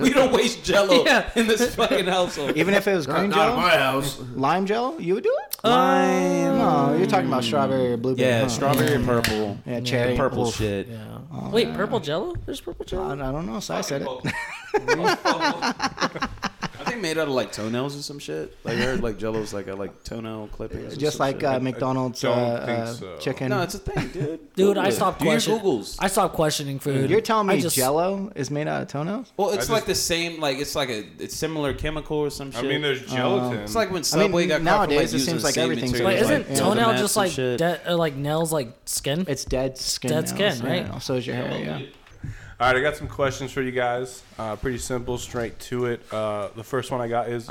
Speaker 2: *laughs* We don't waste Jello
Speaker 3: Yeah.
Speaker 2: in this fucking household.
Speaker 4: Even if it was
Speaker 6: Not,
Speaker 4: green
Speaker 6: not in
Speaker 4: jello,
Speaker 6: my house.
Speaker 4: lime jello, you would do it.
Speaker 2: Lime.
Speaker 4: No, you're talking about strawberry or blueberry.
Speaker 2: Yeah,
Speaker 4: huh?
Speaker 2: strawberry and purple.
Speaker 4: Uh-huh. Yeah, cherry.
Speaker 2: The purple
Speaker 4: Oof.
Speaker 2: shit.
Speaker 3: *laughs* Wait, purple jello? There's purple
Speaker 4: I,
Speaker 3: jello.
Speaker 4: I don't know. So I said it.
Speaker 2: *laughs* I think made out of like toenails or some shit. Like I heard like Jello's like a like toenail clippings. or
Speaker 4: *laughs* Just
Speaker 2: some
Speaker 4: like
Speaker 2: shit.
Speaker 4: uh, McDonald's uh,
Speaker 1: don't think
Speaker 4: uh,
Speaker 1: so.
Speaker 4: chicken.
Speaker 2: no, it's a thing, dude.
Speaker 3: Dude,
Speaker 2: Google
Speaker 3: I
Speaker 2: it.
Speaker 3: stopped
Speaker 2: Do your
Speaker 3: questioning.
Speaker 2: Googles.
Speaker 3: I stopped questioning food.
Speaker 4: You're telling
Speaker 3: I
Speaker 4: me
Speaker 3: just-
Speaker 4: jello is made out of toenails?
Speaker 2: Well, it's
Speaker 1: I
Speaker 2: like
Speaker 1: just-
Speaker 2: the same. Like it's like a it's similar chemical or some shit.
Speaker 1: I mean, there's
Speaker 4: Uh,
Speaker 5: Um,
Speaker 1: gelatin.
Speaker 2: it's like when
Speaker 4: I mean,
Speaker 2: Subway got
Speaker 4: nowadays
Speaker 2: caught for, like,
Speaker 4: it
Speaker 2: using
Speaker 4: seems like
Speaker 2: semen
Speaker 4: everything's
Speaker 2: to,
Speaker 4: But
Speaker 3: Like,
Speaker 4: Like,
Speaker 3: isn't
Speaker 4: yeah.
Speaker 3: toenail
Speaker 2: mats
Speaker 3: just
Speaker 2: and
Speaker 3: like
Speaker 2: shit.
Speaker 3: de- uh, like nails like skin?
Speaker 4: It's dead skin.
Speaker 3: Dead
Speaker 4: now,
Speaker 3: skin,
Speaker 4: so,
Speaker 3: right?
Speaker 4: yeah, So is your hair, yeah.
Speaker 1: All right, I got some questions for you guys. Uh, pretty simple, straight to it. Uh, the first one I got is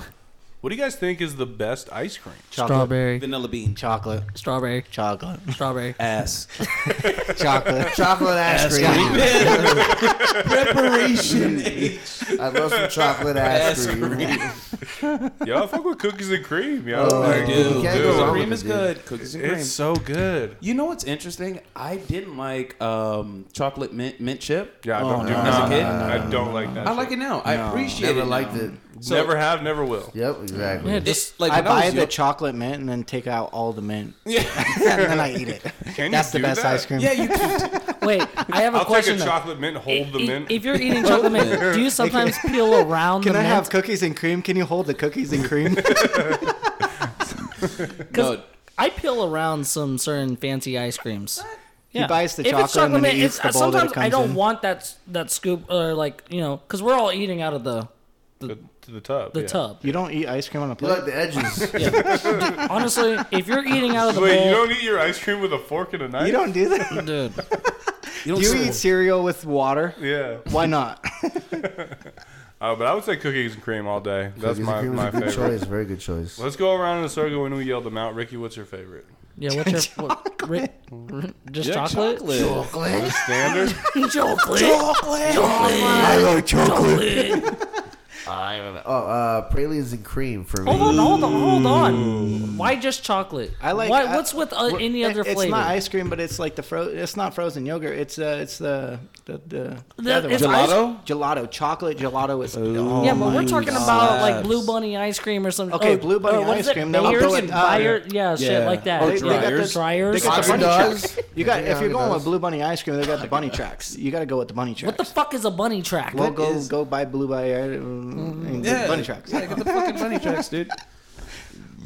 Speaker 1: What do you guys think is the best ice *laughs* cream?
Speaker 4: Chocolate.
Speaker 3: Strawberry.
Speaker 5: Vanilla bean.
Speaker 4: Chocolate.
Speaker 3: Strawberry.
Speaker 4: Chocolate. *laughs*
Speaker 3: Strawberry.
Speaker 5: Ass.
Speaker 4: Chocolate. *laughs*
Speaker 6: Chocolate ass cream.
Speaker 5: Preparation. *laughs* H.
Speaker 6: I love some chocolate ass
Speaker 5: Ass
Speaker 6: cream.
Speaker 5: cream.
Speaker 1: Yo, I fuck with cookies and cream, yo.
Speaker 6: Oh,
Speaker 1: Like,
Speaker 6: I do.
Speaker 5: Dude,
Speaker 6: You can't
Speaker 1: go
Speaker 5: cookies and
Speaker 1: wrong
Speaker 5: cream
Speaker 6: with
Speaker 5: is
Speaker 6: it, dude.
Speaker 5: good. Cookies and cream.
Speaker 1: It's so good.
Speaker 5: You know what's interesting? I didn't like um, chocolate mint mint chip.
Speaker 1: Yeah, I
Speaker 2: Oh,
Speaker 1: don't do
Speaker 5: no,
Speaker 1: not-
Speaker 5: as a kid?
Speaker 1: I don't like that.
Speaker 5: I like it now. I appreciate
Speaker 6: Never
Speaker 5: it.
Speaker 6: liked
Speaker 5: now.
Speaker 6: it.
Speaker 5: So-
Speaker 1: never have, never will.
Speaker 6: Yep, exactly.
Speaker 3: Yeah,
Speaker 5: It's
Speaker 3: just
Speaker 5: like
Speaker 4: I
Speaker 5: when I
Speaker 4: buy
Speaker 5: was
Speaker 4: the
Speaker 5: young-
Speaker 4: chocolate mint and then take out all the *laughs* mint.
Speaker 5: yeah,
Speaker 4: and then I eat it.
Speaker 1: Can you
Speaker 4: That's the
Speaker 1: do
Speaker 4: best
Speaker 1: that?
Speaker 4: ice cream.
Speaker 5: yeah, you can
Speaker 3: wait. I have a
Speaker 1: I'll take
Speaker 3: question.
Speaker 1: a
Speaker 3: though.
Speaker 1: chocolate mint, hold the
Speaker 3: I-
Speaker 1: mint.
Speaker 3: If you're eating chocolate mint,
Speaker 4: *laughs*
Speaker 3: do you sometimes peel around
Speaker 4: Can
Speaker 3: the
Speaker 4: I
Speaker 3: mint?
Speaker 4: have cookies and cream? Can you hold the cookies and cream?
Speaker 3: 'Cause
Speaker 5: No.
Speaker 3: I peel around some certain fancy ice creams. Yeah.
Speaker 4: buys the
Speaker 3: If it's
Speaker 4: chocolate and then he
Speaker 3: mint,
Speaker 4: eats
Speaker 3: it's- uh,
Speaker 4: the bowl that
Speaker 3: sometimes
Speaker 4: it
Speaker 3: I
Speaker 4: comes
Speaker 3: don't
Speaker 4: in.
Speaker 3: want that that scoop or like you know because we're all eating out of the
Speaker 1: to, to the tub.
Speaker 3: the
Speaker 1: yeah.
Speaker 3: tub.
Speaker 4: *laughs* you don't eat ice cream on a
Speaker 6: You
Speaker 4: plate.
Speaker 6: like the edges.
Speaker 3: Honestly, if you're eating out of the
Speaker 1: Wait,
Speaker 3: bowl,
Speaker 1: you don't eat your ice cream with a fork and a knife?
Speaker 4: You don't do that.
Speaker 3: dude.
Speaker 5: you don't
Speaker 4: *laughs* You
Speaker 5: see-
Speaker 4: eat *laughs* cereal with water.
Speaker 1: Yeah.
Speaker 4: Why *laughs* not?
Speaker 1: Uh, but I would say cookies and cream all day. That's
Speaker 6: Cookies and
Speaker 1: my,
Speaker 6: cream is
Speaker 1: my
Speaker 6: a good
Speaker 1: favorite.
Speaker 6: choice. Very good choice.
Speaker 1: Let's go around in a circle and we yell them out. Ricky, what's your favorite?
Speaker 3: Yeah, what's your what, ri- ri- just chocolate?
Speaker 6: Chocolate.
Speaker 1: Standard? *laughs*
Speaker 3: *laughs* Chocolate.
Speaker 6: I like chocolate.
Speaker 1: Ah,
Speaker 6: Oh, uh, pralines and cream for me.
Speaker 3: Hold on, hold on, hold on. Why just chocolate?
Speaker 4: I like.
Speaker 3: Why,
Speaker 4: I-
Speaker 3: what's with uh,
Speaker 4: well,
Speaker 3: any
Speaker 4: it-
Speaker 3: other flavor?
Speaker 4: It's not ice cream, but it's like the fro. It's not frozen yogurt. It's uh, it's the the the,
Speaker 3: The-
Speaker 4: other
Speaker 3: it's
Speaker 4: one.
Speaker 3: ice-
Speaker 5: Gelato?
Speaker 4: Gelato, chocolate gelato is. Oh
Speaker 3: yeah,
Speaker 4: my
Speaker 3: but we're talking
Speaker 4: God.
Speaker 3: about like
Speaker 5: slaps.
Speaker 3: Blue Bunny ice cream or something. Oh,
Speaker 4: Okay, Blue Bunny
Speaker 3: what is
Speaker 4: ice
Speaker 3: it?
Speaker 4: cream, then I'll
Speaker 3: Bayer's
Speaker 4: go
Speaker 3: and
Speaker 4: with, uh,
Speaker 3: Bayer, yeah, shit
Speaker 5: yeah.
Speaker 3: like that.
Speaker 5: Oh,
Speaker 4: They- they got
Speaker 5: dryers?
Speaker 4: the-
Speaker 3: Dryers?
Speaker 4: They got the
Speaker 6: Haagen
Speaker 4: bunny
Speaker 6: Dazs?
Speaker 4: tracks.
Speaker 6: *laughs*
Speaker 4: You got
Speaker 6: Yeah,
Speaker 4: if you're
Speaker 6: Haagen
Speaker 4: going
Speaker 6: Dazs.
Speaker 4: with Blue Bunny ice cream, they got the bunny tracks. You got to go with the bunny tracks.
Speaker 3: What the fuck is a bunny track?
Speaker 4: Well, go
Speaker 5: is-
Speaker 4: go buy Blue Bunny uh,
Speaker 3: Mm-hmm.
Speaker 4: and get
Speaker 5: Yeah,
Speaker 4: bunny tracks.
Speaker 5: Yeah, get the fucking bunny tracks, *laughs* dude.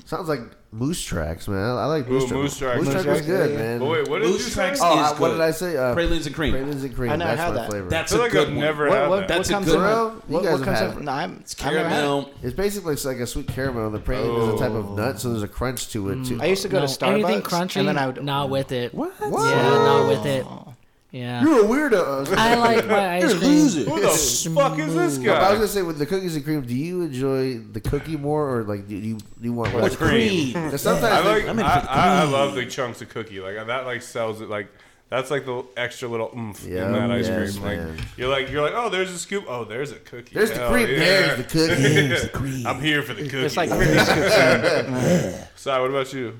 Speaker 6: Sounds like moose tracks, man. I, I like moose,
Speaker 1: Ooh, Moose Tracks.
Speaker 6: Moose,
Speaker 1: Moose
Speaker 6: track was
Speaker 4: Tracks,
Speaker 6: good,
Speaker 4: yeah, yeah.
Speaker 6: man.
Speaker 1: But wait, what did
Speaker 5: Moose
Speaker 1: you say?
Speaker 5: tracks
Speaker 6: oh,
Speaker 5: is
Speaker 6: I,
Speaker 5: good.
Speaker 6: what did I say? Uh,
Speaker 5: Pralines and cream.
Speaker 6: pralines and cream.
Speaker 4: I never
Speaker 6: That's
Speaker 4: had
Speaker 6: my
Speaker 4: that.
Speaker 6: flavor.
Speaker 5: That's
Speaker 1: I
Speaker 5: a
Speaker 1: feel like
Speaker 5: good
Speaker 1: I've
Speaker 5: one.
Speaker 1: never
Speaker 4: What,
Speaker 1: had
Speaker 4: what,
Speaker 1: that.
Speaker 4: what
Speaker 5: That's a
Speaker 4: comes
Speaker 5: good
Speaker 4: in it?
Speaker 6: one. You
Speaker 4: What,
Speaker 6: guys
Speaker 4: what
Speaker 6: have
Speaker 4: comes
Speaker 6: had
Speaker 4: in
Speaker 6: it.
Speaker 4: it? No, I'm,
Speaker 5: It's
Speaker 4: I've never had it.
Speaker 5: caramel.
Speaker 6: It's basically it's like a sweet caramel. The praline is a type of nut, so there's a crunch to it too.
Speaker 4: Mm. I used to go
Speaker 3: No,
Speaker 4: to Starbucks
Speaker 3: anything crunchy?
Speaker 4: and then I would
Speaker 3: not with it. What?
Speaker 6: What?
Speaker 3: Yeah, not with it. Yeah.
Speaker 6: You're a weirdo.
Speaker 3: I like
Speaker 4: *laughs*
Speaker 3: my ice cream.
Speaker 1: Who the fuck is this
Speaker 6: But I was
Speaker 1: guy?
Speaker 6: gonna say with the cookies and cream, do you enjoy the cookie more or like do you do you want
Speaker 1: The
Speaker 6: less?
Speaker 5: *laughs*
Speaker 1: cream.
Speaker 6: 'Cause sometimes
Speaker 1: I like. Mm.
Speaker 6: they-
Speaker 1: I, I, I love the chunks of cookie. Like that. Like sells it. Like that's like the extra little oomph
Speaker 6: Yeah,
Speaker 1: in that ice
Speaker 6: yes,
Speaker 1: cream. Like
Speaker 6: man.
Speaker 1: you're like you're like oh there's a scoop oh there's a cookie
Speaker 6: there's the
Speaker 1: Hell
Speaker 6: cream,
Speaker 1: yeah.
Speaker 6: there's
Speaker 1: *laughs*
Speaker 6: the cookie.
Speaker 1: the cream. I'm here for the cookie.
Speaker 5: *laughs*
Speaker 4: It's like
Speaker 1: Sai, what about you?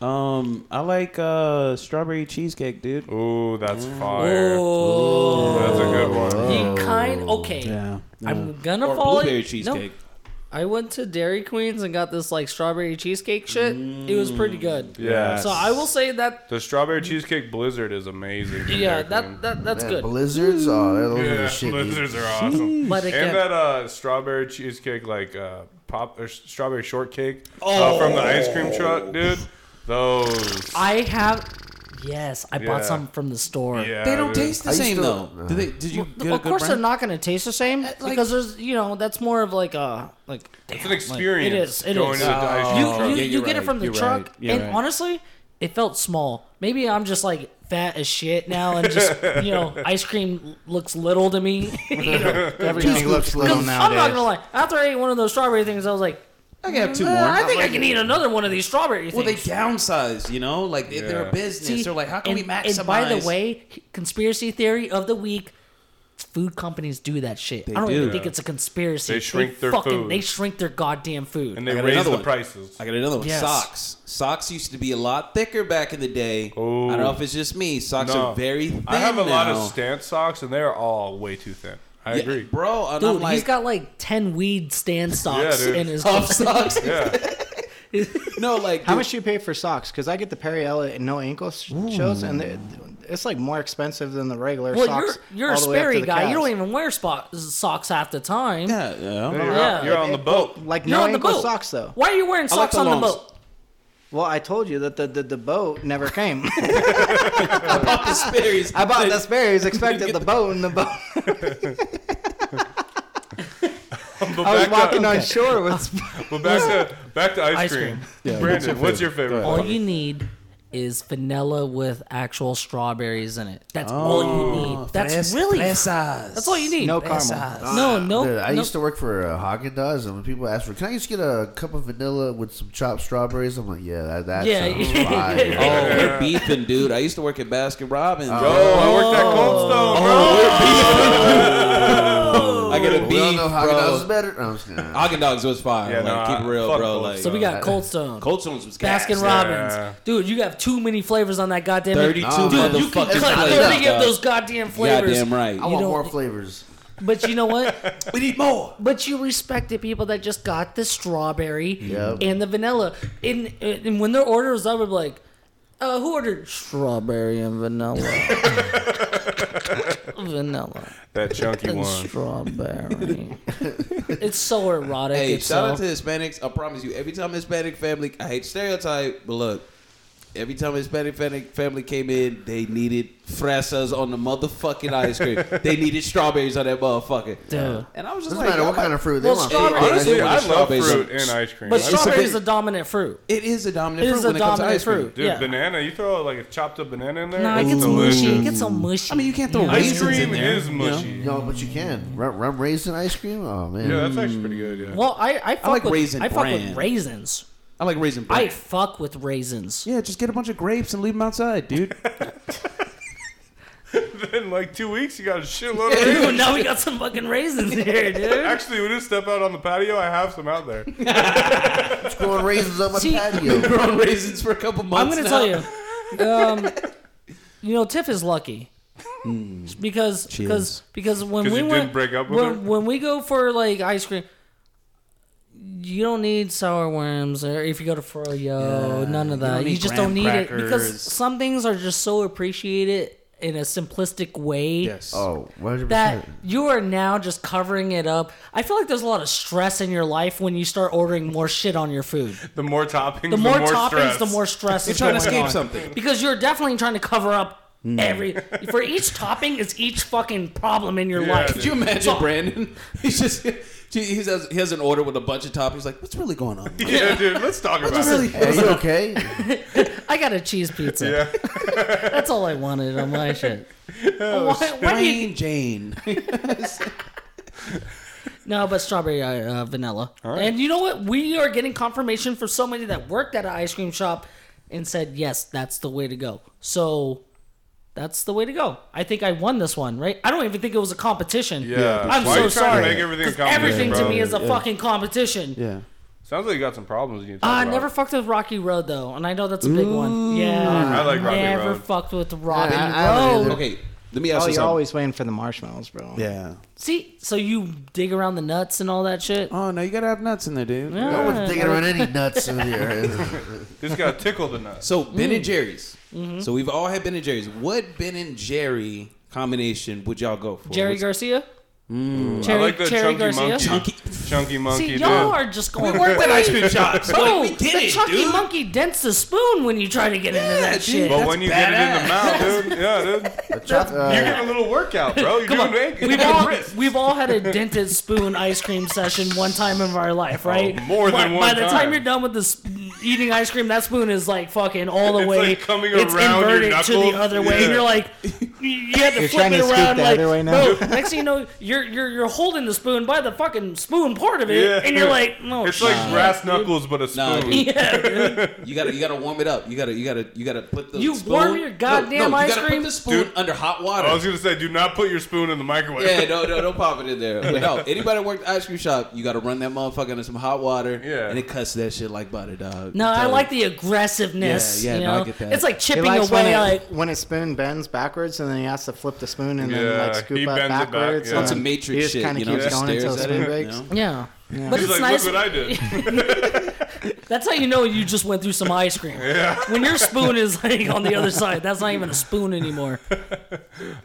Speaker 5: Um, I like uh, strawberry cheesecake, dude.
Speaker 1: Ooh, that's fire.
Speaker 3: Oh,
Speaker 1: That's a good one.
Speaker 3: you kind. Okay.
Speaker 5: Yeah.
Speaker 3: I'm gonna
Speaker 5: Or
Speaker 3: fall.
Speaker 5: blueberry
Speaker 3: no,
Speaker 5: cheesecake.
Speaker 3: I went to Dairy Queen's and got this like strawberry cheesecake shit. It was pretty good.
Speaker 1: Yeah.
Speaker 3: So I will say that
Speaker 1: The strawberry cheesecake blizzard is amazing. from
Speaker 3: yeah,
Speaker 1: Dairy
Speaker 3: that,
Speaker 1: Queen.
Speaker 3: that that's
Speaker 6: Man,
Speaker 3: good.
Speaker 6: Blizzards, oh, those are
Speaker 1: yeah,
Speaker 6: the shit. dude.
Speaker 1: blizzards are awesome.
Speaker 3: But
Speaker 1: And
Speaker 3: again,
Speaker 1: that uh, strawberry cheesecake, like uh, pop or s- strawberry shortcake uh, from the ice cream truck, dude. Those.
Speaker 3: I have. Yes, I
Speaker 1: Yeah.
Speaker 3: bought some from the store.
Speaker 1: Yeah,
Speaker 5: They don't
Speaker 1: dude.
Speaker 5: taste the
Speaker 6: I used
Speaker 5: same
Speaker 6: to-
Speaker 5: though.
Speaker 6: No.
Speaker 5: Did, they, did you get a
Speaker 3: of
Speaker 5: good
Speaker 3: course, they're
Speaker 5: brand?
Speaker 3: not going to taste the same because there's, you know, that's more of like a like.
Speaker 1: It's
Speaker 3: damn,
Speaker 1: an
Speaker 3: like,
Speaker 1: experience.
Speaker 3: it is. It
Speaker 1: going
Speaker 3: is.
Speaker 5: Uh,
Speaker 1: into the ice cream
Speaker 3: you
Speaker 1: truck.
Speaker 3: you,
Speaker 5: Yeah,
Speaker 3: you
Speaker 5: you're
Speaker 3: get it
Speaker 5: right.
Speaker 3: from the
Speaker 5: You're
Speaker 3: truck,
Speaker 5: right. You're
Speaker 3: and
Speaker 5: right.
Speaker 3: honestly, it felt small. Maybe I'm just like fat as shit now,
Speaker 1: *laughs*
Speaker 3: and just you know, ice cream looks little to me. You know,
Speaker 4: everything looks little
Speaker 3: 'cause *laughs* I'm not
Speaker 4: nowadays.
Speaker 3: gonna lie. After I ate one of those strawberry things, I was like,
Speaker 5: I can have two
Speaker 3: "Uh,
Speaker 5: more.
Speaker 3: I think I can eat another one of these strawberry things.
Speaker 5: Well, they downsize, you know, like they- they're
Speaker 1: Yeah.
Speaker 5: a business.
Speaker 3: See,
Speaker 5: they're like, how can
Speaker 3: and,
Speaker 5: we maximize?
Speaker 3: And by the way, conspiracy theory of the week: food companies do that shit. I don't
Speaker 5: do.
Speaker 3: even think it's a conspiracy.
Speaker 1: They shrink their
Speaker 3: fucking,
Speaker 1: food.
Speaker 3: They shrink their goddamn food.
Speaker 1: and
Speaker 5: I
Speaker 1: they
Speaker 5: got
Speaker 1: raise
Speaker 5: another
Speaker 1: the
Speaker 5: one.
Speaker 1: prices.
Speaker 5: I got another one.
Speaker 3: Yes.
Speaker 5: Socks. Socks used to be a lot thicker back in the day.
Speaker 1: Oh.
Speaker 5: I don't know if it's just me. Socks
Speaker 1: No.
Speaker 5: are very thin.
Speaker 1: I have a lot
Speaker 5: now.
Speaker 1: of stance socks, and they're all way too thin. I
Speaker 5: Yeah,
Speaker 2: *laughs*
Speaker 1: agree.
Speaker 5: bro. And
Speaker 3: Dude,
Speaker 5: I'm like,
Speaker 3: he's got like ten weed stand stocks
Speaker 1: dude.
Speaker 3: in his.
Speaker 5: *laughs* tough socks.
Speaker 1: Yeah,
Speaker 5: no, like,
Speaker 4: How
Speaker 5: dude,
Speaker 4: much do you pay for socks? Because I get the Periella and no ankle sh- shows, and they're- it's like more expensive than the
Speaker 3: *laughs*
Speaker 4: regular
Speaker 3: Well, you're
Speaker 4: socks.
Speaker 3: you're a
Speaker 4: all the way up to
Speaker 3: Sperry
Speaker 4: the
Speaker 3: guy. You
Speaker 4: calves.
Speaker 3: don't even wear spot, socks half the time.
Speaker 5: Yeah, yeah.
Speaker 1: you're,
Speaker 3: Yeah.
Speaker 1: you're on the boat.
Speaker 4: like
Speaker 3: You're
Speaker 4: no
Speaker 3: on the
Speaker 4: ankle
Speaker 3: boat.
Speaker 4: socks though.
Speaker 3: Why are you wearing
Speaker 5: like
Speaker 3: socks
Speaker 5: the
Speaker 3: on the
Speaker 5: longs.
Speaker 3: boat?
Speaker 4: Well, I told you that the the, the boat never
Speaker 3: *laughs*
Speaker 4: came. *laughs*
Speaker 5: I bought the Sperry's.
Speaker 4: I
Speaker 5: *laughs*
Speaker 4: bought the Sperry's, expected the boat, and the boat.
Speaker 1: But
Speaker 4: I was
Speaker 1: back,
Speaker 4: walking
Speaker 1: to,
Speaker 4: on shore
Speaker 3: Oh,
Speaker 4: with. Sp-
Speaker 1: *laughs* but back to back to ice,
Speaker 3: Ice
Speaker 1: cream.
Speaker 3: cream.
Speaker 1: Brandon, what's your favorite?
Speaker 3: All you need is vanilla with actual strawberries in it. That's all you need. That's really that's all you need.
Speaker 4: No
Speaker 3: No,
Speaker 4: caramel.
Speaker 3: no, no.
Speaker 6: Dude, I used to work for uh, Haagen Dazs, and when people ask for, "Can I just get a cup of vanilla with some chopped strawberries?" I'm like, "Yeah, that,
Speaker 4: *laughs*
Speaker 6: that
Speaker 3: Yeah,
Speaker 6: sounds
Speaker 3: yeah,
Speaker 6: fire."
Speaker 3: yeah.
Speaker 2: Oh, we're beefing, dude. I used to work at Baskin Robbins.
Speaker 1: Yo, Oh, I worked at Cold Stone, bro.
Speaker 2: I get a
Speaker 6: we all
Speaker 2: beef,
Speaker 6: know Haagen Dazs is
Speaker 2: bro.
Speaker 6: better. No, I'm just kidding.
Speaker 2: Haagen Dogs was fire.
Speaker 1: Yeah,
Speaker 2: like,
Speaker 1: nah,
Speaker 2: keep it real,
Speaker 1: fuck
Speaker 2: bro.
Speaker 1: Cold
Speaker 2: Like
Speaker 3: so we got Cold Stone,
Speaker 2: Cold Stones was gas.
Speaker 3: Baskin Robbins, dude. You have too many flavors on that
Speaker 2: *laughs*
Speaker 3: goddamn.
Speaker 2: Thirty-two
Speaker 6: Nah,
Speaker 3: Dude, you can
Speaker 2: motherfucking
Speaker 3: cut
Speaker 2: flavors,
Speaker 3: thirty of
Speaker 2: dog.
Speaker 3: those goddamn flavors.
Speaker 2: Goddamn right.
Speaker 6: I want
Speaker 3: don't-
Speaker 6: more flavors.
Speaker 3: But you know what?
Speaker 2: We need more.
Speaker 3: But you respect the people that just got the strawberry
Speaker 6: Yep.
Speaker 3: and the vanilla. And, and when their order was up, I'd be like, uh, who ordered strawberry and vanilla? vanilla
Speaker 1: That
Speaker 3: *laughs*
Speaker 1: chunky
Speaker 3: and
Speaker 1: one.
Speaker 3: strawberry. it's so erotic.
Speaker 2: Hey,
Speaker 3: it's
Speaker 2: shout out
Speaker 3: so-
Speaker 2: to Hispanics. I promise you, every time Hispanic family, I hate stereotype, but look, every time Hispanic family, family came in, they needed fresas on the motherfucking ice cream.
Speaker 1: *laughs*
Speaker 2: they needed strawberries on that motherfucker.
Speaker 3: Dude.
Speaker 2: And I was just
Speaker 6: Doesn't
Speaker 2: like,
Speaker 6: matter what
Speaker 2: I'm like,
Speaker 6: kind of fruit they
Speaker 3: Well,
Speaker 6: want.
Speaker 3: strawberry-
Speaker 6: Fuck it.
Speaker 1: Honestly,
Speaker 2: Yeah,
Speaker 1: I love
Speaker 2: strawberries.
Speaker 1: fruit and ice cream.
Speaker 3: But
Speaker 1: I-
Speaker 3: strawberry is
Speaker 2: big-
Speaker 3: the dominant fruit.
Speaker 2: It is a dominant
Speaker 3: It
Speaker 2: fruit
Speaker 3: is a
Speaker 2: when it comes to
Speaker 3: dominant
Speaker 2: ice cream.
Speaker 3: fruit.
Speaker 1: Dude,
Speaker 3: yeah.
Speaker 1: banana. You throw like a chopped up banana in there.
Speaker 3: Nah, it
Speaker 1: it's
Speaker 3: gets
Speaker 1: delicious.
Speaker 3: mushy. It gets so mushy.
Speaker 2: I mean, you can't throw
Speaker 1: Ice
Speaker 2: raisins in
Speaker 1: cream
Speaker 2: there,
Speaker 1: is
Speaker 2: you know?
Speaker 1: mushy.
Speaker 6: No, but you can rum, rum raisin ice cream. Oh man,
Speaker 1: Yeah, that's actually pretty good. Yeah.
Speaker 3: Well, I, I fuck
Speaker 2: like
Speaker 3: with,
Speaker 2: raisin
Speaker 3: I fuck
Speaker 2: bran.
Speaker 3: with raisins.
Speaker 2: I like raisin bread.
Speaker 3: I fuck with raisins.
Speaker 2: Yeah, just get a bunch of grapes and leave them
Speaker 1: *laughs*
Speaker 2: outside, dude.
Speaker 1: *laughs* in like two weeks, you got a shitload of
Speaker 3: *laughs*
Speaker 1: raisins.
Speaker 3: Dude, *laughs* now we got some fucking raisins here,
Speaker 2: *laughs*
Speaker 3: dude.
Speaker 1: Actually, we just step out on the patio. I have some out there.
Speaker 6: It's growing raisins on my
Speaker 3: See-
Speaker 4: *laughs*
Speaker 6: patio.
Speaker 2: Grown raisins for a couple
Speaker 3: I'm
Speaker 2: months. now.
Speaker 3: gonna tell you.
Speaker 1: *laughs*
Speaker 3: Um, you know, Tiff is lucky
Speaker 2: Hmm.
Speaker 3: because because because when
Speaker 1: 'Cause
Speaker 3: we
Speaker 1: you
Speaker 3: went
Speaker 1: didn't break up with
Speaker 3: when,
Speaker 1: her?
Speaker 3: when we go for like ice cream, you don't need sour worms or if you go to Froyo, none of that. You,
Speaker 2: need
Speaker 3: just
Speaker 2: graham
Speaker 3: don't need it because
Speaker 2: crackers.
Speaker 3: some things are just so appreciated in a simplistic way.
Speaker 6: Oh, 100
Speaker 3: That
Speaker 6: percent.
Speaker 3: you are now just covering it up. I feel like there's a lot of stress in your life when you start ordering more shit on your food.
Speaker 1: The more toppings,
Speaker 3: The more, toppings,
Speaker 1: stress.
Speaker 3: the more stress. You're
Speaker 2: trying to escape something.
Speaker 3: because you're definitely trying to cover up every. For each topping is each fucking problem in your
Speaker 1: Yeah,
Speaker 3: life.
Speaker 2: Could you imagine Brandon? *laughs* He's just he has he has an order with a bunch of toppings. Like, what's really *laughs* going on?
Speaker 1: *laughs* Yeah, dude. Let's talk about
Speaker 2: What's
Speaker 1: it.
Speaker 2: really?
Speaker 6: Are
Speaker 4: *laughs*
Speaker 6: you okay?
Speaker 3: I got a cheese pizza. *laughs* That's all I wanted on
Speaker 1: *laughs*
Speaker 3: my shit.
Speaker 1: Oh,
Speaker 3: why, why do you,
Speaker 2: Plain *laughs* Jane.
Speaker 3: no, but strawberry uh, uh, vanilla. And you know what? We are getting confirmation for somebody that worked at an ice cream shop and said, yes, that's the way to go. So that's the way to go. I think I won this one, right? I don't even think it was a competition.
Speaker 1: Yeah.
Speaker 3: I'm
Speaker 1: Why
Speaker 3: so
Speaker 1: are you trying
Speaker 3: sorry.
Speaker 1: To make everything, a
Speaker 3: 'Cause
Speaker 1: competition,
Speaker 3: everything to
Speaker 1: bro?
Speaker 3: me is a fucking competition.
Speaker 2: Yeah.
Speaker 1: Sounds like you got some problems. You need to talk
Speaker 3: I
Speaker 1: about.
Speaker 3: Uh, Ah, never fucked with Rocky Road though, and I know that's a big one. Yeah,
Speaker 1: Mm. Oh, I like Rocky
Speaker 3: never
Speaker 1: Road.
Speaker 3: fucked with Rocky
Speaker 6: I- I haven't
Speaker 3: Road.
Speaker 6: either.
Speaker 2: Okay. Let me
Speaker 4: Oh,
Speaker 2: ask you
Speaker 4: you're
Speaker 2: something.
Speaker 4: always waiting for the marshmallows, bro.
Speaker 2: yeah.
Speaker 3: See, so you dig around the nuts and all that shit.
Speaker 2: Oh no, you gotta have nuts in there, dude.
Speaker 6: No one's digging around any nuts in
Speaker 4: *laughs*
Speaker 6: here.
Speaker 1: This got tickled the nuts.
Speaker 2: So Ben and Jerry's. So we've all had Ben and Jerry's. What Ben and Jerry combination would y'all go for?
Speaker 3: Jerry
Speaker 2: What's-
Speaker 3: Garcia.
Speaker 1: Mm. I
Speaker 3: Cherry,
Speaker 1: like the
Speaker 3: Cherry
Speaker 1: chunky
Speaker 3: Garcia.
Speaker 1: monkey.
Speaker 2: *laughs* Chunky.
Speaker 1: Chunky monkey.
Speaker 3: See,
Speaker 1: dude.
Speaker 3: y'all are just going.
Speaker 2: We worked at ice *laughs* cream shops.
Speaker 3: Oh,
Speaker 2: Like, we get
Speaker 3: the
Speaker 2: it,
Speaker 3: chunky
Speaker 2: dude.
Speaker 3: monkey dents the spoon when you try to get into that
Speaker 2: dude.
Speaker 3: shit.
Speaker 1: But when you get it
Speaker 3: *laughs*
Speaker 1: in the mouth, dude, yeah, dude,
Speaker 6: Chop- uh,
Speaker 1: you're getting a little workout, bro. You're
Speaker 3: Come on,
Speaker 1: doing
Speaker 3: we've all we've all had a dented spoon ice cream session one time of our life, right?
Speaker 1: Oh, more than
Speaker 3: by,
Speaker 1: one
Speaker 3: By the time
Speaker 1: time.
Speaker 3: you're done with this eating ice cream, that spoon is like fucking all the
Speaker 1: It's,
Speaker 3: way.
Speaker 1: like, coming
Speaker 3: it's
Speaker 1: around your
Speaker 3: inverted to the
Speaker 1: knuckles.
Speaker 3: other way.
Speaker 1: Yeah.
Speaker 3: You're like, you had to
Speaker 4: You're
Speaker 3: flip
Speaker 4: trying
Speaker 3: it
Speaker 4: to scoop
Speaker 3: around.
Speaker 4: the
Speaker 3: like,
Speaker 4: other way now?
Speaker 3: bro, next thing you know, you're you're you're holding the spoon by the fucking spoon part of
Speaker 1: *laughs*
Speaker 3: it,
Speaker 1: Yeah.
Speaker 3: and you're like, oh, no,
Speaker 1: It's like
Speaker 3: shit,
Speaker 1: brass
Speaker 3: dude.
Speaker 1: knuckles, but a spoon.
Speaker 2: Nah, dude.
Speaker 3: Yeah, dude.
Speaker 2: You gotta, you gotta warm it up. You gotta, you gotta, you gotta put the
Speaker 3: You
Speaker 2: spoon.
Speaker 3: warm your goddamn
Speaker 2: no, no,
Speaker 3: ice
Speaker 2: you gotta
Speaker 3: cream?
Speaker 2: Put the spoon
Speaker 1: Dude.
Speaker 2: under hot water.
Speaker 1: I was gonna say, do not put your spoon in the microwave.
Speaker 2: yeah, no, no, don't pop it in there. But no, anybody that worked at ice cream shop, you gotta run that motherfucker into some hot water.
Speaker 1: Yeah.
Speaker 2: and it cuts that shit like butter, dog.
Speaker 3: No,
Speaker 2: I'm
Speaker 3: I
Speaker 2: telling
Speaker 3: like
Speaker 2: you.
Speaker 3: the aggressiveness.
Speaker 2: Yeah, yeah,
Speaker 3: you
Speaker 2: no, I
Speaker 3: know?
Speaker 2: get that.
Speaker 3: It's like
Speaker 4: He
Speaker 3: chipping
Speaker 4: likes when
Speaker 3: away,
Speaker 4: it,
Speaker 3: like
Speaker 4: when his spoon bends backwards, and then he has to flip the spoon and then
Speaker 1: Yeah,
Speaker 4: like scoop
Speaker 1: he
Speaker 4: up
Speaker 1: bends it back,
Speaker 4: backwards.
Speaker 1: yeah.
Speaker 4: and
Speaker 2: On some
Speaker 4: then
Speaker 2: Matrix
Speaker 4: he just
Speaker 2: shit,
Speaker 4: kinda
Speaker 2: you know,
Speaker 4: keeps
Speaker 2: just
Speaker 4: going
Speaker 2: stares
Speaker 4: until
Speaker 2: at
Speaker 4: spoon
Speaker 2: it,
Speaker 4: breaks.
Speaker 2: you know?
Speaker 3: yeah. But
Speaker 1: *laughs* He's
Speaker 3: it's
Speaker 1: like,
Speaker 3: nice.
Speaker 1: look what I
Speaker 3: *laughs*
Speaker 1: did.
Speaker 3: That's how you know you just went through some ice cream. When your spoon is like on the other side, that's not even a spoon anymore.
Speaker 1: Um,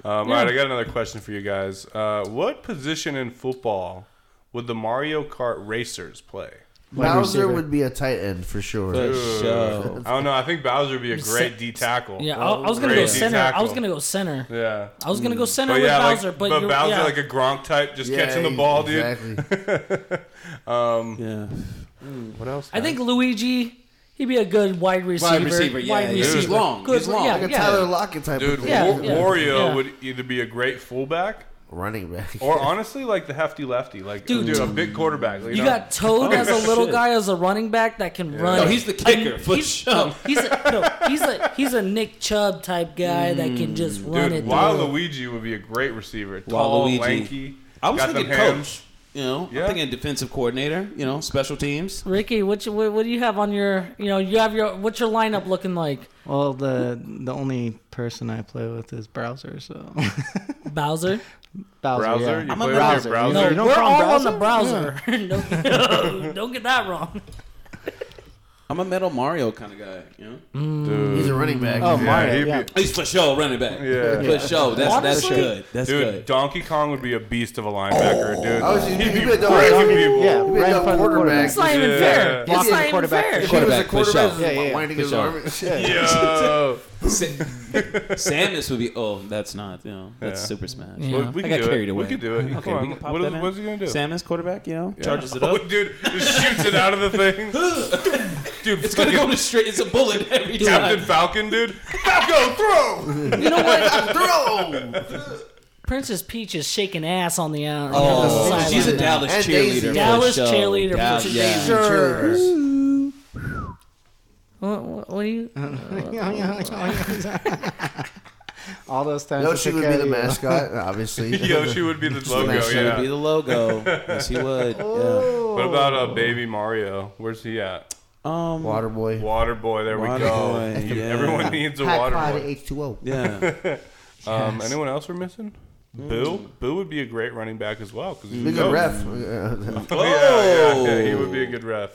Speaker 1: All right, I got another question for you guys. Uh, what position in football would the Mario Kart racers play?
Speaker 6: Bowser would be a tight end for sure.
Speaker 2: Show.
Speaker 1: I don't know. I think Bowser would be a great D tackle.
Speaker 3: Yeah, I, I was gonna go
Speaker 1: Crazy
Speaker 3: center. I was
Speaker 1: tackle.
Speaker 3: gonna go center.
Speaker 1: Yeah.
Speaker 3: I was gonna go center
Speaker 1: But
Speaker 3: with
Speaker 1: yeah, like-
Speaker 3: Bowser, but, you're,
Speaker 1: Bowser
Speaker 3: yeah.
Speaker 1: like a Gronk type, just
Speaker 6: Yeah,
Speaker 1: catching the ball, dude. *laughs*
Speaker 6: Exactly.
Speaker 2: Yeah,
Speaker 3: I think Luigi. He'd be a good wide receiver.
Speaker 2: receiver, yeah,
Speaker 3: wide
Speaker 2: yeah. He's
Speaker 3: receiver.
Speaker 2: long,
Speaker 3: Good,
Speaker 2: he's long.
Speaker 3: Yeah,
Speaker 6: Like a
Speaker 3: yeah.
Speaker 6: Tyler Lockett type
Speaker 1: Dude,
Speaker 6: of
Speaker 3: Yeah,
Speaker 1: Wa-
Speaker 3: yeah.
Speaker 1: Wario
Speaker 3: yeah.
Speaker 1: would either be a great fullback
Speaker 6: running back.
Speaker 1: or honestly like the hefty lefty, like
Speaker 3: Dude,
Speaker 1: dude, a big quarterback. You,
Speaker 3: You
Speaker 1: know? Oh,
Speaker 3: got
Speaker 1: *laughs*
Speaker 3: Toad as a little
Speaker 7: shit.
Speaker 3: guy as a running back that can run.
Speaker 2: No, he's the kicker, for
Speaker 3: he's,
Speaker 2: sure.
Speaker 3: no, he's a, no, he's a he's a Nick Chubb type guy that can just
Speaker 1: Mm.
Speaker 3: run
Speaker 1: dude.
Speaker 3: it. through.
Speaker 1: Waluigi would be a great receiver. Tall,
Speaker 2: Waluigi.
Speaker 1: lanky.
Speaker 2: I was
Speaker 1: got
Speaker 2: thinking
Speaker 1: them
Speaker 2: coach. You know,
Speaker 1: Yeah.
Speaker 2: I'm thinking defensive coordinator. You know, special teams.
Speaker 3: Ricky, what, you, what what do you have on your you know you have your what's your lineup looking like?
Speaker 4: Well, the the only person I play with is Browser, so *laughs*
Speaker 3: Bowser?
Speaker 4: Bowser.
Speaker 1: Browser? You
Speaker 4: Yeah.
Speaker 1: play with your
Speaker 4: browser.
Speaker 1: browser?
Speaker 4: No,
Speaker 3: No,
Speaker 4: you don't
Speaker 3: we're
Speaker 4: call him
Speaker 3: all on the browser. don't, don't get that wrong.
Speaker 2: I'm a metal Mario kind of guy. You know,
Speaker 1: Dude.
Speaker 6: *laughs* He's a running back.
Speaker 4: Oh,
Speaker 1: yeah,
Speaker 4: Mario,
Speaker 1: he'd be-
Speaker 4: yeah. *laughs*
Speaker 2: he's for sure running back.
Speaker 1: Yeah.
Speaker 2: for sure. That's
Speaker 3: Honestly,
Speaker 2: that's good. That's
Speaker 1: Dude,
Speaker 2: good.
Speaker 1: Donkey Kong would be a beast of a linebacker, dude.
Speaker 6: Oh. I was just,
Speaker 1: he'd
Speaker 6: *laughs* he'd
Speaker 1: be
Speaker 6: be a dog.
Speaker 1: breaking
Speaker 6: He'd be-
Speaker 1: people.
Speaker 4: Yeah,
Speaker 6: *laughs* He was
Speaker 4: right in
Speaker 6: a
Speaker 4: front of the
Speaker 6: quarterback.
Speaker 4: quarterback.
Speaker 3: It's not even
Speaker 1: Yeah.
Speaker 3: fair.
Speaker 4: Block
Speaker 3: It's
Speaker 4: the
Speaker 3: not even
Speaker 4: quarterback.
Speaker 3: fair.
Speaker 6: He was a
Speaker 2: Quarterback, for sure.
Speaker 6: quarterback
Speaker 4: Yeah, yeah.
Speaker 6: winding
Speaker 2: For
Speaker 6: his
Speaker 2: sure.
Speaker 1: Yo.
Speaker 6: arm.
Speaker 1: *laughs*
Speaker 2: Samus would be. Oh, that's not. You know, that's
Speaker 1: Yeah.
Speaker 2: Super Smash.
Speaker 3: Yeah.
Speaker 1: Well, we
Speaker 2: I
Speaker 1: can
Speaker 2: got
Speaker 1: do
Speaker 2: carried
Speaker 1: it.
Speaker 2: away.
Speaker 1: We can do it.
Speaker 2: Okay,
Speaker 1: Come
Speaker 2: we
Speaker 1: on.
Speaker 2: can pop
Speaker 1: What
Speaker 2: that
Speaker 1: is-
Speaker 2: in.
Speaker 1: what is he gonna do? *laughs*
Speaker 2: Samus quarterback. You know,
Speaker 1: Yeah.
Speaker 2: charges it
Speaker 1: Oh,
Speaker 2: up.
Speaker 1: dude, just shoots it out of the
Speaker 6: *laughs*
Speaker 1: thing. dude,
Speaker 2: It's gonna go to straight. It's a bullet *laughs* every
Speaker 1: Captain
Speaker 2: time.
Speaker 1: Falcon, dude. Falco,
Speaker 6: *laughs*
Speaker 1: throw!
Speaker 3: You know what?
Speaker 6: Throw!
Speaker 3: Princess Peach is shaking ass on the uh,
Speaker 2: Oh,
Speaker 3: on the
Speaker 2: she's a
Speaker 3: sideline.
Speaker 2: Dallas
Speaker 6: And Daisy.
Speaker 2: cheerleader. for
Speaker 3: Dallas
Speaker 2: sure.
Speaker 3: cheerleader.
Speaker 2: Dallas-
Speaker 3: Princess
Speaker 2: yeah.
Speaker 3: Peach.
Speaker 6: Sure.
Speaker 3: What, what, what do you?
Speaker 4: All those times. I
Speaker 6: Yoshi
Speaker 4: took
Speaker 6: would
Speaker 4: care
Speaker 6: be
Speaker 4: of
Speaker 6: the
Speaker 4: you.
Speaker 3: *laughs*
Speaker 1: *laughs*
Speaker 6: mascot, obviously.
Speaker 1: Yoshi
Speaker 6: *laughs*
Speaker 1: would be the logo,
Speaker 6: Smash
Speaker 2: That would be
Speaker 1: yeah.
Speaker 2: the logo. Yes, he would. Yeah.
Speaker 1: What about uh, Baby Mario? Where's he at?
Speaker 2: Um.
Speaker 6: Waterboy.
Speaker 1: Water Boy, there we
Speaker 2: Water
Speaker 1: go.
Speaker 2: Boy,
Speaker 1: You-
Speaker 2: yeah.
Speaker 1: *laughs* Everyone needs a
Speaker 6: Hot
Speaker 1: Water
Speaker 6: pot
Speaker 1: Boy.
Speaker 6: H2O.
Speaker 2: *laughs* Yeah.
Speaker 1: Um, anyone else we're missing? Boo? Boo would be a great running back as well. Cause he's
Speaker 6: He's a good ref. *laughs* Uh,
Speaker 1: *laughs* Oh, yeah, yeah, yeah, he would be a good ref.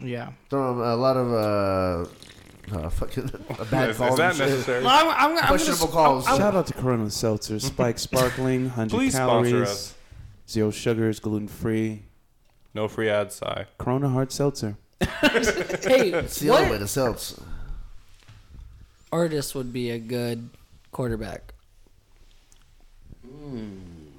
Speaker 4: Yeah.
Speaker 6: Throw him a lot of uh, uh, fucking *laughs* a bad
Speaker 1: Is,
Speaker 6: calls
Speaker 1: is that
Speaker 6: and shit.
Speaker 1: necessary?
Speaker 3: I'm, I'm, I'm gonna,
Speaker 6: Questionable calls.
Speaker 2: Shout out to Corona Seltzer, Spike *laughs* Sparkling, 100
Speaker 1: Please sponsor
Speaker 2: calories,
Speaker 1: us.
Speaker 2: zero sugars, gluten free.
Speaker 1: No free ads, Sai.
Speaker 2: Corona Hard Seltzer.
Speaker 3: hey,
Speaker 6: It's the only way
Speaker 3: what
Speaker 6: to sell. It's-
Speaker 3: artist would be a good quarterback?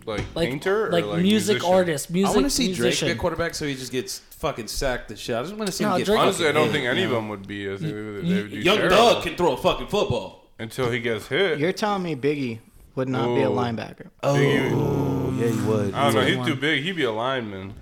Speaker 1: Like,
Speaker 3: Like,
Speaker 1: painter? Or
Speaker 3: like,
Speaker 1: like,
Speaker 3: music
Speaker 1: musician?
Speaker 3: artist,
Speaker 2: I
Speaker 3: music
Speaker 2: want to see
Speaker 3: musician.
Speaker 2: Drake be a quarterback so he just gets fucking sacked the shit. I just want to see
Speaker 3: No,
Speaker 2: him get
Speaker 3: Drake-
Speaker 1: Honestly, I don't
Speaker 2: fucking
Speaker 1: think
Speaker 2: hit,
Speaker 1: any
Speaker 2: you
Speaker 1: of
Speaker 2: know?
Speaker 1: them would be. As, they would do
Speaker 2: Young
Speaker 1: terrible
Speaker 2: Doug can throw a fucking football.
Speaker 1: until he gets hit.
Speaker 4: You're telling me Biggie would not be a
Speaker 1: Ooh.
Speaker 4: linebacker?
Speaker 2: Oh,
Speaker 1: Biggie-
Speaker 2: yeah, he would.
Speaker 1: I don't know.
Speaker 4: He's
Speaker 1: He's
Speaker 4: one.
Speaker 1: too big. He'd be a lineman.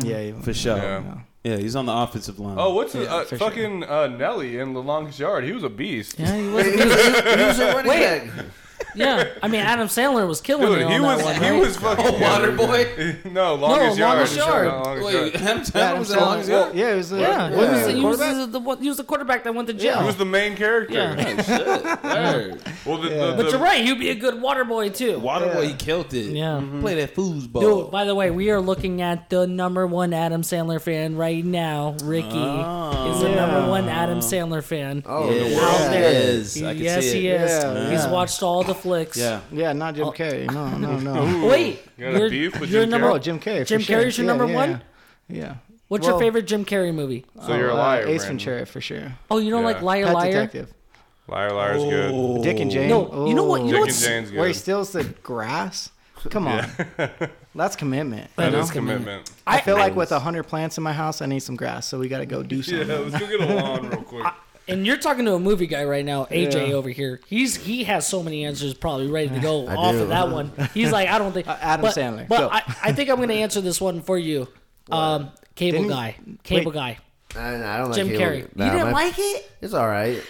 Speaker 4: Yeah. he would.
Speaker 2: For sure.
Speaker 1: Yeah.
Speaker 2: Yeah. he's on the offensive line.
Speaker 1: Oh, what's his,
Speaker 4: Yeah,
Speaker 1: uh,
Speaker 4: for sure.
Speaker 1: fucking uh, Nelly in Lelong's yard? He was a beast.
Speaker 3: yeah, he
Speaker 6: He
Speaker 3: was,
Speaker 6: was, he was a running
Speaker 3: Wait.
Speaker 6: back.
Speaker 3: yeah. I mean, Adam Sandler was killing it
Speaker 1: Dude,
Speaker 3: on
Speaker 1: he
Speaker 3: that
Speaker 1: was
Speaker 3: one,
Speaker 1: he
Speaker 3: right?
Speaker 1: was
Speaker 4: *laughs*
Speaker 1: fucking
Speaker 2: Oh,
Speaker 1: *laughs*
Speaker 2: Water Boy?
Speaker 1: no, longest yard.
Speaker 3: Longest Yard.
Speaker 1: Not Longest
Speaker 2: Wait,
Speaker 1: Yard.
Speaker 2: Adam
Speaker 4: Yeah,
Speaker 2: Sandler was as
Speaker 4: I'm
Speaker 2: long as
Speaker 4: saying-
Speaker 2: you?
Speaker 4: Yeah, it was. a-
Speaker 3: Yeah,
Speaker 4: yeah.
Speaker 3: He, was, he, was,
Speaker 4: Quarterback?
Speaker 3: the, one- he was the quarterback that went to jail.
Speaker 1: He was the main character.
Speaker 3: Yeah.
Speaker 2: Oh,
Speaker 1: Well, the, the,
Speaker 3: But
Speaker 1: the-
Speaker 3: you're right. He'd be a good water boy too.
Speaker 2: *laughs* Water Boy, he killed it.
Speaker 3: Yeah.
Speaker 2: Play that foosball.
Speaker 3: Dude, by the way, we are looking at the number one Adam Sandler fan right now. Ricky
Speaker 2: Oh. Ah.
Speaker 3: is the number one Adam Sandler fan.
Speaker 6: Oh,
Speaker 2: Yeah.
Speaker 6: no.
Speaker 3: Out there.
Speaker 2: Yes, I can
Speaker 3: yes,
Speaker 2: see
Speaker 3: he
Speaker 2: it.
Speaker 3: is.
Speaker 4: Yeah,
Speaker 3: He's
Speaker 4: yeah.
Speaker 3: watched all the flicks.
Speaker 2: Yeah.
Speaker 4: Yeah, not Jim Carrey. No, no, no.
Speaker 3: Wait,
Speaker 1: You got a
Speaker 3: you're,
Speaker 1: beef with
Speaker 3: you're
Speaker 1: Jim
Speaker 3: number.
Speaker 4: Oh, Jim Carrey. for
Speaker 3: Jim
Speaker 4: sure.
Speaker 3: Carrey's your
Speaker 4: Yeah,
Speaker 3: number
Speaker 4: yeah,
Speaker 3: one?
Speaker 4: Yeah.
Speaker 3: What's
Speaker 4: Well,
Speaker 3: your favorite Jim Carrey movie?
Speaker 1: so you're a
Speaker 4: uh,
Speaker 1: liar.
Speaker 4: Ace
Speaker 1: Brandon.
Speaker 4: Ventura for sure.
Speaker 3: Oh, you don't
Speaker 1: Yeah.
Speaker 3: like Liar
Speaker 4: Pet
Speaker 3: Liar?
Speaker 4: Detective.
Speaker 1: Liar, liar's good.
Speaker 4: Dick and Jane.
Speaker 3: No, you know what- you know
Speaker 1: Dick
Speaker 4: Oh.
Speaker 1: and
Speaker 3: what's-
Speaker 1: Jane's Oh. good.
Speaker 4: Where he steals the grass. Come on,
Speaker 1: *laughs*
Speaker 4: that's commitment.
Speaker 1: that
Speaker 4: you know?
Speaker 1: is commitment.
Speaker 4: I feel like with hundred plants in my house, I need some grass, so we got to go
Speaker 1: *laughs*
Speaker 4: do
Speaker 1: Yeah,
Speaker 4: something.
Speaker 1: let's go get a lawn real quick.
Speaker 3: And you're talking to a movie guy right now, AJ
Speaker 4: Yeah.
Speaker 3: over here. He's he has so many answers, probably ready to go
Speaker 6: I
Speaker 3: off
Speaker 6: do.
Speaker 3: of that one. He's like, I don't
Speaker 4: *laughs*
Speaker 3: think
Speaker 4: Uh, Adam
Speaker 3: but,
Speaker 4: Sandler,
Speaker 3: But
Speaker 4: go.
Speaker 3: I, I think
Speaker 4: *laughs*
Speaker 3: I'm going to answer this one for you, um, cable
Speaker 4: Didn't-
Speaker 3: guy, cable
Speaker 4: wait.
Speaker 3: guy,
Speaker 6: Nah, nah, I don't like
Speaker 3: Jim
Speaker 6: Halo.
Speaker 3: Carrey.
Speaker 6: Nah,
Speaker 3: you didn't
Speaker 6: my-
Speaker 3: like it?
Speaker 6: It's all right.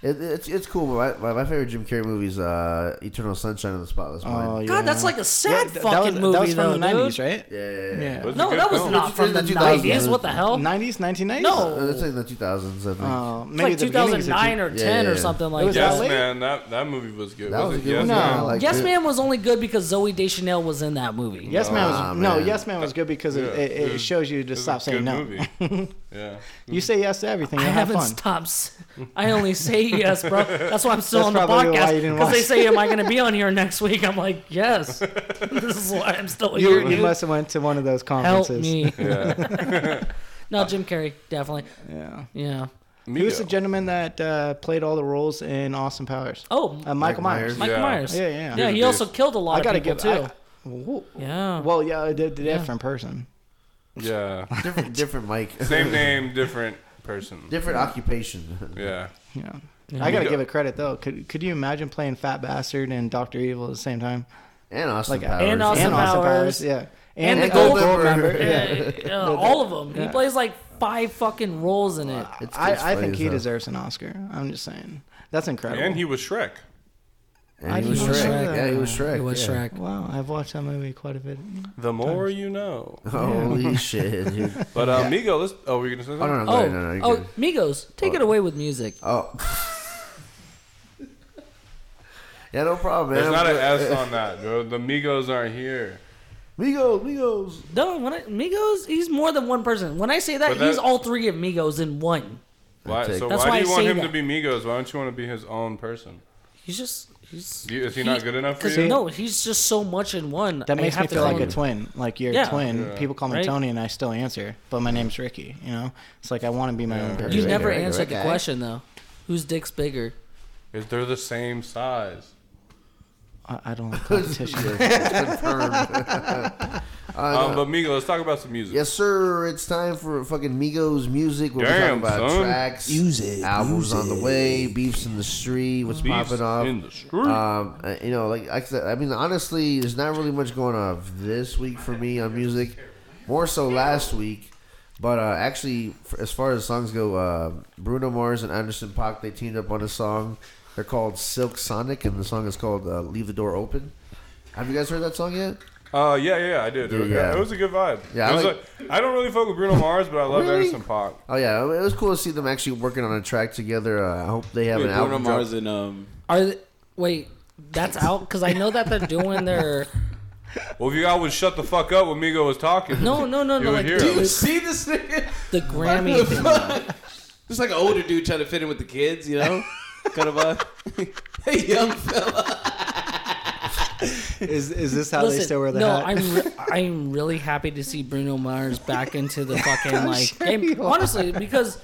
Speaker 6: It, it's it's cool. But my, my, my favorite Jim Carrey movie is uh, Eternal Sunshine of the Spotless Mind.
Speaker 4: Oh, yeah.
Speaker 3: God, that's like a sad fucking
Speaker 4: th- that was,
Speaker 3: movie
Speaker 4: That was
Speaker 3: though,
Speaker 4: from the nineties,
Speaker 3: dude.
Speaker 4: right?
Speaker 6: Yeah, yeah, yeah.
Speaker 4: Yeah.
Speaker 1: That's a
Speaker 3: No,
Speaker 1: good
Speaker 3: that was
Speaker 1: film.
Speaker 3: not from the
Speaker 6: It's in the 2000s.
Speaker 3: nineties. What the hell?
Speaker 4: Nineties, nineteen nineties.
Speaker 6: Uh,
Speaker 3: No,
Speaker 6: That's like in the 2000s, I think.
Speaker 4: Uh,
Speaker 3: it's
Speaker 4: maybe
Speaker 3: like
Speaker 4: the beginnings of
Speaker 3: 2009 or
Speaker 6: Yeah,
Speaker 3: 10
Speaker 6: yeah,
Speaker 3: or
Speaker 6: yeah.
Speaker 3: something
Speaker 4: It
Speaker 3: like
Speaker 4: was
Speaker 3: that.
Speaker 1: Yes,
Speaker 4: that late?
Speaker 1: man. That that movie was good.
Speaker 6: that was a
Speaker 1: it?
Speaker 6: good
Speaker 1: yes,
Speaker 6: one. Yeah, I
Speaker 1: man.
Speaker 6: liked
Speaker 3: Yes
Speaker 6: it.
Speaker 3: Man was only good because Zoe Deschanel was in that movie.
Speaker 4: Yes Man was
Speaker 6: Nah,
Speaker 4: no.
Speaker 6: man.
Speaker 4: Yes Man was good because it,
Speaker 1: Yeah,
Speaker 4: it,
Speaker 1: it
Speaker 4: it,
Speaker 1: was-
Speaker 4: shows you to
Speaker 1: It was a
Speaker 4: stop saying
Speaker 1: good
Speaker 4: no.
Speaker 1: movie. yeah.
Speaker 4: You say yes to everything.
Speaker 3: I
Speaker 4: You have
Speaker 3: haven't
Speaker 4: fun.
Speaker 3: stopped. s- I only
Speaker 4: *laughs*
Speaker 3: say yes, bro. That's why I'm still
Speaker 4: That's
Speaker 3: on the
Speaker 4: probably why
Speaker 3: podcast
Speaker 4: you didn't
Speaker 3: because they
Speaker 4: watch. *laughs*
Speaker 3: say, "Am I going to be on here next week?" I'm like, "Yes." this is why I'm still here.
Speaker 4: you, you
Speaker 3: dude.
Speaker 4: must have went to one of those
Speaker 3: help
Speaker 4: conferences.
Speaker 3: me.
Speaker 4: *laughs*
Speaker 1: Yeah.
Speaker 3: No, Jim Carrey, definitely.
Speaker 4: Yeah.
Speaker 3: Yeah.
Speaker 1: Me
Speaker 4: He was the
Speaker 1: though.
Speaker 4: gentleman that uh, played all the roles in Austin Powers.
Speaker 3: Oh,
Speaker 4: Uh, Michael Myers.
Speaker 3: Michael
Speaker 1: Yeah.
Speaker 3: Myers.
Speaker 4: Yeah, yeah.
Speaker 3: Yeah, he
Speaker 1: Dude,
Speaker 3: also killed a lot
Speaker 4: I
Speaker 3: of
Speaker 4: gotta
Speaker 3: people
Speaker 4: give
Speaker 3: too.
Speaker 4: I- Woo.
Speaker 3: yeah.
Speaker 4: Well, yeah, the, the different person.
Speaker 1: Yeah.
Speaker 6: Different, different Mike. *laughs*
Speaker 1: Same name, different person.
Speaker 6: Different occupation.
Speaker 1: Yeah.
Speaker 4: Yeah. I
Speaker 1: You
Speaker 4: gotta
Speaker 1: go-
Speaker 4: give it credit though. Could could you imagine playing Fat Bastard and Doctor Evil at the same time?
Speaker 6: and Austin
Speaker 4: Like,
Speaker 6: Powers.
Speaker 3: and Austin
Speaker 4: and Austin
Speaker 3: Powers.
Speaker 4: Powers, yeah,
Speaker 3: And, the
Speaker 4: uh,
Speaker 3: gold,
Speaker 6: Goldmember.
Speaker 3: member,
Speaker 6: Yeah.
Speaker 3: all of them. He
Speaker 4: Yeah.
Speaker 3: plays like five fucking roles in it.
Speaker 6: It's- it's
Speaker 4: I, I
Speaker 6: funny
Speaker 4: think
Speaker 6: as
Speaker 4: he
Speaker 6: hell.
Speaker 4: deserves an Oscar. I'm just saying. That's incredible.
Speaker 1: And he was Shrek.
Speaker 6: And
Speaker 4: I
Speaker 6: he was
Speaker 4: didn't
Speaker 6: Shrek.
Speaker 4: know that.
Speaker 6: Yeah, he was Shrek.
Speaker 3: It was
Speaker 6: yeah.
Speaker 3: Shrek.
Speaker 4: wow, I've watched that movie quite a bit.
Speaker 1: The more you know.
Speaker 6: Holy *laughs* shit, dude.
Speaker 1: But uh, Migo, let's. Oh, we're gonna say
Speaker 6: Oh,
Speaker 1: something.
Speaker 6: no, no, go
Speaker 3: Oh,
Speaker 6: ahead. No, no, you're
Speaker 3: oh,
Speaker 6: good.
Speaker 3: Migos, take it away with music.
Speaker 6: Oh. *laughs* yeah, no problem, man.
Speaker 1: There's not
Speaker 6: I'm
Speaker 1: an
Speaker 6: good.
Speaker 1: S on that, bro. The Migos aren't here.
Speaker 6: Migos, Migos.
Speaker 3: No, when I, Migos, he's more than one person. When I say that,
Speaker 1: But that-
Speaker 3: he's all three of Migos in one.
Speaker 1: Why,
Speaker 6: take-
Speaker 1: so
Speaker 3: That's
Speaker 1: why
Speaker 3: why
Speaker 1: do you
Speaker 3: I
Speaker 1: want
Speaker 3: say
Speaker 1: him to
Speaker 3: that.
Speaker 1: be Migos? Why don't you want to be his own person?
Speaker 3: He's just he's.
Speaker 1: Do you- is he not good enough for
Speaker 3: 'cause
Speaker 1: you?
Speaker 3: No, he's just so much in one.
Speaker 4: That
Speaker 3: I
Speaker 4: makes
Speaker 3: have
Speaker 4: me
Speaker 3: to
Speaker 4: feel
Speaker 3: call
Speaker 4: like a
Speaker 3: him-
Speaker 4: twin. Like you're
Speaker 3: Yeah.
Speaker 4: a twin.
Speaker 1: Yeah.
Speaker 4: People call me
Speaker 3: Right?
Speaker 4: Tony, and I still answer, but my name's Ricky. You know, it's like I want to be my own person.
Speaker 3: You
Speaker 6: Right,
Speaker 3: never
Speaker 6: right, right,
Speaker 3: answered the
Speaker 6: guy.
Speaker 3: question though. Whose dick's bigger?
Speaker 1: Is they're the same size?
Speaker 4: I, I *laughs* don't like competition.
Speaker 6: *laughs*
Speaker 1: Um, but Migo, let's talk about some music.
Speaker 6: Yes, sir. It's time for fucking Migos music. We're
Speaker 1: Damn,
Speaker 6: talking about
Speaker 1: son.
Speaker 6: tracks,
Speaker 5: Music,
Speaker 6: albums on the way, beefs in the street, what's
Speaker 1: Beefs
Speaker 6: popping off.
Speaker 1: in the street.
Speaker 6: Um, uh, you know, like I said, I mean, honestly, there's not really much going on this week for me on music. More so last week, but uh, actually, f as far as songs go, uh, Bruno Mars and Anderson Paak they teamed up on a song. They're called Silk Sonic, and the song is called uh, "Leave the Door Open." Have you guys heard that song yet?
Speaker 1: Uh, yeah, yeah, I did. It, was-
Speaker 6: Yeah.
Speaker 1: it was a good vibe.
Speaker 6: Yeah,
Speaker 1: It
Speaker 6: I
Speaker 1: was
Speaker 6: like-
Speaker 1: a- I don't really fuck with Bruno Mars, but I love
Speaker 6: Really?
Speaker 1: Anderson Paak.
Speaker 6: Oh yeah, it was cool to see them actually working on a track together. Uh, I hope they have
Speaker 2: Wait,
Speaker 6: an
Speaker 2: Bruno
Speaker 6: album.
Speaker 2: Mars and um,
Speaker 3: Are they, wait, that's out because I know that they're doing their
Speaker 1: Well, if you all would shut the fuck up when Migo was talking,
Speaker 3: no, no, no,
Speaker 1: You
Speaker 3: no,
Speaker 1: would
Speaker 3: like
Speaker 1: hear
Speaker 2: do *laughs* you
Speaker 3: the,
Speaker 2: see this nigga?
Speaker 3: the Grammy. thing.
Speaker 2: Just like an older dude trying to fit in with the kids, you *laughs* know? kind of a *laughs* hey young fella.
Speaker 4: is is this how they
Speaker 3: Listen,
Speaker 4: still wear the
Speaker 3: no,
Speaker 4: hat?
Speaker 3: I'm re- I'm really happy to see Bruno Mars back into
Speaker 4: *laughs*
Speaker 3: the fucking like
Speaker 4: sure
Speaker 3: game.
Speaker 4: you are.
Speaker 3: honestly because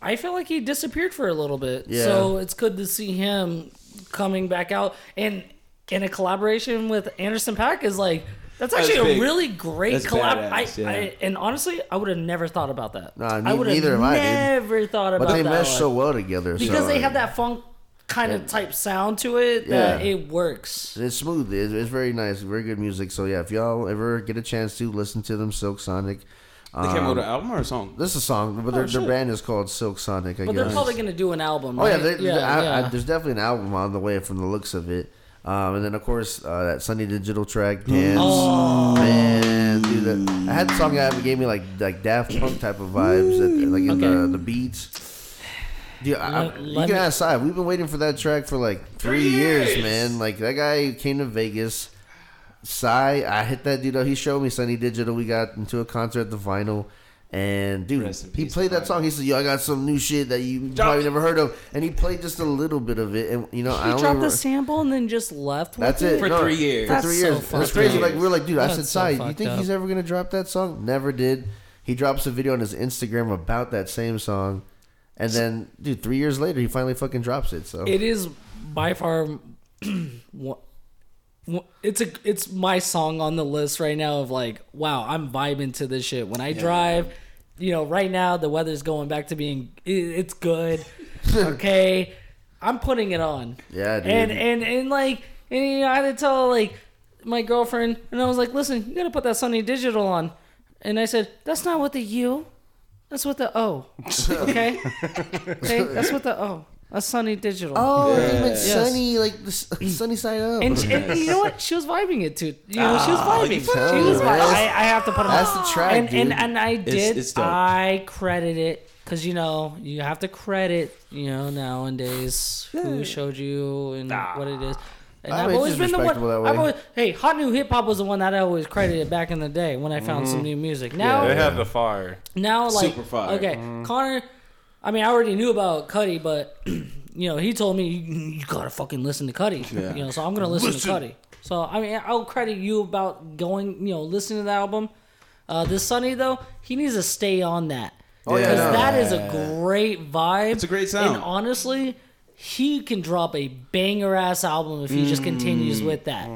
Speaker 3: I feel like he disappeared for a little bit.
Speaker 6: Yeah.
Speaker 3: So it's good to see him coming back out and in a collaboration with Anderson Pack is like that's
Speaker 2: That's
Speaker 3: actually a
Speaker 2: big.
Speaker 3: really great
Speaker 2: That's
Speaker 3: collab. I,
Speaker 2: badass, yeah.
Speaker 3: I, and honestly, I would have never thought about that.
Speaker 6: Nah,
Speaker 3: I
Speaker 6: ne-
Speaker 3: would have
Speaker 6: neither have I, dude.
Speaker 3: never thought about
Speaker 6: But they
Speaker 3: that.
Speaker 6: mesh
Speaker 3: one.
Speaker 6: so well together
Speaker 3: because
Speaker 6: so,
Speaker 3: they
Speaker 6: like,
Speaker 3: have that funk kind of type sound to it that
Speaker 6: Yeah.
Speaker 3: it works.
Speaker 6: It's smooth. It's, it's very nice. Very good music. So yeah, if y'all ever get a chance to listen to them, Silk Sonic.
Speaker 2: They came out
Speaker 6: Um,
Speaker 2: with an album or a song?
Speaker 6: this is a song, but their, their band is called Silk Sonic. I
Speaker 3: But
Speaker 6: guess.
Speaker 3: they're probably going to do an album.
Speaker 6: Oh yeah,
Speaker 3: right?
Speaker 6: there- I, I, there's definitely an album on the way from the looks of it. Um, and then of course uh, that Sunny Digital track, dance, man, dude. That, I had the song that gave me like like Daft Punk type of vibes, that, like in the the beats. Dude, I,
Speaker 3: Let-
Speaker 6: I,
Speaker 3: let
Speaker 6: you can
Speaker 3: me-
Speaker 6: ask Sai. We've been waiting for that track for like three years, man. Like that guy came to Vegas. Sai, I hit that dude up. He showed me Sunny Digital. We got into a concert at the vinyl. And dude,
Speaker 2: Rest in
Speaker 6: he
Speaker 2: peace,
Speaker 6: played that
Speaker 2: Vinyl.
Speaker 6: song. He said, "Yo, I got some new shit that you probably never heard of," and he played just a little bit of it. And you know, I
Speaker 3: He
Speaker 6: only
Speaker 3: dropped
Speaker 6: re-
Speaker 3: the sample and then just left. with
Speaker 6: *laughs* that's it
Speaker 2: For
Speaker 6: No,
Speaker 2: three years.
Speaker 6: For
Speaker 3: That's
Speaker 6: three
Speaker 3: so
Speaker 6: years, it was
Speaker 3: fucked
Speaker 6: crazy.
Speaker 3: up.
Speaker 6: Like we were like, dude, I
Speaker 3: That's
Speaker 6: said,
Speaker 3: so
Speaker 6: "Sai, you
Speaker 3: fucked
Speaker 6: think
Speaker 3: up.
Speaker 6: he's ever gonna drop that song?" Never did. He drops a video on his Instagram about that same song, and then, dude, three years later, he finally fucking drops it. So
Speaker 3: It is by far. *clears throat* one- one- it's a it's my song on the list right now of like wow I'm vibing to this shit when I drive, you know right now the weather's going back to being i- it's
Speaker 6: *laughs*
Speaker 3: good, okay, I'm putting it on
Speaker 6: Yeah, dude.
Speaker 3: and and and like and, you know, I had to tell like my girlfriend and I was like listen you gotta put that Sunny Digital on, and I said that's not with the U, that's with the O, okay, okay that's with the O, a Sunny Digital.
Speaker 6: oh, he meant
Speaker 2: Yes.
Speaker 6: sunny, like the s- sunny side up.
Speaker 3: And, she, and you know what? She was vibing it too. You know, she was vibing.
Speaker 6: tell,
Speaker 3: She was vibing.
Speaker 6: man.
Speaker 3: I, I have to put it on.
Speaker 6: That's the track,
Speaker 3: and, and
Speaker 6: dude.
Speaker 3: and I did.
Speaker 2: it's dope.
Speaker 3: I credit it because you know you have to credit you know nowadays who showed you and what it is. And
Speaker 6: I
Speaker 3: I've
Speaker 6: mean, it's
Speaker 3: always been the one.
Speaker 6: disrespectful that way.
Speaker 3: I've always, hey, hot new hip hop was the one that I always credited back in the day when I found
Speaker 6: Mm-hmm.
Speaker 3: some new music. Now,
Speaker 1: They have the fire.
Speaker 3: now like
Speaker 2: Super fire.
Speaker 3: okay, Connor. I mean, I already knew about Cuddy, but *clears throat* you know, he told me you, you gotta fucking listen to Cuddy.
Speaker 2: Yeah.
Speaker 3: You know, so I'm gonna listen, to Cuddy. So I mean, I'll credit you about going, you know, listening to the album. Uh, this Sunny though, he needs to stay on that
Speaker 6: oh yeah,
Speaker 3: because
Speaker 6: no.
Speaker 3: that is a great vibe.
Speaker 2: It's a great sound.
Speaker 3: And honestly, he can drop a banger ass album if he just continues with that.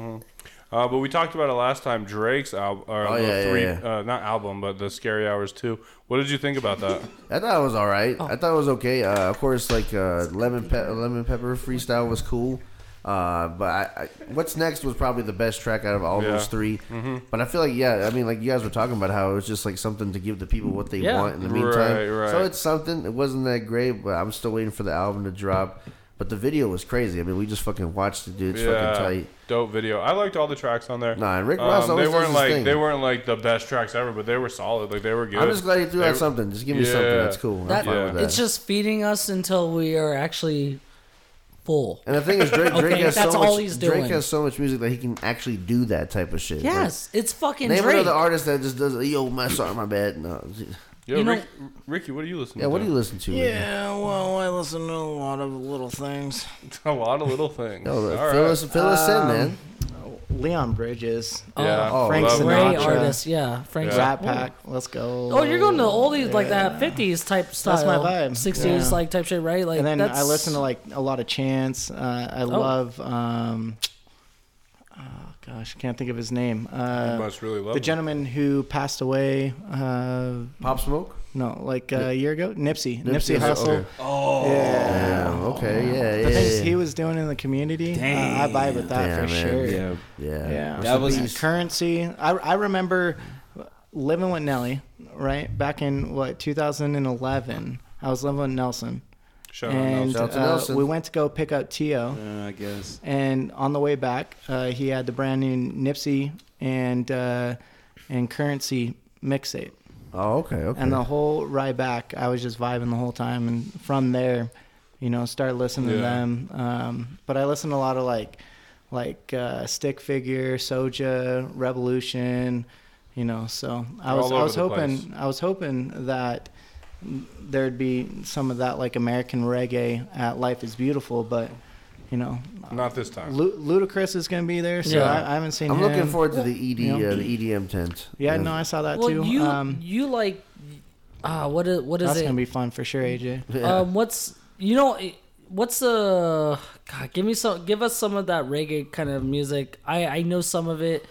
Speaker 1: Uh, but we talked about it last time. Drake's album, or
Speaker 6: Oh,
Speaker 1: the
Speaker 6: yeah, yeah,
Speaker 1: three,
Speaker 6: yeah.
Speaker 1: Uh, not album, but the Scary Hours two. What did you think about that?
Speaker 6: I thought it was all
Speaker 3: Oh.
Speaker 6: right. I thought it was okay. Uh, of course, like uh, lemon pe- lemon pepper freestyle was cool. Uh, but I, I, what's next was probably the best track out of all
Speaker 1: Yeah. Mm-hmm.
Speaker 6: those 3 But I feel like yeah, I mean, like you guys were talking about how it was just like something to give the people what they
Speaker 3: Yeah.
Speaker 6: want in the meantime.
Speaker 1: Right, right.
Speaker 6: So it's something. It wasn't that great, but I'm still waiting for the album to drop. But the video was crazy. I mean, we just fucking watched it, dude. It's fucking tight.
Speaker 1: dope video. I liked all the tracks on there.
Speaker 6: Nah, and Rick
Speaker 1: Um,
Speaker 6: Ross
Speaker 1: they
Speaker 6: always does
Speaker 1: weren't
Speaker 6: his
Speaker 1: like
Speaker 6: thing.
Speaker 1: they weren't like the best tracks ever, but they were solid. Like they were good.
Speaker 6: I'm just glad you threw
Speaker 1: They
Speaker 6: out
Speaker 1: were-
Speaker 6: something. Just give me something
Speaker 1: Yeah.
Speaker 6: that's cool. I'm
Speaker 3: That-
Speaker 6: fine with that.
Speaker 3: It's just feeding us until we are actually full.
Speaker 6: And the thing
Speaker 3: *laughs*
Speaker 6: is, Drake,
Speaker 3: Okay,
Speaker 6: Drake has
Speaker 3: that's
Speaker 6: so
Speaker 3: all
Speaker 6: much.
Speaker 3: he's
Speaker 6: Drake
Speaker 3: doing.
Speaker 6: has so much music that he can actually do that type of shit.
Speaker 3: Yes, it's fucking
Speaker 6: Like, name
Speaker 3: Drake.
Speaker 6: another artist that just does. Yo, my sorry, my bad. No. *laughs*
Speaker 1: Yo,
Speaker 3: you know-
Speaker 1: Rick, Ricky, what do you listen
Speaker 6: Yeah,
Speaker 1: to?
Speaker 6: what do you listen to?
Speaker 4: *laughs*
Speaker 6: man?
Speaker 4: Yeah, well, I listen to a lot of little things.
Speaker 1: *laughs* a lot of little things.
Speaker 6: Yo,
Speaker 1: All
Speaker 6: fill
Speaker 1: right.
Speaker 6: us, fill us
Speaker 4: Um,
Speaker 6: in, man.
Speaker 4: Leon Bridges,
Speaker 1: yeah.
Speaker 6: Oh,
Speaker 4: Frank
Speaker 1: love
Speaker 3: Ray
Speaker 4: Sinatra.
Speaker 3: artist, yeah. Frank
Speaker 1: Yeah.
Speaker 4: Rat Pack. Let's go.
Speaker 3: Oh, you're going to the oldies like that, fifties type style.
Speaker 4: my vibe.
Speaker 3: 60s
Speaker 4: Yeah.
Speaker 3: like type shit, right? Like
Speaker 4: And then
Speaker 3: that's, Oh.
Speaker 4: I listen to like a lot of Chance. Uh, I love. Um, oh gosh, I can't think of his name.
Speaker 1: You
Speaker 4: Uh,
Speaker 1: must really love
Speaker 4: the
Speaker 1: him.
Speaker 4: gentleman who passed away. Uh,
Speaker 6: Pop Smoke.
Speaker 4: no, like uh, a year ago, Nipsey.
Speaker 6: Nipsey
Speaker 4: Nipsey,
Speaker 6: Hussle,
Speaker 4: Hussle. Oh.
Speaker 6: okay. Yeah. Okay. Yeah.
Speaker 4: The
Speaker 6: yeah,
Speaker 4: things
Speaker 6: yeah.
Speaker 4: he was doing in the community, uh, I vibe with that
Speaker 6: Damn,
Speaker 4: for
Speaker 6: man.
Speaker 4: sure.
Speaker 6: Yeah. yeah.
Speaker 4: Yeah.
Speaker 2: That was-
Speaker 4: Yeah, currency. I, I remember living with Nelly, right? Back in what, 2011. I was living with Nelson.
Speaker 1: Shout out Nelson.
Speaker 4: and
Speaker 6: Shout out to
Speaker 4: uh,
Speaker 6: Nelson.
Speaker 4: we went to go pick up Tio.
Speaker 2: I guess.
Speaker 4: And on the way back, uh, he had the brand new Nipsey and, uh, and currency mixtape.
Speaker 6: Oh, okay. Okay.
Speaker 4: And the whole ride back, I was just vibing the whole time. And from there, you know, started listening to
Speaker 1: Yeah.
Speaker 4: them. Um, but I listened to a lot of like, like uh, Stick Figure, Soja, Revolution. You know, so I
Speaker 1: All
Speaker 4: was I
Speaker 1: over
Speaker 4: was
Speaker 1: the
Speaker 4: hoping
Speaker 1: place.
Speaker 4: I was hoping that there'd be some of that like American reggae at Life Is Beautiful, but you know,
Speaker 1: Not this time.
Speaker 4: Lu- Ludacris is gonna be there, so
Speaker 3: Yeah.
Speaker 4: I, I haven't seen
Speaker 6: I'm
Speaker 4: him.
Speaker 6: looking forward to the ED,
Speaker 4: Yeah.
Speaker 6: uh, the EDM tent.
Speaker 4: Yeah, no, I saw that
Speaker 3: well,
Speaker 4: too.
Speaker 3: you
Speaker 4: um,
Speaker 3: you like uh what is what is
Speaker 4: that's
Speaker 3: it?
Speaker 4: gonna be fun for sure, AJ.
Speaker 6: Yeah.
Speaker 3: Um, what's you know what's the God? Give me some. Give us some of that reggae kind of music. I I know some of it.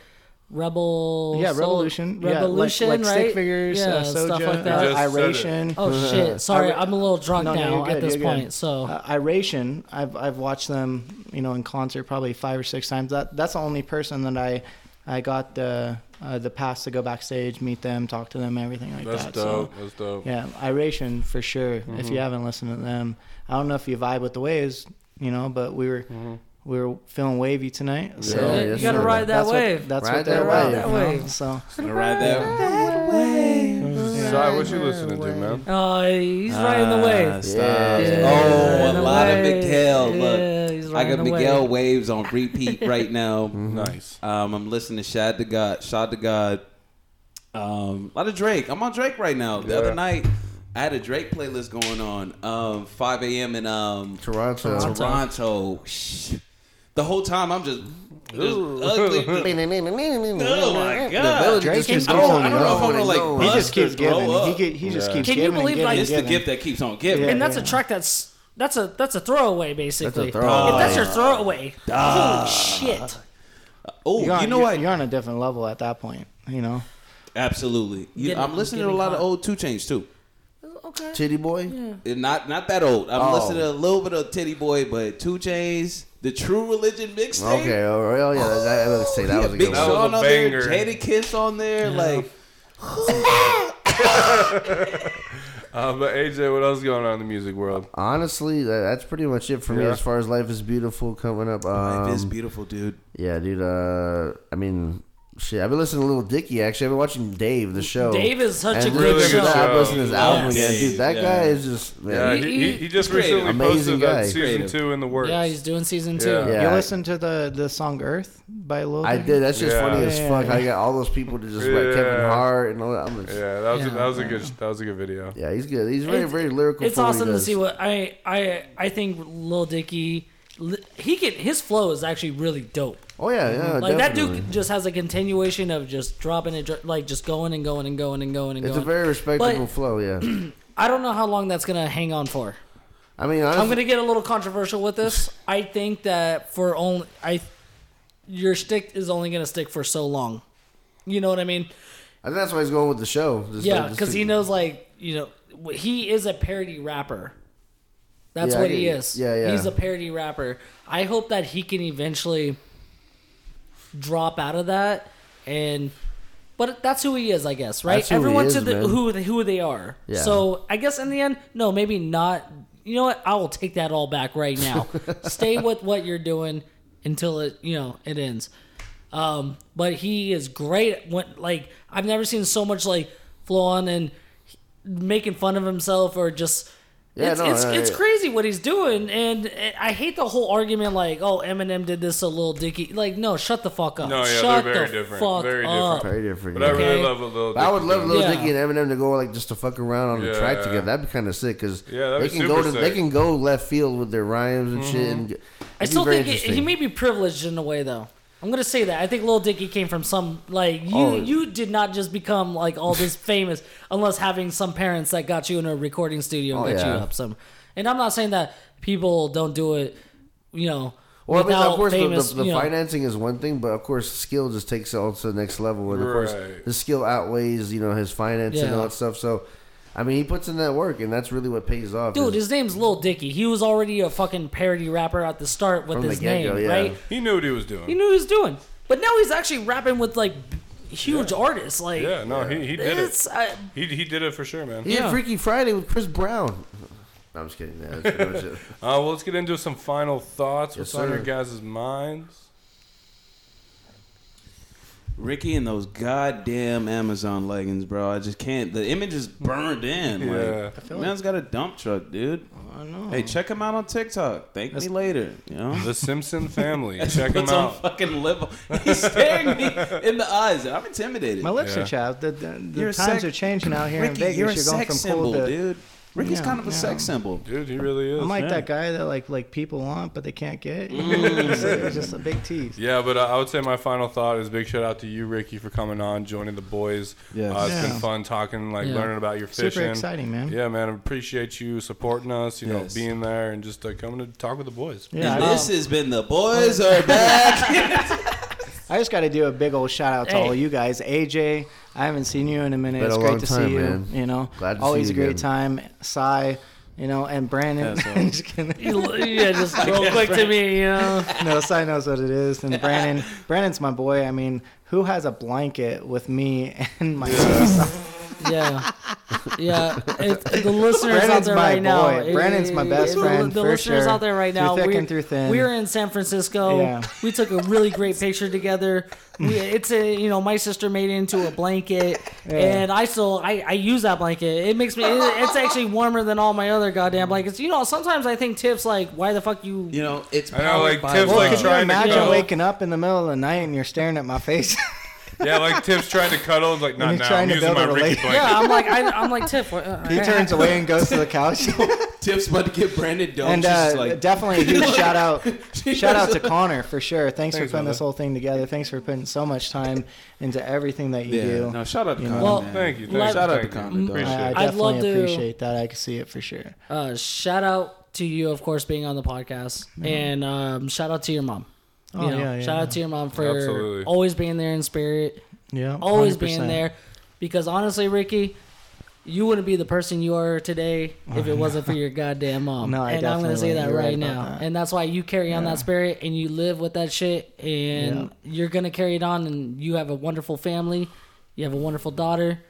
Speaker 3: Rebel.
Speaker 4: Yeah,
Speaker 3: Soul-
Speaker 4: Revolution. Yeah, like-
Speaker 3: Revolution.
Speaker 4: like,
Speaker 3: right?
Speaker 4: Stick Figures,
Speaker 3: Yeah,
Speaker 4: uh,
Speaker 3: stuff
Speaker 4: Soulja,
Speaker 3: like
Speaker 1: You
Speaker 3: that.
Speaker 1: just said
Speaker 4: Iration. Uh,
Speaker 3: oh
Speaker 4: *laughs*
Speaker 3: shit! Sorry, I'm a little drunk
Speaker 4: No, no,
Speaker 3: now
Speaker 4: you're good,
Speaker 3: at this
Speaker 4: you're good.
Speaker 3: point. So
Speaker 4: Uh, Iration, I've I've watched them, you know, in concert probably five or six times. That that's the only person that I I got the uh, the pass to go backstage, meet them, talk to them, everything like
Speaker 1: That's
Speaker 4: that.
Speaker 1: dope.
Speaker 4: So
Speaker 1: That's dope.
Speaker 4: yeah, Iration for sure.
Speaker 2: Mm-hmm.
Speaker 4: If you haven't listened to them, I don't know if you vibe with the waves, you know, but we were
Speaker 2: Mm-hmm.
Speaker 4: we were feeling wavy tonight. So
Speaker 6: Yeah,
Speaker 3: you
Speaker 6: yes,
Speaker 3: gotta
Speaker 6: sir.
Speaker 3: ride that
Speaker 4: that's
Speaker 3: wave.
Speaker 4: What, that's
Speaker 6: Ride
Speaker 4: what they're
Speaker 6: that
Speaker 4: about. you
Speaker 6: wave.
Speaker 4: know?
Speaker 3: Wave.
Speaker 4: So
Speaker 2: Gonna ride that.
Speaker 1: Sorry, what you listening to, man?
Speaker 3: uh, he's riding the
Speaker 2: Ah,
Speaker 3: wave.
Speaker 2: stop.
Speaker 6: Yeah.
Speaker 2: Oh,
Speaker 3: Riding
Speaker 2: a
Speaker 3: the
Speaker 2: lot of
Speaker 3: wave.
Speaker 2: Miguel.
Speaker 3: Yeah, he's
Speaker 2: Look, I got
Speaker 3: riding the
Speaker 2: Miguel
Speaker 3: wave.
Speaker 2: waves on repeat right now.
Speaker 4: Mm-hmm.
Speaker 1: Nice.
Speaker 2: Um, I'm listening to Shad to God, Shad to God. Um, a lot of Drake. I'm on Drake right now. The
Speaker 1: Yeah.
Speaker 2: other night, I had a Drake playlist going on. Um, 5 a.m. in um
Speaker 6: Toronto. *laughs*
Speaker 2: Toronto. Shh. The whole time I'm just, just
Speaker 4: *laughs*
Speaker 2: ugly. Oh my god!
Speaker 4: Drake
Speaker 6: Drake
Speaker 4: just
Speaker 6: just
Speaker 2: I don't, I
Speaker 4: going
Speaker 2: don't know if I'm
Speaker 6: going
Speaker 2: gonna
Speaker 6: and
Speaker 2: like.
Speaker 6: going.
Speaker 4: he
Speaker 2: bust
Speaker 4: just
Speaker 2: or
Speaker 4: keeps
Speaker 2: grow
Speaker 4: giving. He,
Speaker 2: up.
Speaker 4: get, he just keeps
Speaker 3: Can you
Speaker 4: giving.
Speaker 3: believe,
Speaker 4: and
Speaker 3: like-
Speaker 4: giving,
Speaker 2: It's the
Speaker 4: giving.
Speaker 2: gift that keeps on giving.
Speaker 4: Yeah.
Speaker 3: And that's a track that's that's a that's a throwaway basically.
Speaker 6: throwaway.
Speaker 3: If that's your throwaway,
Speaker 6: Ah.
Speaker 3: holy shit!
Speaker 2: Oh,
Speaker 4: You're on,
Speaker 2: you know
Speaker 4: you're,
Speaker 2: what?
Speaker 4: You're on a different level at that point. You know.
Speaker 2: Absolutely. You,
Speaker 3: Getting-
Speaker 2: I'm listening to a
Speaker 3: getting
Speaker 2: lot of
Speaker 3: caught.
Speaker 2: old Two Chains too.
Speaker 3: Okay.
Speaker 6: Titty boy.
Speaker 2: And Not not that old. I'm
Speaker 6: Oh.
Speaker 2: listening to a little bit of Teddy Boy, but Two Chains, the True Religion mixtape.
Speaker 6: Okay. all right, Oh yeah. That, that, let's say that was a
Speaker 2: Big
Speaker 6: good
Speaker 1: That
Speaker 6: one.
Speaker 1: was
Speaker 2: Sean
Speaker 1: a
Speaker 2: on there,
Speaker 1: banger.
Speaker 2: Jada Kiss on there, like
Speaker 1: Uh, but AJ, what else is going on in the music world?
Speaker 6: Honestly, that, that's pretty much it for me
Speaker 1: Yeah.
Speaker 6: as far as life is beautiful coming up. Um,
Speaker 2: Life is beautiful, dude.
Speaker 6: Yeah, dude. Uh, I mean, shit. I've been listening to Little Dicky. Actually, I've been watching Dave the show.
Speaker 3: Dave is such a
Speaker 6: And
Speaker 3: good
Speaker 1: Really good
Speaker 3: show.
Speaker 1: show.
Speaker 6: I've listened to his
Speaker 2: Yes.
Speaker 6: album again,
Speaker 2: Dave,
Speaker 6: dude. That
Speaker 2: yeah.
Speaker 6: guy is just
Speaker 1: Yeah, he,
Speaker 6: man.
Speaker 1: he, he just
Speaker 2: He's creative.
Speaker 1: recently
Speaker 6: Amazing
Speaker 1: posted that
Speaker 6: guy.
Speaker 1: season
Speaker 2: Creative.
Speaker 1: two in the works.
Speaker 3: Yeah, he's doing season two.
Speaker 1: Yeah.
Speaker 6: Yeah.
Speaker 4: You
Speaker 6: I-
Speaker 4: listen to the the song Earth by Lil.
Speaker 6: I
Speaker 4: Dicky?
Speaker 6: did. That's just
Speaker 1: Yeah.
Speaker 6: funny as
Speaker 4: Yeah.
Speaker 6: fuck. I got all those people to just
Speaker 1: Yeah.
Speaker 6: like Kevin Hart and all that. I'm just, yeah.
Speaker 1: Yeah, that was
Speaker 3: Yeah.
Speaker 1: A, that was a good that was a good video.
Speaker 6: he's good. He's very,
Speaker 3: It's-
Speaker 6: very lyrical.
Speaker 3: It's
Speaker 6: for what he
Speaker 3: awesome to
Speaker 6: does.
Speaker 3: see what I I I think Lil Dicky li- he can his flow is actually really dope.
Speaker 6: Oh yeah, yeah.
Speaker 3: Like
Speaker 6: definitely.
Speaker 3: that dude just has a continuation of just dropping it, dr- like just going and going and going and going and
Speaker 6: It's a
Speaker 3: going.
Speaker 6: very respectable
Speaker 3: But- *clears throat*
Speaker 6: flow. Yeah.
Speaker 3: I don't know how long that's gonna hang on for.
Speaker 6: I mean,
Speaker 3: *laughs*
Speaker 6: honestly,
Speaker 3: I'm gonna get a little controversial with this. I think that for only I your stick is only gonna stick for so long. You know what I mean?
Speaker 6: I think that's why he's going with the show. Just
Speaker 3: Yeah,
Speaker 6: like- just
Speaker 3: because
Speaker 6: to-
Speaker 3: he knows like you know wh- he is a parody rapper. That's
Speaker 6: Yeah, I
Speaker 3: what
Speaker 6: get
Speaker 3: he
Speaker 6: you.
Speaker 3: is.
Speaker 6: Yeah, yeah.
Speaker 3: He's a parody rapper. I hope that he can eventually drop out of that and. But that's who he is, I guess, right?
Speaker 6: That's who he
Speaker 3: Everyone
Speaker 6: is,
Speaker 3: to the,
Speaker 6: man.
Speaker 3: who they- who they are.
Speaker 6: Yeah.
Speaker 3: So I guess in the end, no, maybe not. You know what? I will take that all back right
Speaker 6: *laughs*
Speaker 3: now. Stay with what you're doing until it you know it ends. Um, but he is great. When like I've never seen so much like flawn and making fun of himself or just.
Speaker 6: Yeah,
Speaker 3: it's
Speaker 6: no,
Speaker 3: it's,
Speaker 6: no,
Speaker 3: it's
Speaker 6: yeah.
Speaker 3: crazy what he's doing, and I hate the whole argument like, "Oh, Eminem did this to Lil Dicky." Like, no, shut the fuck up.
Speaker 1: No, yeah,
Speaker 3: shut
Speaker 1: they're very
Speaker 3: the
Speaker 1: different.
Speaker 3: fuck
Speaker 1: Very
Speaker 3: up.
Speaker 1: different.
Speaker 6: Very different.
Speaker 1: But I
Speaker 6: yeah.
Speaker 1: really
Speaker 3: Okay.
Speaker 1: love what Lil
Speaker 6: But I would
Speaker 1: Dicky
Speaker 6: love
Speaker 1: did.
Speaker 6: Lil
Speaker 3: Yeah.
Speaker 6: Dicky and Eminem to go like just to fuck around on the track
Speaker 1: Yeah.
Speaker 6: together. That'd be kind of sick because
Speaker 1: Yeah, that'd
Speaker 6: they
Speaker 1: be
Speaker 6: can
Speaker 1: super
Speaker 6: go to, they
Speaker 1: sick.
Speaker 6: can go left field with their rhymes and shit. And it'd
Speaker 3: Mm-hmm. I
Speaker 6: be
Speaker 3: still
Speaker 6: very
Speaker 3: think it, he
Speaker 6: interesting.
Speaker 3: may be privileged in a way, though. I'm gonna say that. I think Lil Dicky came from some like you.
Speaker 6: Oh.
Speaker 3: You did not just become like all this *laughs* famous unless having some parents that got you in a recording studio and
Speaker 6: Oh,
Speaker 3: got you
Speaker 6: yeah.
Speaker 3: up some. And I'm not saying that people don't do it. You know,
Speaker 6: Well, I
Speaker 3: without
Speaker 6: mean, of course, the-
Speaker 3: famous.
Speaker 6: the, the,
Speaker 3: you know,
Speaker 6: financing is one thing, but of course, skill just takes it all to the next level, and of course,
Speaker 1: Right.
Speaker 6: the skill outweighs you know his finance and
Speaker 3: Yeah.
Speaker 6: all that stuff. So, I mean, he puts in that work, and that's really what pays off.
Speaker 3: dude,
Speaker 6: is-
Speaker 3: his name's Lil Dicky. He was already a fucking parody rapper at the start with
Speaker 6: From the
Speaker 3: his
Speaker 6: get-go,
Speaker 3: name,
Speaker 6: yeah.
Speaker 3: right?
Speaker 1: He knew what he was
Speaker 3: He
Speaker 1: doing.
Speaker 3: knew what he was doing, but now he's actually rapping with like b- huge artists. Like,
Speaker 1: Yeah, no, he, he did
Speaker 3: it's
Speaker 1: it.
Speaker 3: I,
Speaker 1: He, he did it for sure, man.
Speaker 6: he had
Speaker 3: yeah.
Speaker 6: Freaky Friday with Chris Brown. *laughs* No, I'm just kidding. Yeah, that's pretty much it.
Speaker 1: Uh, well, let's get into some final thoughts. What's
Speaker 6: Yes,
Speaker 1: on your
Speaker 6: sir.
Speaker 1: guys' minds?
Speaker 5: Ricky and those goddamn Amazon leggings, bro. I just can't. The image is burned in.
Speaker 1: Yeah. I
Speaker 5: Like, man's got a dump truck, dude.
Speaker 3: Oh.
Speaker 4: I don't know.
Speaker 5: Hey, check him out on TikTok. Thank me later. You know.
Speaker 1: The Simpson family. *laughs* Check him
Speaker 5: Puts on
Speaker 1: out.
Speaker 5: fucking lip. *laughs* He's staring me in the eyes, and I'm intimidated.
Speaker 4: My lips
Speaker 1: Yeah.
Speaker 4: are chapped. The, the, the
Speaker 5: You're a
Speaker 4: times
Speaker 5: sex-
Speaker 4: are changing out here in
Speaker 5: Ricky,
Speaker 4: Vegas.
Speaker 5: you're a
Speaker 4: going
Speaker 5: sex
Speaker 4: from cold
Speaker 5: symbol,
Speaker 4: to-
Speaker 5: dude. Ricky's
Speaker 4: Yeah,
Speaker 5: kind of a
Speaker 4: yeah.
Speaker 5: sex symbol.
Speaker 1: Dude, he really is.
Speaker 4: I'm like
Speaker 5: Yeah.
Speaker 4: that guy that like like people want but they can't get. *laughs* it's, like- it's just a big tease.
Speaker 1: Yeah, but uh, I would say my final thought is big shout out to you, Ricky, for coming on, joining the boys.
Speaker 5: Yes.
Speaker 1: Uh, it's
Speaker 4: Yeah.
Speaker 1: been fun talking, like
Speaker 3: Yeah.
Speaker 1: learning about your
Speaker 4: Super
Speaker 1: fishing.
Speaker 4: exciting, man.
Speaker 1: Yeah, man, appreciate you supporting us. You
Speaker 5: Yes.
Speaker 1: know, being there and just uh, coming to talk with the boys.
Speaker 4: Yeah, I,
Speaker 5: and this has been the boys
Speaker 4: *laughs*
Speaker 5: are back.
Speaker 4: I just got to do a big old shout out to
Speaker 3: Hey.
Speaker 4: all you guys. AJ, I haven't seen you in a minute.
Speaker 6: Been
Speaker 4: it's
Speaker 6: a
Speaker 4: great
Speaker 6: long
Speaker 4: to
Speaker 6: time,
Speaker 4: see you.
Speaker 6: man.
Speaker 4: You know,
Speaker 6: Glad to see
Speaker 4: always
Speaker 6: you
Speaker 4: a great
Speaker 6: again.
Speaker 4: time. Cy, you know, and Brandon. *laughs*
Speaker 5: Asshole.
Speaker 4: Just kidding.
Speaker 3: yeah,
Speaker 4: *laughs*
Speaker 3: just real quick to me, you know.
Speaker 4: no, Cy knows what it is. And Brandon, Brandon's my boy. I mean, who has a blanket with me *laughs* and my
Speaker 3: Yeah, yeah. It, the listeners out
Speaker 4: Brandon's
Speaker 3: there
Speaker 4: my
Speaker 3: right now. eh,
Speaker 4: boy. Brandon's my best
Speaker 3: the-
Speaker 4: friend,
Speaker 3: The
Speaker 4: for
Speaker 3: listeners
Speaker 4: sure.
Speaker 3: out there right
Speaker 4: Through
Speaker 3: now.
Speaker 4: thick
Speaker 3: we're,
Speaker 4: and through thin.
Speaker 3: we're in San Francisco.
Speaker 4: Yeah.
Speaker 3: We took a really
Speaker 4: *laughs*
Speaker 3: great picture together. We, it's a you know my sister made it into a blanket, and I still I, I use that blanket. It makes me. It, it's actually warmer than all my other goddamn blankets. You know, sometimes I think Tiff's like, why the fuck you?
Speaker 5: You know, it's
Speaker 1: I know,
Speaker 5: powered
Speaker 1: like,
Speaker 5: by
Speaker 1: Tim's
Speaker 5: love.
Speaker 1: like
Speaker 4: Could you
Speaker 1: trying to
Speaker 4: imagine
Speaker 1: cuddle.
Speaker 4: waking up in the middle of the night and you're staring at my face?
Speaker 1: Yeah, like Tiff's trying to cuddle. It's like, not
Speaker 4: he's
Speaker 1: now.
Speaker 4: trying
Speaker 1: I'm
Speaker 4: to
Speaker 1: using
Speaker 4: build
Speaker 1: my
Speaker 4: a
Speaker 1: Ricky
Speaker 4: relation-
Speaker 1: blanket.
Speaker 3: Yeah, I'm like I, I'm like Tiff. What,
Speaker 4: he turns away and goes to the *laughs* couch.
Speaker 5: Tiff's about to get Brandon dope.
Speaker 4: and
Speaker 5: She's
Speaker 4: uh,
Speaker 5: just like,
Speaker 4: definitely a huge shout out, shout out to Connor for sure. Thanks, for
Speaker 1: Thanks,
Speaker 4: putting this
Speaker 1: brother.
Speaker 4: whole thing together. Thanks for putting so much time into everything that you
Speaker 5: yeah,
Speaker 4: do.
Speaker 5: no, shout out to
Speaker 4: You
Speaker 5: Connor.
Speaker 4: know.
Speaker 3: Well,
Speaker 5: man.
Speaker 1: Thank you. Thank
Speaker 3: Like-
Speaker 1: you.
Speaker 5: Shout out to
Speaker 1: thank you.
Speaker 5: Connor, dog.
Speaker 1: Appreciate
Speaker 4: I, I
Speaker 1: it.
Speaker 3: I'd
Speaker 4: definitely
Speaker 3: love to-
Speaker 4: appreciate that. I can see it for sure.
Speaker 3: Uh, shout out to you, of course, being on the podcast, and um, shout out to your mom. You
Speaker 4: Oh,
Speaker 3: know,
Speaker 4: yeah, yeah,
Speaker 3: shout
Speaker 4: yeah.
Speaker 3: out to your mom for
Speaker 1: Absolutely.
Speaker 3: always being there in spirit,
Speaker 4: Yeah,
Speaker 3: always being there. Because honestly, Ricky, you wouldn't be the person you are today if it wasn't
Speaker 4: *laughs*
Speaker 3: for your goddamn mom.
Speaker 4: No, I
Speaker 3: and I'm
Speaker 4: definitely
Speaker 3: gonna say
Speaker 4: wouldn't.
Speaker 3: that
Speaker 4: You're
Speaker 3: right,
Speaker 4: right about
Speaker 3: now.
Speaker 4: that.
Speaker 3: And that's why you carry on
Speaker 4: Yeah.
Speaker 3: that spirit and you live with that shit, and you're gonna carry it on. And you have a wonderful family. You have a wonderful daughter.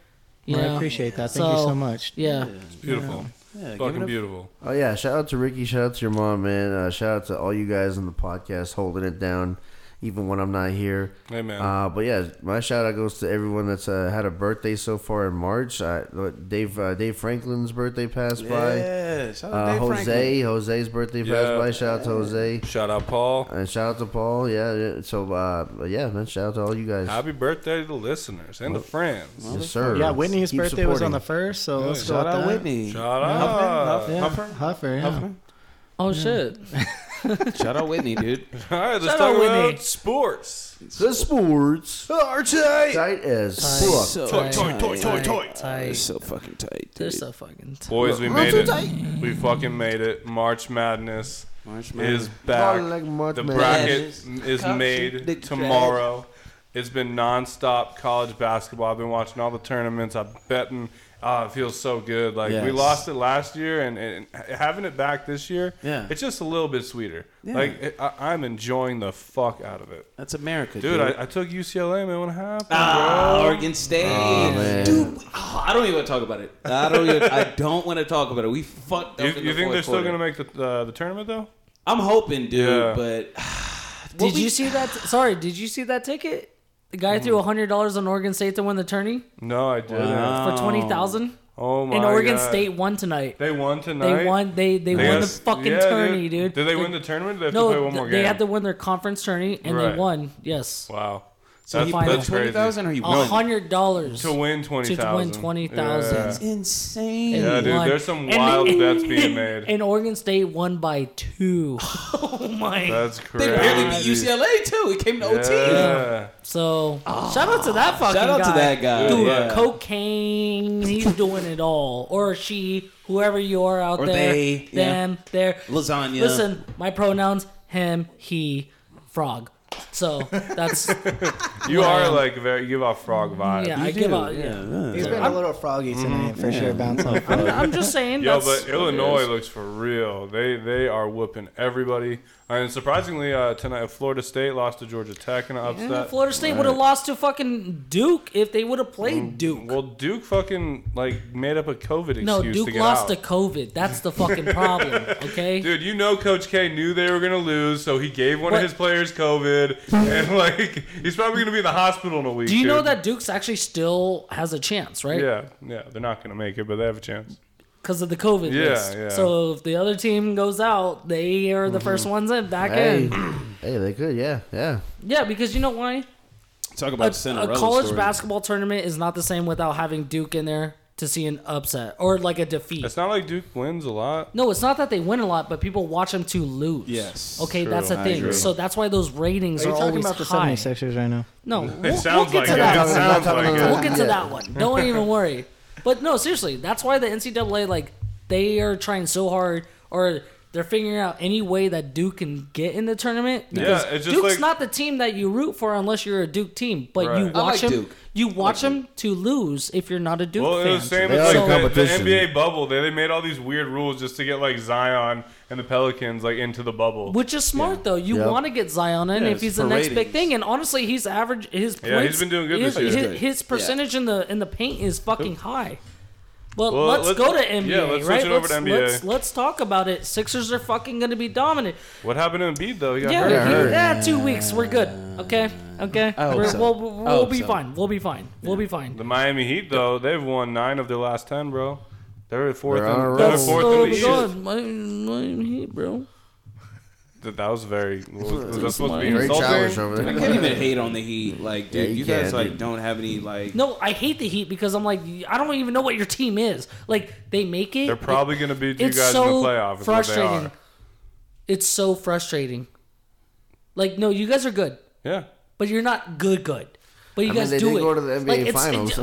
Speaker 3: You
Speaker 4: I
Speaker 3: know?
Speaker 4: appreciate that. Thank you
Speaker 3: So,
Speaker 4: so much.
Speaker 3: Yeah.
Speaker 1: It's beautiful.
Speaker 5: Yeah, give it
Speaker 1: Fucking
Speaker 5: up.
Speaker 1: beautiful.
Speaker 6: Oh yeah! Shout out to Ricky. Shout out to your mom, man. Uh, shout out to all you guys on the podcast holding it down, even when I'm not here.
Speaker 1: Hey, man.
Speaker 6: Uh, but yeah, my shout out goes to everyone that's uh, had a birthday so far in March. I, Dave uh, Dave Franklin's birthday passed
Speaker 5: Yeah, shout
Speaker 6: by.
Speaker 5: out to
Speaker 6: Uh,
Speaker 5: Dave
Speaker 6: Jose
Speaker 5: Franklin.
Speaker 6: Jose's birthday
Speaker 1: Yeah.
Speaker 6: passed by. Shout out to Jose
Speaker 1: Shout out, Paul.
Speaker 6: and shout out to Paul. Yeah. yeah. So uh, but yeah, man. Shout out to all you guys.
Speaker 1: Happy birthday to the listeners and the friends.
Speaker 6: yes, sir.
Speaker 4: Yeah, Whitney's
Speaker 6: Keep
Speaker 4: birthday was on the
Speaker 6: supporting.
Speaker 4: first, so let's go
Speaker 5: Shout
Speaker 4: with
Speaker 5: out
Speaker 4: that.
Speaker 5: Whitney.
Speaker 1: Shout out.
Speaker 4: Yeah,
Speaker 1: Huffer.
Speaker 4: Huffer, yeah.
Speaker 5: Huffman.
Speaker 3: Oh shit.
Speaker 5: Shout out Whitney, *laughs* dude.
Speaker 1: All right, let's
Speaker 3: Shout
Speaker 1: talk
Speaker 3: out,
Speaker 1: about
Speaker 3: Whitney.
Speaker 1: sports.
Speaker 6: The sports
Speaker 1: RJ.
Speaker 6: tight as fuck.
Speaker 5: tight.
Speaker 1: Tight, tight, tight, tight.
Speaker 5: They're
Speaker 3: tight.
Speaker 5: so fucking tight.
Speaker 3: They're
Speaker 5: dude.
Speaker 3: so fucking tight.
Speaker 1: Boys, we made it. We fucking made it. March Madness.
Speaker 2: March
Speaker 1: is
Speaker 2: Madness.
Speaker 1: back.
Speaker 6: Like March
Speaker 1: the
Speaker 6: Madness.
Speaker 1: bracket is
Speaker 2: Couch and
Speaker 1: made
Speaker 2: dick
Speaker 1: tomorrow. It's been nonstop college basketball. I've been watching all the tournaments. I'm betting. Oh, it feels so good. Like we
Speaker 2: Yes.
Speaker 1: lost it last year, and, and having it back this year,
Speaker 2: Yeah.
Speaker 1: it's just a little bit sweeter. Like it, I, I'm enjoying the fuck out of it,
Speaker 2: That's America,
Speaker 1: dude. I, I took UCLA, man. What happened?
Speaker 2: Ah,
Speaker 1: bro?
Speaker 2: Oregon State,
Speaker 6: man.
Speaker 2: dude. ah, I don't even want to talk about it. I don't. Even, I don't want to talk about it. We fucked up.
Speaker 1: You,
Speaker 2: in the
Speaker 1: you think
Speaker 2: fourth
Speaker 1: they're still
Speaker 2: quarter.
Speaker 1: gonna make the uh, the tournament though?
Speaker 2: I'm hoping, dude.
Speaker 1: Yeah.
Speaker 2: But
Speaker 3: Did you see that? Sorry, did you see that ticket? The guy threw hundred dollars on Oregon State to win the tourney
Speaker 1: No, I didn't.
Speaker 3: for twenty thousand,
Speaker 1: Oh my
Speaker 3: and Oregon
Speaker 1: God.
Speaker 3: State won tonight.
Speaker 1: They won tonight.
Speaker 3: They won. They they,
Speaker 1: They
Speaker 3: won the
Speaker 1: got-
Speaker 3: fucking
Speaker 1: yeah,
Speaker 3: tourney, dude.
Speaker 1: Did they win the tournament? Or they have
Speaker 3: no,
Speaker 1: to play one more
Speaker 3: th- they
Speaker 1: game.
Speaker 3: had to win their conference tourney, and
Speaker 1: Right.
Speaker 3: they won. Yes,
Speaker 1: Wow.
Speaker 3: So
Speaker 1: that's
Speaker 3: he put
Speaker 1: that's
Speaker 2: twenty
Speaker 1: crazy.
Speaker 2: thousand, or you
Speaker 3: a
Speaker 2: won?
Speaker 3: hundred dollars
Speaker 1: to win twenty
Speaker 3: to
Speaker 1: thousand.
Speaker 3: win twenty thousand.
Speaker 2: Insane.
Speaker 1: Yeah, dude.
Speaker 3: won.
Speaker 1: There's some
Speaker 3: And- *laughs*
Speaker 1: wild
Speaker 3: and-
Speaker 1: bets being made.
Speaker 3: And Oregon State won by
Speaker 1: *laughs*
Speaker 3: two. oh my!
Speaker 1: That's
Speaker 2: They
Speaker 1: crazy.
Speaker 2: barely beat UCLA too. It came to OT.
Speaker 1: Yeah.
Speaker 3: so shout out to that fucking
Speaker 2: Ah. Shout out
Speaker 3: guy.
Speaker 2: to that guy.
Speaker 3: Dude,
Speaker 2: yeah.
Speaker 3: cocaine. He's doing it all, or she, whoever you are out
Speaker 2: Or
Speaker 3: there,
Speaker 2: they, yeah.
Speaker 3: them, there.
Speaker 2: lasagna.
Speaker 3: Listen, my pronouns: him, he, frog. So
Speaker 1: *laughs*
Speaker 3: that's
Speaker 1: You are like very you give off frog vibes.
Speaker 3: yeah.
Speaker 2: You
Speaker 3: I
Speaker 2: do,
Speaker 3: give out.
Speaker 2: yeah,
Speaker 3: Yeah.
Speaker 4: He's been a little froggy tonight for sure. Bounce off. *laughs*
Speaker 3: I'm, I'm just
Speaker 1: *laughs*
Speaker 3: saying.
Speaker 1: Yo,
Speaker 3: that's,
Speaker 1: but Illinois looks for real. They they are whooping everybody. And surprisingly, uh, tonight Florida State lost to Georgia Tech in an upset.
Speaker 3: And Florida State would have lost to fucking Duke if they would have played Duke.
Speaker 1: Well, Duke fucking like made up a COVID excuse
Speaker 3: No,
Speaker 1: to
Speaker 3: Duke
Speaker 1: get
Speaker 3: lost
Speaker 1: out.
Speaker 3: to COVID. That's the fucking
Speaker 1: *laughs*
Speaker 3: problem. Okay.
Speaker 1: Dude, you know Coach K knew they were gonna lose, so he gave one of
Speaker 3: What?
Speaker 1: his players COVID, and *laughs* like he's probably gonna be in the hospital in a week.
Speaker 3: Do you know
Speaker 1: dude.
Speaker 3: that Duke's actually still has a chance, right?
Speaker 1: Yeah, yeah, they're not gonna make it, but they have a chance.
Speaker 3: Because of the COVID
Speaker 1: Yeah,
Speaker 3: list.
Speaker 1: yeah.
Speaker 3: So if the other team goes out, they are the first ones in back
Speaker 6: Hey,
Speaker 3: in.
Speaker 6: hey, they could, yeah, yeah.
Speaker 3: Yeah, because you know why?
Speaker 2: Talk
Speaker 3: A,
Speaker 2: about
Speaker 3: a
Speaker 2: Cinderella
Speaker 3: college
Speaker 2: story.
Speaker 3: basketball tournament is not the same without having Duke in there to see an upset or like a defeat.
Speaker 1: It's not like Duke wins a lot.
Speaker 3: No, it's not that they win a lot, but people watch them to lose.
Speaker 2: Yes.
Speaker 3: Okay,
Speaker 1: True.
Speaker 3: that's the
Speaker 1: I
Speaker 3: thing.
Speaker 1: agree.
Speaker 3: So that's why those ratings are,
Speaker 4: Are you talking
Speaker 3: always
Speaker 4: about the
Speaker 3: high.
Speaker 4: 76ers right now?
Speaker 3: No, we'll, we'll
Speaker 1: sounds like
Speaker 3: get to
Speaker 1: it.
Speaker 3: that.
Speaker 1: It sounds
Speaker 6: Not
Speaker 1: like
Speaker 6: talking
Speaker 1: it.
Speaker 6: about
Speaker 3: We'll get to
Speaker 6: Yeah.
Speaker 3: that one. Don't even worry. But no, seriously, that's why the NCAA like they are trying so hard, or they're figuring out any way that Duke can get in the tournament. Because
Speaker 1: it's just
Speaker 3: Duke's
Speaker 1: like-
Speaker 3: not the team that you root for unless you're a Duke team. But
Speaker 1: Right. I
Speaker 3: you watch
Speaker 2: like
Speaker 3: them,
Speaker 2: Duke.
Speaker 3: you watch them to lose if you're not a Duke
Speaker 1: Well,
Speaker 3: fan.
Speaker 1: it was the same
Speaker 6: They
Speaker 1: as
Speaker 6: are in
Speaker 1: like the, the
Speaker 6: competition.
Speaker 1: NBA bubble. They, they made all these weird rules just to get like Zion and the Pelicans like into the bubble.
Speaker 3: Which is smart though. You
Speaker 6: Yep.
Speaker 3: want to get Zion in
Speaker 2: Yeah,
Speaker 3: if he's
Speaker 2: it's
Speaker 3: the
Speaker 2: for
Speaker 3: next big
Speaker 2: ratings.
Speaker 3: thing. And honestly, he's average. His points,
Speaker 1: Yeah, he's been doing good
Speaker 3: his,
Speaker 1: this year.
Speaker 3: His, his percentage in the in the paint is fucking high. But
Speaker 1: Well,
Speaker 3: let's,
Speaker 1: let's-
Speaker 3: go to
Speaker 1: yeah,
Speaker 3: NBA,
Speaker 1: let's switch
Speaker 3: right?
Speaker 1: it over
Speaker 3: let's,
Speaker 1: to NBA.
Speaker 3: let's let's talk about it. Sixers are fucking going to be dominant.
Speaker 1: What happened to Embiid though? He got
Speaker 3: Yeah,
Speaker 1: hurt.
Speaker 3: yeah, two weeks. We're good. Okay, okay.
Speaker 2: I hope
Speaker 3: We're,
Speaker 2: so.
Speaker 3: We'll, we'll,
Speaker 2: I hope
Speaker 3: we'll be
Speaker 2: so.
Speaker 3: fine. We'll be fine. We'll be fine.
Speaker 1: The Miami Heat though, they've won nine of their last ten, bro. They're 4th
Speaker 6: They're on a
Speaker 1: in, they're
Speaker 6: roll.
Speaker 1: fourth
Speaker 3: oh
Speaker 1: in
Speaker 3: my
Speaker 1: the
Speaker 3: god,
Speaker 1: East.
Speaker 3: my, my heat, bro.
Speaker 1: That that was very. Was, was that supposed to be
Speaker 6: Great showers
Speaker 1: insulting?
Speaker 6: over
Speaker 2: I
Speaker 6: there.
Speaker 2: can't even hate on the Heat. Like, dude,
Speaker 6: Yeah, you
Speaker 2: you guys
Speaker 6: can,
Speaker 2: like
Speaker 6: dude.
Speaker 2: don't have any like.
Speaker 3: No, I hate the Heat because I'm like I don't even know what your team is. Like they make it.
Speaker 1: They're
Speaker 3: they-
Speaker 1: probably going to beat you
Speaker 3: it's
Speaker 1: guys
Speaker 3: so
Speaker 1: in the playoffs.
Speaker 3: frustrating.
Speaker 1: What
Speaker 3: It's so frustrating. Like, no, you guys are good,
Speaker 1: they are. Yeah.
Speaker 3: but you're not good, good. But you
Speaker 6: I mean,
Speaker 3: guys
Speaker 6: they
Speaker 3: do
Speaker 6: did
Speaker 3: it.
Speaker 6: go to the NBA
Speaker 3: it's-
Speaker 6: Finals.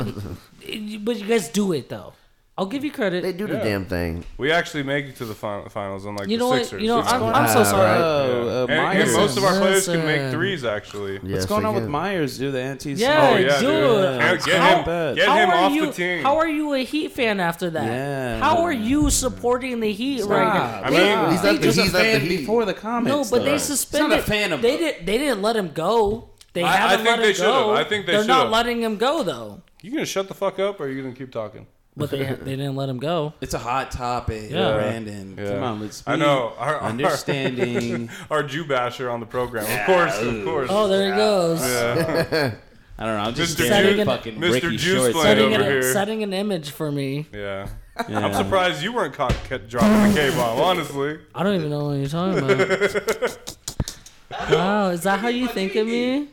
Speaker 3: it- but you guys do it though. I'll give you credit.
Speaker 6: They do the
Speaker 1: Yeah.
Speaker 6: damn thing.
Speaker 1: We actually make it to the final, finals, unlike
Speaker 3: you know
Speaker 1: the
Speaker 3: what?
Speaker 1: Sixers.
Speaker 3: You know,
Speaker 1: It's
Speaker 3: I'm,
Speaker 1: going-
Speaker 3: I'm so
Speaker 6: Ah,
Speaker 3: sorry.
Speaker 6: right.
Speaker 2: Oh, uh,
Speaker 1: and, and
Speaker 2: Myers.
Speaker 1: most of our players can make
Speaker 3: Listen.
Speaker 1: threes, actually.
Speaker 6: Yes,
Speaker 2: What's going
Speaker 6: they
Speaker 2: on with
Speaker 6: can.
Speaker 2: Myers? Dude, the anti.
Speaker 3: Yeah,
Speaker 1: Oh, yeah,
Speaker 3: dude.
Speaker 1: dude. Yeah, get
Speaker 3: How-
Speaker 1: him- get
Speaker 3: how
Speaker 1: him
Speaker 3: are
Speaker 1: off the
Speaker 3: you,
Speaker 1: team.
Speaker 3: How are you a Heat fan after that?
Speaker 2: Yeah.
Speaker 3: How are you supporting the Heat right now?
Speaker 1: I mean,
Speaker 6: He's not the,
Speaker 2: Just a
Speaker 6: he's not the
Speaker 2: fan
Speaker 6: heat.
Speaker 2: before the comments.
Speaker 3: No, but they
Speaker 2: though.
Speaker 3: suspended.
Speaker 2: He's not a fan of
Speaker 3: they
Speaker 2: him.
Speaker 3: didn't. They didn't let him go. They
Speaker 1: I- I
Speaker 3: haven't
Speaker 1: think
Speaker 3: let
Speaker 1: they
Speaker 3: him go.
Speaker 1: should've. I think they
Speaker 3: are not
Speaker 1: should've.
Speaker 3: letting him go though.
Speaker 1: You going to shut the fuck up or are you going to keep talking? *laughs*
Speaker 3: But they they didn't let him go.
Speaker 2: It's a hot topic,
Speaker 3: Yeah.
Speaker 2: Brandon.
Speaker 1: Yeah.
Speaker 2: Come on, let's.
Speaker 1: I
Speaker 2: be
Speaker 1: know. Our, our,
Speaker 2: Understanding.
Speaker 1: *laughs* our Jew basher on the program. Of course, of course.
Speaker 3: Oh, there he goes.
Speaker 1: Yeah.
Speaker 2: I don't know. I'm just
Speaker 1: Mr.
Speaker 2: staring at
Speaker 3: Juice-
Speaker 2: fucking
Speaker 1: Mr.
Speaker 2: Ricky
Speaker 1: Juice
Speaker 2: Shorts
Speaker 1: Blade
Speaker 3: Setting
Speaker 1: over
Speaker 3: an,
Speaker 1: here.
Speaker 3: setting an image for me. *laughs*
Speaker 1: yeah.
Speaker 2: Yeah.
Speaker 1: I'm surprised you weren't caught cut, dropping the K-bomb, honestly.
Speaker 3: I don't even know what you're talking about.
Speaker 1: *laughs*
Speaker 3: wow, is that how you think of me?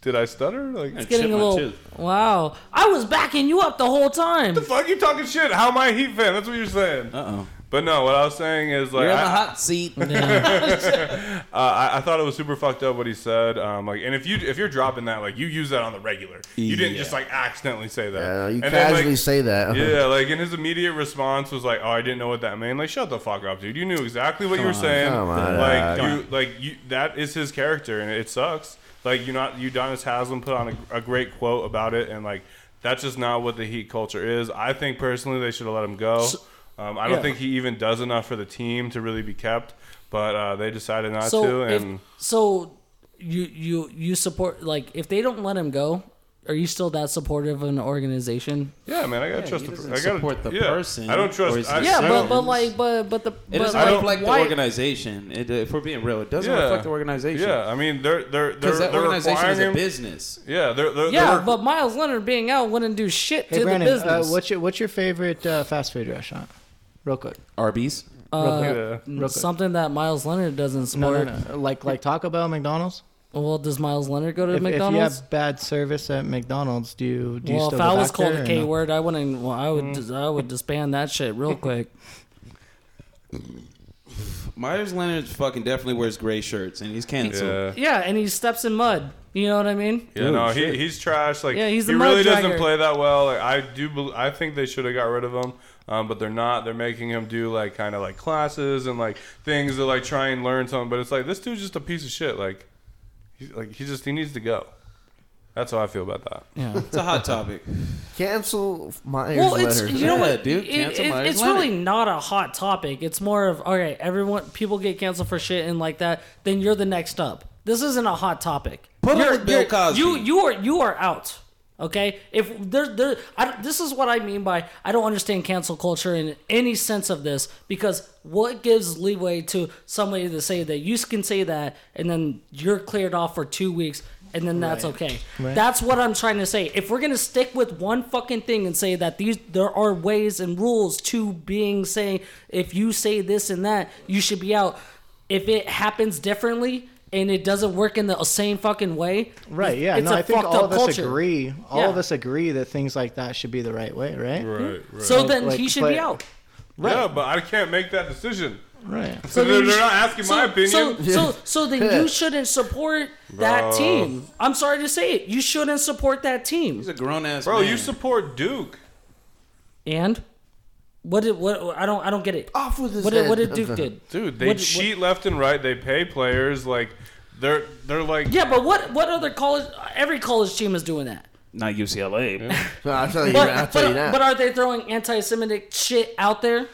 Speaker 1: Did I stutter? Like,
Speaker 2: Shit
Speaker 3: Getting a
Speaker 2: my
Speaker 3: little.
Speaker 2: tooth.
Speaker 3: Wow, I was backing you up the whole time.
Speaker 1: fuck you talking shit. How am I a Heat fan? That's what you're saying.
Speaker 2: Uh oh.
Speaker 1: But no, what I was saying is like
Speaker 2: You're in
Speaker 1: I-
Speaker 2: the hot *laughs* seat.
Speaker 1: Uh, I, I thought it was super fucked up what he said. Um, like, and if you if you're dropping that, like, you use that on the regular. You didn't just like accidentally say that.
Speaker 6: Uh, you
Speaker 1: And then,
Speaker 6: casually
Speaker 1: like,
Speaker 6: say
Speaker 1: *laughs*
Speaker 6: that.
Speaker 1: yeah, like, and his immediate response was like, "Oh, I didn't know what that meant." Like, shut the fuck up, dude. You knew exactly what you were saying.
Speaker 6: come on,
Speaker 1: like,
Speaker 6: dog.
Speaker 1: you like you that is his character, and it sucks. Like, you not Udonis Haslam put on a, a great quote about it, and like, that's just not what the Heat culture is. I think personally they should have let him go. Um, I don't
Speaker 3: yeah.
Speaker 1: think he even does enough for the team to really be kept. But uh, they decided not to,
Speaker 3: so if,
Speaker 1: and
Speaker 3: so you you you support like if they don't let him go, are you still that supportive of an organization?
Speaker 1: Yeah, man, I gotta trust
Speaker 2: he
Speaker 1: the.
Speaker 2: doesn't
Speaker 1: I gotta
Speaker 2: support the
Speaker 1: yeah,
Speaker 2: person,
Speaker 1: I don't
Speaker 2: or
Speaker 1: trust.
Speaker 2: is
Speaker 1: I,
Speaker 2: he-
Speaker 3: Yeah,
Speaker 1: I
Speaker 3: but
Speaker 1: don't-
Speaker 3: but like but but the
Speaker 2: It
Speaker 3: but
Speaker 2: doesn't
Speaker 1: I don't-
Speaker 2: reflect the
Speaker 3: why-
Speaker 2: organization. It, if we're being real, it doesn't
Speaker 1: yeah.
Speaker 2: reflect the organization.
Speaker 1: Yeah, I mean they're they're they're,
Speaker 2: Because that
Speaker 1: they're
Speaker 2: organization
Speaker 1: requiring
Speaker 2: is a
Speaker 1: him-
Speaker 2: business.
Speaker 1: Yeah, they're they're,
Speaker 3: yeah,
Speaker 1: they're
Speaker 3: but Miles Leonard being out wouldn't do shit
Speaker 4: Hey
Speaker 3: to
Speaker 4: Brandon,
Speaker 3: the
Speaker 4: uh,
Speaker 3: business.
Speaker 4: what's your what's your favorite uh, fast food restaurant? Real quick.
Speaker 2: Arby's.
Speaker 3: Uh,
Speaker 1: Yeah.
Speaker 3: n-
Speaker 4: Real quick.
Speaker 3: something that Miles Leonard doesn't
Speaker 4: No,
Speaker 3: support.
Speaker 4: no, no. Like like Taco Bell, McDonald's.
Speaker 3: Well, does Miles Leonard go to
Speaker 4: If, if you
Speaker 3: McDonald's?
Speaker 4: have bad service at McDonald's, do you do you
Speaker 3: well,
Speaker 4: still
Speaker 3: if
Speaker 4: go
Speaker 3: I was
Speaker 4: back
Speaker 3: called
Speaker 4: there
Speaker 3: a
Speaker 4: or
Speaker 3: K
Speaker 4: no?
Speaker 3: word, I wouldn't. Well, I would. Dis, I would disband that shit real quick.
Speaker 2: Myers Leonard fucking definitely wears gray shirts, and he's canceled.
Speaker 1: yeah.
Speaker 3: yeah, and he steps in mud. You know what I mean?
Speaker 1: Yeah, no, he, he's trash. Like,
Speaker 3: Yeah, he's
Speaker 1: he
Speaker 3: the
Speaker 1: really
Speaker 3: mud
Speaker 1: doesn't
Speaker 3: dragger.
Speaker 1: play that well. Like, I do, bel- I think they should have got rid of him, um, but they're not. They're making him do like kind of like classes and like things to like try and learn something. But it's like this dude's just a piece of shit. Like, he, like he just he needs to go. That's how I feel about that.
Speaker 3: Yeah.
Speaker 2: It's a hot topic.
Speaker 6: *laughs* Cancel Myers
Speaker 3: well, it's
Speaker 6: letter.
Speaker 3: you know
Speaker 2: Yeah,
Speaker 3: what,
Speaker 2: dude,
Speaker 3: It-
Speaker 2: cancel
Speaker 3: it-
Speaker 2: Myers
Speaker 3: it's
Speaker 2: Leonard.
Speaker 3: really not a hot topic. It's more of okay, everyone, people get canceled for shit and like that. Then you're the next up. This isn't a hot topic.
Speaker 2: Put him
Speaker 3: You're-
Speaker 2: with Bill
Speaker 3: you're-
Speaker 2: Cosby.
Speaker 3: You you are you are out. Okay, if there there, I, don't- this is what I mean by I don't understand cancel culture in any sense of this because what gives leeway to somebody to say that you can say that and then you're cleared off for two weeks and then that's okay. That's what I'm trying to say. If we're gonna stick with one fucking thing and say that these there are ways and rules to being saying if you say this and that you should be out. If it happens differently and it doesn't work in the same fucking way,
Speaker 4: Right. Yeah.
Speaker 3: it's
Speaker 4: no,
Speaker 3: a
Speaker 4: I think
Speaker 3: fucked
Speaker 4: all
Speaker 3: up
Speaker 4: of us
Speaker 3: culture.
Speaker 4: agree. All of
Speaker 3: Yeah.
Speaker 4: us agree that things like that should be the right way. Right.
Speaker 1: Right, right.
Speaker 3: Mm-hmm. So then
Speaker 4: like,
Speaker 3: he should
Speaker 4: but-
Speaker 3: be out.
Speaker 1: Yeah, but I can't make that decision.
Speaker 4: Right.
Speaker 3: So
Speaker 1: They're-
Speaker 3: then you
Speaker 1: they're
Speaker 3: sh-
Speaker 1: not asking my opinion.
Speaker 3: So, so, so then you
Speaker 4: *laughs*
Speaker 3: shouldn't support that
Speaker 1: Bro.
Speaker 3: team. I'm sorry to say it. You shouldn't support that team.
Speaker 2: He's a grown ass
Speaker 1: Bro,
Speaker 2: man.
Speaker 1: you support Duke.
Speaker 3: And what did what? I don't I don't get it.
Speaker 6: Off with his
Speaker 3: what did, what
Speaker 6: head.
Speaker 3: did Duke did?
Speaker 1: Dude, they
Speaker 3: What- what-
Speaker 1: cheat left and right. They pay players like they're they're like
Speaker 3: Yeah, but what what other college? Every college team is doing that.
Speaker 2: Not UCLA.
Speaker 6: So *laughs* I'll tell you,
Speaker 3: But
Speaker 6: I'll tell
Speaker 3: but,
Speaker 6: you that.
Speaker 3: but are they throwing anti-Semitic shit out there?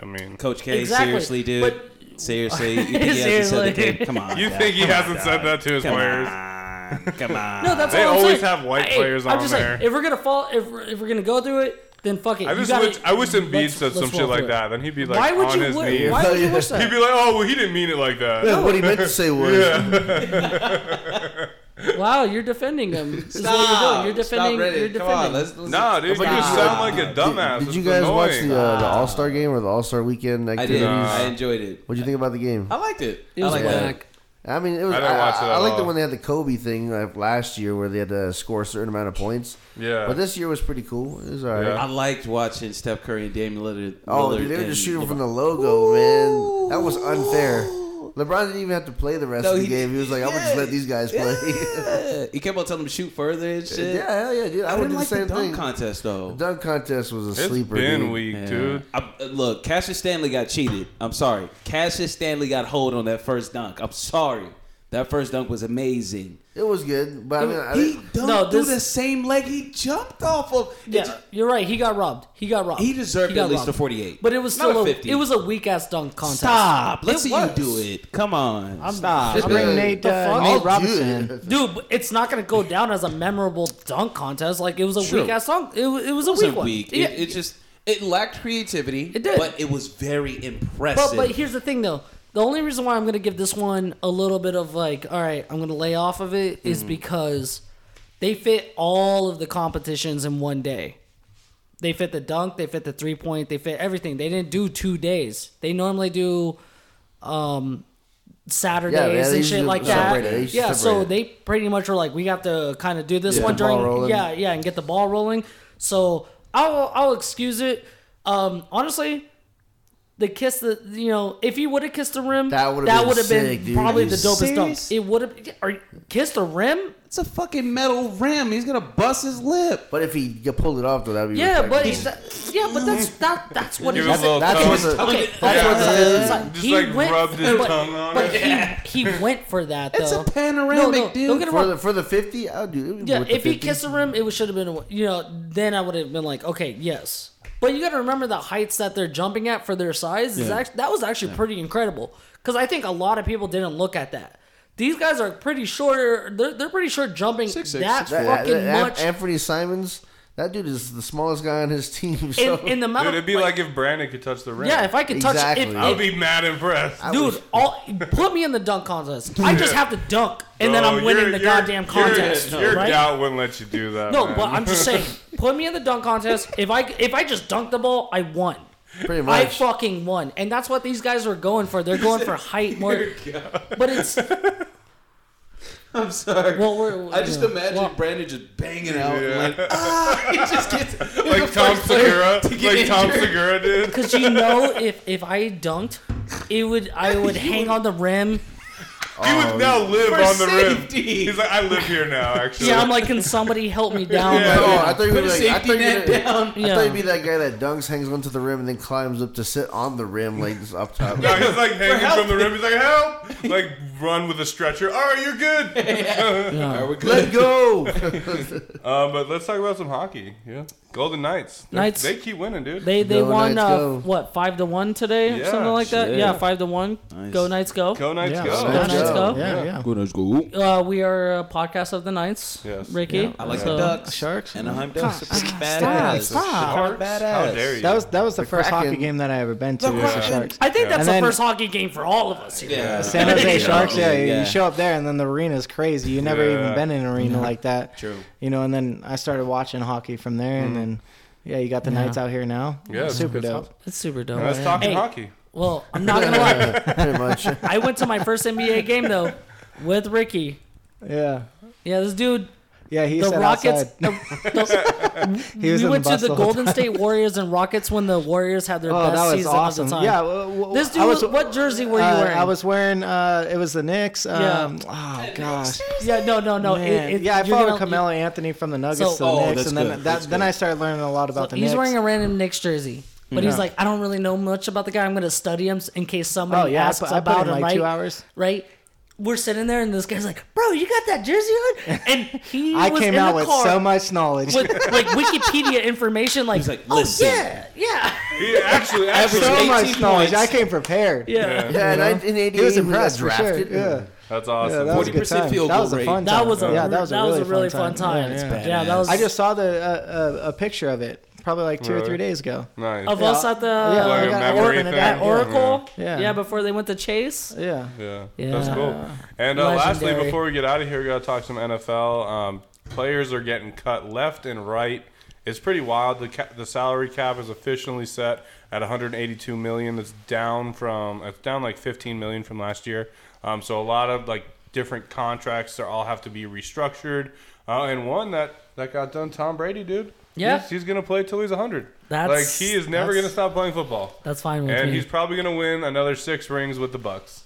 Speaker 1: I mean,
Speaker 2: Coach K,
Speaker 3: Exactly,
Speaker 2: seriously, dude.
Speaker 3: but- *laughs*
Speaker 2: seriously, you think he hasn't said
Speaker 3: Seriously.
Speaker 2: that?
Speaker 1: *laughs*
Speaker 2: Dude? Come on.
Speaker 1: you
Speaker 2: God.
Speaker 1: think he hasn't said that to his
Speaker 2: Come
Speaker 1: players?
Speaker 2: on. Come on.
Speaker 3: No, that's
Speaker 1: They
Speaker 3: all I'm
Speaker 1: always
Speaker 3: saying.
Speaker 1: have white
Speaker 3: Hey,
Speaker 1: players
Speaker 3: I'm
Speaker 1: on
Speaker 3: just
Speaker 1: there.
Speaker 3: Like, if we're gonna fall, if we're, if we're gonna go through it, then fuck it.
Speaker 1: I
Speaker 3: You
Speaker 1: just
Speaker 3: gotta-
Speaker 1: wish I wish Embiid
Speaker 3: let's-
Speaker 1: said some
Speaker 3: let's
Speaker 1: shit
Speaker 3: roll
Speaker 1: like
Speaker 3: through it.
Speaker 1: that. Then he'd be like
Speaker 3: Why would
Speaker 1: on
Speaker 3: you?
Speaker 1: his
Speaker 3: wi-
Speaker 1: knees.
Speaker 3: Why would you
Speaker 6: *laughs*
Speaker 3: wish that?
Speaker 1: *laughs* He'd be like, "Oh, well, he didn't mean it like that."
Speaker 6: That's
Speaker 1: *laughs*
Speaker 6: what he meant to say was. *laughs*
Speaker 3: Wow, you're defending
Speaker 2: *laughs*
Speaker 3: him. Is
Speaker 2: Stop.
Speaker 3: what you're doing. You're defending.
Speaker 2: Stop Reddit.
Speaker 3: you're
Speaker 2: Come on,
Speaker 3: defending.
Speaker 2: let's, let's
Speaker 1: Nah, dude, you just sound like a dumbass.
Speaker 6: Did
Speaker 1: It's
Speaker 6: you guys watch
Speaker 1: annoying.
Speaker 6: the, uh, the All Star game or the All Star weekend
Speaker 2: I did.
Speaker 6: activities?
Speaker 2: I enjoyed it.
Speaker 6: What'd you think about the game?
Speaker 2: I liked it.
Speaker 3: it was
Speaker 2: I liked that.
Speaker 3: whack.
Speaker 6: I mean, it was.
Speaker 1: I
Speaker 6: I,
Speaker 1: didn't watch it
Speaker 6: I,
Speaker 1: at
Speaker 6: I liked
Speaker 1: all.
Speaker 6: it when they had the Kobe thing like last year, where they had to score a certain amount of points.
Speaker 1: Yeah.
Speaker 6: But this year was pretty cool. It was alright.
Speaker 1: Yeah.
Speaker 2: I liked watching Steph Curry and Damian Lillard.
Speaker 6: Oh,
Speaker 2: Lillard
Speaker 6: dude, they were
Speaker 2: and
Speaker 6: just shooting
Speaker 2: LeBron.
Speaker 6: from the logo, man. That was unfair. LeBron didn't even have to play the rest
Speaker 2: No,
Speaker 6: of the
Speaker 2: he-
Speaker 6: game. He was like, "I'm gonna just
Speaker 2: yeah,
Speaker 6: let these guys *laughs* play."
Speaker 2: Yeah. He kept on telling him to shoot further and shit.
Speaker 6: yeah, hell yeah, dude.
Speaker 2: I,
Speaker 6: I, would
Speaker 2: didn't
Speaker 6: do
Speaker 2: like
Speaker 6: the
Speaker 2: the
Speaker 6: same
Speaker 2: dunk
Speaker 6: thing.
Speaker 2: contest though.
Speaker 6: The dunk contest was a
Speaker 1: It's
Speaker 6: sleeper.
Speaker 1: been
Speaker 6: dude.
Speaker 1: weak,
Speaker 2: Yeah.
Speaker 1: dude.
Speaker 2: I- uh, look, Cassius Stanley got cheated. I'm sorry. Cassius Stanley got hold on that first dunk. I'm sorry. That first dunk was amazing.
Speaker 6: It was good, but I mean, I
Speaker 2: He
Speaker 6: didn't-
Speaker 2: dunked
Speaker 3: No, this-
Speaker 2: through the same leg he jumped off of. It
Speaker 3: Yeah,
Speaker 2: ju-
Speaker 3: you're right. He got robbed. He got robbed.
Speaker 2: He deserved
Speaker 3: got
Speaker 2: at least
Speaker 3: robbed.
Speaker 2: a 48.
Speaker 3: But it was
Speaker 2: Not
Speaker 3: still
Speaker 2: a
Speaker 3: a,
Speaker 2: 50.
Speaker 3: it was a weak ass dunk contest.
Speaker 2: Stop. Let's
Speaker 3: It
Speaker 2: see
Speaker 3: was.
Speaker 2: you do it. Come on. Stop.
Speaker 4: Just
Speaker 6: Yeah.
Speaker 4: bring Nate, uh,
Speaker 3: fuck?
Speaker 6: Oh,
Speaker 4: Nate
Speaker 6: dude.
Speaker 4: Robinson.
Speaker 3: Dude, but it's not gonna go down as a memorable dunk contest. Like it was a
Speaker 2: True.
Speaker 3: weak ass dunk. It, wa- it was a
Speaker 2: It
Speaker 3: weak
Speaker 2: wasn't
Speaker 3: one.
Speaker 2: weak.
Speaker 3: Yeah.
Speaker 2: It, it just it lacked creativity.
Speaker 3: It did.
Speaker 2: but it was very
Speaker 3: But
Speaker 2: impressive.
Speaker 3: but here's the thing though. The only reason why I'm gonna give this one a little bit of like, all right, I'm gonna lay off of it
Speaker 6: Mm-hmm.
Speaker 3: is because they fit all of the competitions in one day. They fit the dunk, they fit the three point, they fit everything. They didn't do two days. They normally do um Saturdays
Speaker 6: they
Speaker 3: and
Speaker 6: used
Speaker 3: shit
Speaker 6: to
Speaker 3: like
Speaker 6: separate it. They
Speaker 3: that.
Speaker 6: used to
Speaker 3: Yeah, so
Speaker 6: separate it.
Speaker 3: they pretty much were like, we have to kind of do this
Speaker 6: Yeah.
Speaker 3: one
Speaker 6: Get the ball
Speaker 3: during,
Speaker 6: rolling.
Speaker 3: yeah, yeah, and get the ball rolling. So I'll I'll excuse it. Um, honestly, the kiss the you know if he would have kissed the rim
Speaker 6: That would've been
Speaker 3: would have been,
Speaker 6: sick, dude.
Speaker 3: probably
Speaker 6: Are
Speaker 3: the
Speaker 6: you
Speaker 3: dopest dunk.
Speaker 2: serious?
Speaker 3: It would have or kissed the rim.
Speaker 2: It's a fucking metal rim. He's gonna bust his lip.
Speaker 6: *laughs* But if he could pull it off, though, that'd be
Speaker 3: Yeah, but
Speaker 6: respectable.
Speaker 3: that, yeah, but that's that, that's what
Speaker 1: Give
Speaker 3: it
Speaker 1: him a
Speaker 3: is.
Speaker 1: little
Speaker 6: that's
Speaker 1: tongue.
Speaker 6: what the-
Speaker 3: Okay,
Speaker 6: that's
Speaker 3: that's
Speaker 6: what
Speaker 3: what
Speaker 6: the-
Speaker 3: it is. Like,
Speaker 1: Just,
Speaker 3: he
Speaker 1: like,
Speaker 3: went-
Speaker 1: rubbed his
Speaker 3: but-
Speaker 1: tongue on
Speaker 3: but
Speaker 1: it. *laughs*
Speaker 3: He, he went for that though.
Speaker 2: It's a panoramic,
Speaker 3: no, no,
Speaker 2: dude.
Speaker 3: Don't get it
Speaker 6: for
Speaker 3: wrong.
Speaker 6: the for the fifty, I'll do it.
Speaker 3: Yeah,
Speaker 6: With the
Speaker 3: if he
Speaker 6: 50.
Speaker 3: kissed the rim, it should have been, a- you know, then I would have been like, okay, yes. But you got to remember the heights that they're jumping at for their size. Is act that was actually pretty incredible because I think a lot of people didn't look at that. These guys are pretty short. They're, they're pretty short jumping that
Speaker 6: That-
Speaker 3: fucking
Speaker 6: that- that-
Speaker 3: much.
Speaker 6: Anthony Simons, that dude is the smallest guy on his team. *laughs* So
Speaker 3: in, in the amount
Speaker 1: Dude,
Speaker 3: of-
Speaker 1: it'd be like, if Brandon could touch the rim.
Speaker 3: yeah, if I could touch
Speaker 6: Exactly.
Speaker 3: if,
Speaker 6: I
Speaker 1: I would
Speaker 3: if,
Speaker 1: be mad impressed.
Speaker 3: dude, all put me in the dunk contest. I just have to dunk, and then
Speaker 1: Bro,
Speaker 3: I'm winning
Speaker 1: Oh, you're-
Speaker 3: the
Speaker 1: you're-
Speaker 3: goddamn
Speaker 1: you're-
Speaker 3: contest.
Speaker 1: Your,
Speaker 3: right?
Speaker 1: doubt wouldn't let you do that.
Speaker 3: No,
Speaker 1: man.
Speaker 3: but I'm just saying, put me in the dunk contest. If I if I just dunk the ball, I won.
Speaker 6: pretty
Speaker 3: I
Speaker 6: much.
Speaker 3: fucking won, and that's what these guys were going for. They're going
Speaker 2: *laughs*
Speaker 3: for height
Speaker 2: Oh
Speaker 3: more, but it's
Speaker 2: I'm sorry.
Speaker 3: well, we're,
Speaker 2: I just
Speaker 3: yeah.
Speaker 2: imagine
Speaker 3: Well,
Speaker 2: Brandon just banging out
Speaker 1: Yeah.
Speaker 2: *laughs* and like ah, he just *laughs*
Speaker 1: *laughs*
Speaker 2: gets
Speaker 1: like Tom Segura, *laughs* like Tom Segura did.
Speaker 3: Cause you know, if if I dunked, it would
Speaker 2: *laughs*
Speaker 3: I would hang on the rim.
Speaker 1: He
Speaker 4: Oh,
Speaker 1: would now live
Speaker 2: For
Speaker 1: on the
Speaker 2: safety.
Speaker 1: rim. He's like, I live here now. Actually,
Speaker 3: Yeah,
Speaker 1: *laughs*
Speaker 3: I'm like, can somebody
Speaker 2: *laughs*
Speaker 3: help me down?
Speaker 1: Yeah.
Speaker 6: Oh, I thought you
Speaker 2: Put
Speaker 6: were
Speaker 2: a
Speaker 6: like, I
Speaker 2: safety
Speaker 6: thought
Speaker 2: net
Speaker 6: you were.
Speaker 2: down.
Speaker 6: I thought you'd be that guy that dunks, hangs onto the rim, and then climbs up to sit on the rim, like just up
Speaker 1: *laughs*
Speaker 6: top.
Speaker 1: No, he's like hanging
Speaker 2: help.
Speaker 1: from the rim. He's like, help! Like, run with a stretcher. All right, you're good.
Speaker 2: Are we good?
Speaker 1: *laughs*
Speaker 6: Let go.
Speaker 1: Uh, but let's talk about some hockey. Yeah, Golden Knights. They're-
Speaker 3: Knights.
Speaker 1: They keep winning, dude.
Speaker 3: They they
Speaker 6: Go
Speaker 3: won
Speaker 6: Knights,
Speaker 3: uh,
Speaker 6: go.
Speaker 3: what five to one today,
Speaker 1: Yeah,
Speaker 3: something like that.
Speaker 2: shit.
Speaker 3: Yeah, five to one. Go Knights, go.
Speaker 1: go Knights,
Speaker 4: Yeah,
Speaker 1: go.
Speaker 4: so-
Speaker 3: Go
Speaker 6: Let's
Speaker 3: Knights,
Speaker 6: go.
Speaker 3: go.
Speaker 4: Yeah, yeah.
Speaker 5: Good as go.
Speaker 3: Uh, we are a podcast of the Knights.
Speaker 1: Yes.
Speaker 3: Ricky.
Speaker 2: I like the
Speaker 3: So-
Speaker 2: ducks.
Speaker 4: Sharks.
Speaker 2: Anaheim Ducks. are pretty
Speaker 4: stop,
Speaker 2: badass.
Speaker 4: stop.
Speaker 2: They're Badass.
Speaker 1: How dare you?
Speaker 4: That was that was the, first hockey
Speaker 6: Kraken.
Speaker 4: game that I ever been to. was the
Speaker 2: Kraken.
Speaker 4: Sharks.
Speaker 3: I think that's
Speaker 4: And
Speaker 3: the
Speaker 4: then-
Speaker 3: first hockey game for all of us here.
Speaker 2: *laughs* Yeah.
Speaker 4: San Jose Sharks. Yeah,
Speaker 2: Yeah.
Speaker 4: you show up there, and then the arena's crazy. You never
Speaker 1: Yeah.
Speaker 4: even been in an arena like that.
Speaker 2: True.
Speaker 4: You know, and then I started watching hockey from there, and then yeah, you got the Knights out here now.
Speaker 1: Mm-hmm. Yeah, it's
Speaker 4: super
Speaker 1: good
Speaker 4: dope.
Speaker 1: stuff.
Speaker 3: It's super dope.
Speaker 1: Let's talk
Speaker 3: Hey,
Speaker 1: hockey.
Speaker 3: Well, I'm
Speaker 2: *laughs*
Speaker 3: not gonna lie.
Speaker 6: Pretty much.
Speaker 3: *laughs* I went to my first NBA game though with Ricky.
Speaker 4: Yeah,
Speaker 3: Yeah, this dude,
Speaker 4: yeah. He
Speaker 3: the
Speaker 4: sat
Speaker 3: Rockets.
Speaker 4: outside.
Speaker 3: The,
Speaker 4: *laughs*
Speaker 3: the-
Speaker 4: He was
Speaker 3: we
Speaker 4: in
Speaker 3: went
Speaker 4: the
Speaker 3: to
Speaker 4: bus
Speaker 3: the
Speaker 4: the whole
Speaker 3: Golden State Warriors and Rockets when the Warriors had their
Speaker 4: Oh,
Speaker 3: best
Speaker 4: that was
Speaker 3: season
Speaker 4: awesome.
Speaker 3: of the time.
Speaker 4: Yeah. well, well,
Speaker 3: This
Speaker 4: I
Speaker 3: dude,
Speaker 4: was-
Speaker 3: what jersey were you
Speaker 4: uh,
Speaker 3: wearing?
Speaker 4: I was wearing. Uh, it was the Knicks.
Speaker 3: Yeah.
Speaker 4: Um, Oh gosh.
Speaker 3: Yeah, no, no, no. it-
Speaker 4: Man.
Speaker 3: it-
Speaker 4: yeah, I
Speaker 3: you're
Speaker 4: followed
Speaker 3: gonna-
Speaker 4: Carmelo Anthony from the Nuggets
Speaker 3: So-
Speaker 4: to the
Speaker 2: Oh,
Speaker 4: Knicks,
Speaker 2: that's
Speaker 4: and then
Speaker 2: good.
Speaker 4: that,
Speaker 2: That's
Speaker 4: then
Speaker 2: good.
Speaker 4: I started learning a lot about the
Speaker 3: he's
Speaker 4: Knicks.
Speaker 3: wearing a random Knicks jersey, but he's
Speaker 4: Yeah.
Speaker 3: like, I don't really know much about the guy. I'm gonna study him in case
Speaker 4: oh
Speaker 3: somebody
Speaker 4: yeah, I
Speaker 3: asks
Speaker 4: put, I put
Speaker 3: about
Speaker 4: in
Speaker 3: him.
Speaker 4: like
Speaker 3: right?
Speaker 4: two hours.
Speaker 3: right? We're sitting there, and this guy's like, "Bro, you got that jersey on?"
Speaker 4: *laughs*
Speaker 3: And he
Speaker 4: I
Speaker 3: was
Speaker 4: came
Speaker 3: in
Speaker 4: out
Speaker 3: the
Speaker 4: with
Speaker 3: car
Speaker 4: so much knowledge.
Speaker 3: with like Wikipedia information. Like,
Speaker 2: like,
Speaker 3: "Oh
Speaker 2: "Listen."
Speaker 3: yeah,
Speaker 1: *laughs*
Speaker 3: yeah,
Speaker 1: He actually, actually
Speaker 4: so
Speaker 2: 18
Speaker 4: much knowledge.
Speaker 2: points.
Speaker 4: I came prepared.
Speaker 3: yeah.
Speaker 6: Yeah, and I, in '88
Speaker 4: He was impressed
Speaker 6: got
Speaker 4: for sure.
Speaker 6: drafted.
Speaker 4: Yeah,
Speaker 1: that's awesome.
Speaker 4: yeah that was a good
Speaker 2: 40%
Speaker 4: time.
Speaker 2: field
Speaker 4: That was
Speaker 2: goal
Speaker 4: a
Speaker 2: rate.
Speaker 4: fun time.
Speaker 3: That was a
Speaker 4: yeah, that was a really,
Speaker 3: fun time.
Speaker 4: Yeah, yeah.
Speaker 3: Yeah, that was.
Speaker 4: I just saw the uh, uh, a picture of it probably like two or
Speaker 1: Really?
Speaker 4: three days ago.
Speaker 1: nice.
Speaker 3: of us at the
Speaker 4: Yeah,
Speaker 1: Like
Speaker 4: I
Speaker 1: a
Speaker 4: got- I
Speaker 1: memory
Speaker 4: ordered it
Speaker 1: thing.
Speaker 4: at
Speaker 1: Yeah.
Speaker 3: Oracle.
Speaker 4: Yeah.
Speaker 3: yeah, before they went to Chase.
Speaker 4: Yeah.
Speaker 1: Yeah, that's
Speaker 3: Yeah.
Speaker 1: cool. And uh, lastly,
Speaker 3: Legendary.
Speaker 1: before we get out of here, we gotta talk some NFL. Um, players are getting cut left and right. It's pretty wild. The ca- the salary cap is officially set at 182 million. It's down from it's down like 15 million from last year. Um, so a lot of like different contracts that all have to be restructured. Uh, and one that that got done, Tom Brady, dude.
Speaker 3: Yeah.
Speaker 1: he's, he's gonna play till he's 100.
Speaker 3: That's-
Speaker 1: like he is never
Speaker 3: that's-
Speaker 1: gonna stop playing football.
Speaker 3: That's fine with
Speaker 1: And
Speaker 3: me.
Speaker 1: he's probably gonna win another six rings with the Bucks.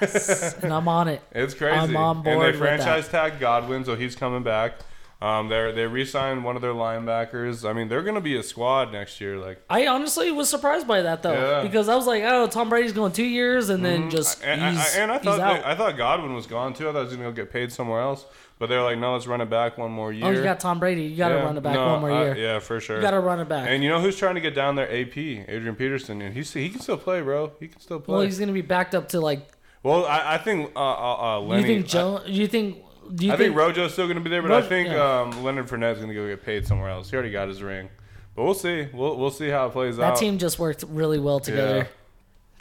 Speaker 1: *laughs*
Speaker 3: and I'm on it.
Speaker 1: It's crazy.
Speaker 3: I'm on board
Speaker 1: and they
Speaker 3: with that.
Speaker 1: franchise tagged Godwin, so he's coming back. Um, they they re-signed one of their linebackers. I mean, they're going to be a squad next year. Like,
Speaker 3: I honestly was surprised by that though,
Speaker 1: Yeah.
Speaker 3: because I was like, "Oh, Tom Brady's going two years, and then just
Speaker 1: and, I, I,
Speaker 3: he's,
Speaker 1: and I
Speaker 3: he's
Speaker 1: thought
Speaker 3: out."
Speaker 1: they- I thought Godwin was gone too. I thought he was going to go get paid somewhere else. But they're like, no, let's run it back one more year.
Speaker 3: oh, you got Tom Brady. You got to
Speaker 1: Yeah.
Speaker 3: run it back
Speaker 1: No,
Speaker 3: one more
Speaker 1: I-
Speaker 3: year.
Speaker 1: yeah, for sure.
Speaker 3: You got to run it back.
Speaker 1: And you know who's trying to get down there? AP Adrian Peterson, and he's he can still play, bro. He can still play.
Speaker 3: well, he's gonna be backed up to like.
Speaker 1: Well, I, I think uh, uh, uh, Lenny.
Speaker 3: you think Joe? you think? Do you
Speaker 1: I think Rojo's still going to be there, but I
Speaker 3: Roj-
Speaker 1: think
Speaker 3: yeah.
Speaker 1: um, Leonard Fournette's going to go get paid somewhere else. He already got his ring, but we'll see. We'll we'll see how it plays
Speaker 3: that
Speaker 1: out.
Speaker 3: team just worked really well together?
Speaker 1: Yeah.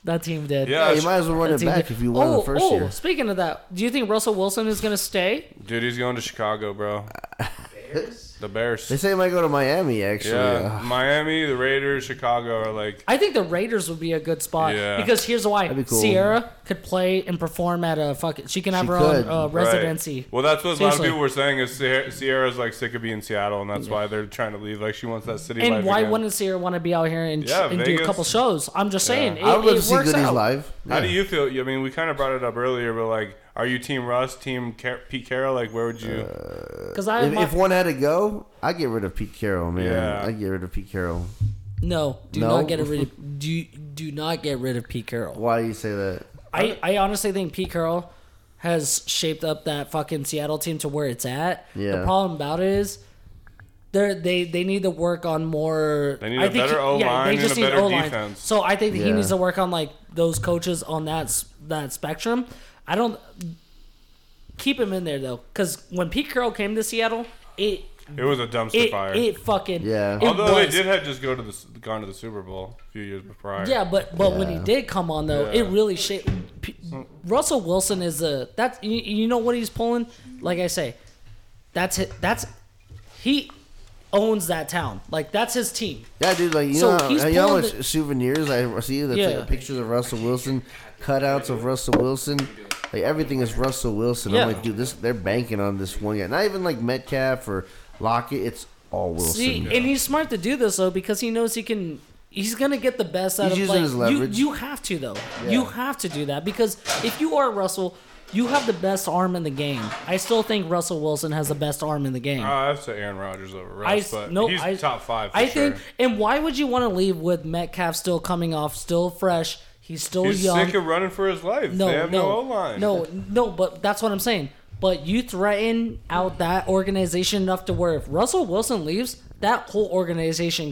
Speaker 3: That team did.
Speaker 1: yeah,
Speaker 6: Yeah, you
Speaker 1: it's-
Speaker 6: might as well run
Speaker 3: That
Speaker 6: it
Speaker 3: team
Speaker 6: back
Speaker 3: did.
Speaker 6: if you won
Speaker 3: oh,
Speaker 6: the first
Speaker 3: oh,
Speaker 6: year.
Speaker 3: Speaking of that, do you think Russell Wilson is gonna stay?
Speaker 1: dude, he's going to Chicago, bro.
Speaker 5: Bears?
Speaker 1: The Bears.
Speaker 6: They say I might go to Miami actually.
Speaker 1: yeah,
Speaker 3: uh,
Speaker 6: Ugh.
Speaker 1: Miami, the Raiders, Chicago are like
Speaker 3: I think the Raiders would be a good spot
Speaker 1: Yeah.
Speaker 3: because here's why:
Speaker 6: That'd be cool.
Speaker 3: Sierra could play and perform at a fucking. She can have
Speaker 6: She
Speaker 3: her
Speaker 6: could.
Speaker 3: own uh,
Speaker 1: right.
Speaker 3: residency.
Speaker 1: Well, that's what a lot of
Speaker 3: Seriously.
Speaker 1: people were saying is Sierra, Sierra's like sick of being in Seattle, and that's why they're trying to leave. Like she wants that city life.
Speaker 3: And why
Speaker 1: again.
Speaker 3: wouldn't Sierra want to be out here and,
Speaker 1: Yeah,
Speaker 3: and do a
Speaker 1: Vegas.
Speaker 3: couple shows? I'm just saying,
Speaker 6: I
Speaker 3: it,
Speaker 6: would love
Speaker 3: it
Speaker 6: to see
Speaker 3: works
Speaker 6: Goodies
Speaker 3: out.
Speaker 6: live.
Speaker 1: How do
Speaker 6: Yeah.
Speaker 1: you feel? I mean, we kind of brought it up earlier, but like, are you Team Russ, Team Car- Pete Carroll? Like, where would you?
Speaker 3: Uh, Because I
Speaker 6: If,
Speaker 3: my-
Speaker 6: if one had to go, I get rid of Pete Carroll, man.
Speaker 1: Yeah.
Speaker 6: I get rid of Pete Carroll.
Speaker 3: no, do
Speaker 6: No?
Speaker 3: not get rid
Speaker 6: *laughs*
Speaker 3: of do do not get rid of Pete Carroll.
Speaker 6: Why do you say that?
Speaker 3: I, I honestly think Pete Carroll has shaped up that fucking Seattle team to where it's at.
Speaker 6: Yeah.
Speaker 3: The problem about it is they they they need to work on more.
Speaker 1: They need
Speaker 3: I
Speaker 1: a better
Speaker 3: he-
Speaker 1: O-line and a better
Speaker 3: O-line.
Speaker 1: defense.
Speaker 3: So I think that he
Speaker 6: Yeah.
Speaker 3: needs to work on like those coaches on that s- that spectrum. I don't keep him in there though, because when Pete Carroll came to Seattle, it
Speaker 1: It was a dumpster
Speaker 3: it,
Speaker 1: fire.
Speaker 3: it fucking
Speaker 6: Yeah.
Speaker 3: it
Speaker 1: Although they
Speaker 3: was.
Speaker 1: did have just go to the gone to the Super Bowl a few years prior.
Speaker 3: Yeah, but but when he
Speaker 6: Yeah.
Speaker 3: did come on though, it really shaped. P- Russell Wilson is a that's you, you know what he's pulling. Like I say, that's it. That's he owns that town. Like that's his team.
Speaker 6: Yeah, dude, like you
Speaker 3: So
Speaker 6: know,
Speaker 3: he's
Speaker 6: how- you know how
Speaker 3: pulling
Speaker 6: much
Speaker 3: the-
Speaker 6: souvenirs I see that's
Speaker 3: Yeah.
Speaker 6: like pictures of Russell Wilson, cutouts of Russell Wilson. Like everything is Russell Wilson.
Speaker 3: Yeah.
Speaker 6: I'm like, dude, this they're banking on this one guy. Not even like Metcalf or Lockett. It's all Wilson.
Speaker 3: See, and he's smart to do this though because he knows he can. He's gonna get the best out
Speaker 6: He's
Speaker 3: of
Speaker 6: using
Speaker 3: like,
Speaker 6: his
Speaker 3: you-
Speaker 6: leverage.
Speaker 3: You, have to though. You have to do that because if you are Russell, you have the best arm in the game. I still think Russell Wilson has the best arm in the game.
Speaker 1: I have to Oh, Aaron Rodgers over
Speaker 3: I
Speaker 1: Russ,
Speaker 3: s-
Speaker 1: but
Speaker 3: no,
Speaker 1: he's
Speaker 3: I,
Speaker 1: top five. For
Speaker 3: I
Speaker 1: sure.
Speaker 3: think. And why would you want to leave with Metcalf still coming off, still fresh? He's still
Speaker 1: he's
Speaker 3: young.
Speaker 1: sick of running for his life.
Speaker 3: no,
Speaker 1: they have no,
Speaker 3: no,
Speaker 1: O line.
Speaker 3: no, no. But that's what I'm saying. But you threaten out that organization enough to where if Russell Wilson leaves, that whole organization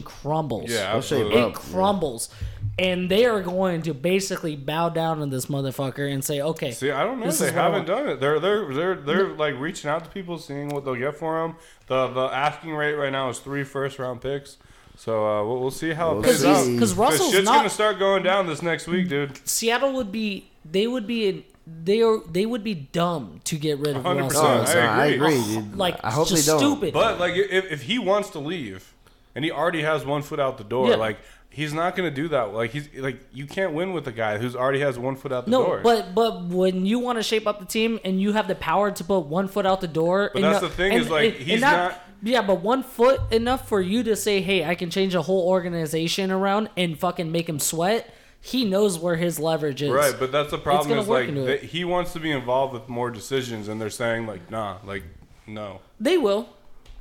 Speaker 1: *laughs*
Speaker 3: crumbles.
Speaker 1: Oh, yeah,
Speaker 6: I'll say
Speaker 1: absolutely.
Speaker 6: Rob.
Speaker 3: It crumbles. And they are going to basically bow down to this motherfucker and say, okay.
Speaker 1: See, I don't know.
Speaker 3: This
Speaker 1: they
Speaker 3: is what I
Speaker 1: haven't
Speaker 3: want.
Speaker 1: done it. They're they're they're they're like reaching out to people, seeing what they'll get for them. The the asking rate right now is three first round picks. So uh, we'll, we'll see how it
Speaker 6: We'll
Speaker 1: plays
Speaker 6: see.
Speaker 1: out.
Speaker 6: 'Cause
Speaker 3: because
Speaker 1: This
Speaker 3: Russell's
Speaker 1: shit's
Speaker 3: not
Speaker 1: gonna start going down this next week, dude.
Speaker 3: Seattle would be they would be in they are they would be dumb to get rid
Speaker 1: 100%.
Speaker 3: of
Speaker 6: Oh,
Speaker 3: Russell.
Speaker 1: I
Speaker 6: no, I
Speaker 1: agree.
Speaker 6: agree, dude.
Speaker 3: Like
Speaker 6: I hope
Speaker 3: just
Speaker 6: they don't.
Speaker 3: stupid.
Speaker 1: But like, if, if he wants to leave, and he already has one foot out the door,
Speaker 3: Yeah.
Speaker 1: like he's not gonna do that. Like he's like you can't win with a guy who's already has one foot out the
Speaker 3: no,
Speaker 1: door.
Speaker 3: but but when you want to shape up the team and you have the power to put one foot out the door,
Speaker 1: But
Speaker 3: and
Speaker 1: that's
Speaker 3: no-
Speaker 1: the thing
Speaker 3: and-
Speaker 1: is, like,
Speaker 3: and
Speaker 1: he's not-
Speaker 3: Yeah, but one foot enough for you to say, "Hey, I can change a whole organization around and fucking make him sweat." He knows where his leverage is.
Speaker 1: Right, but that's the problem
Speaker 3: gonna
Speaker 1: is
Speaker 3: work
Speaker 1: like
Speaker 3: into
Speaker 1: that
Speaker 3: it.
Speaker 1: he wants to be involved with more decisions, and they're saying like, nah, like no.
Speaker 3: They will,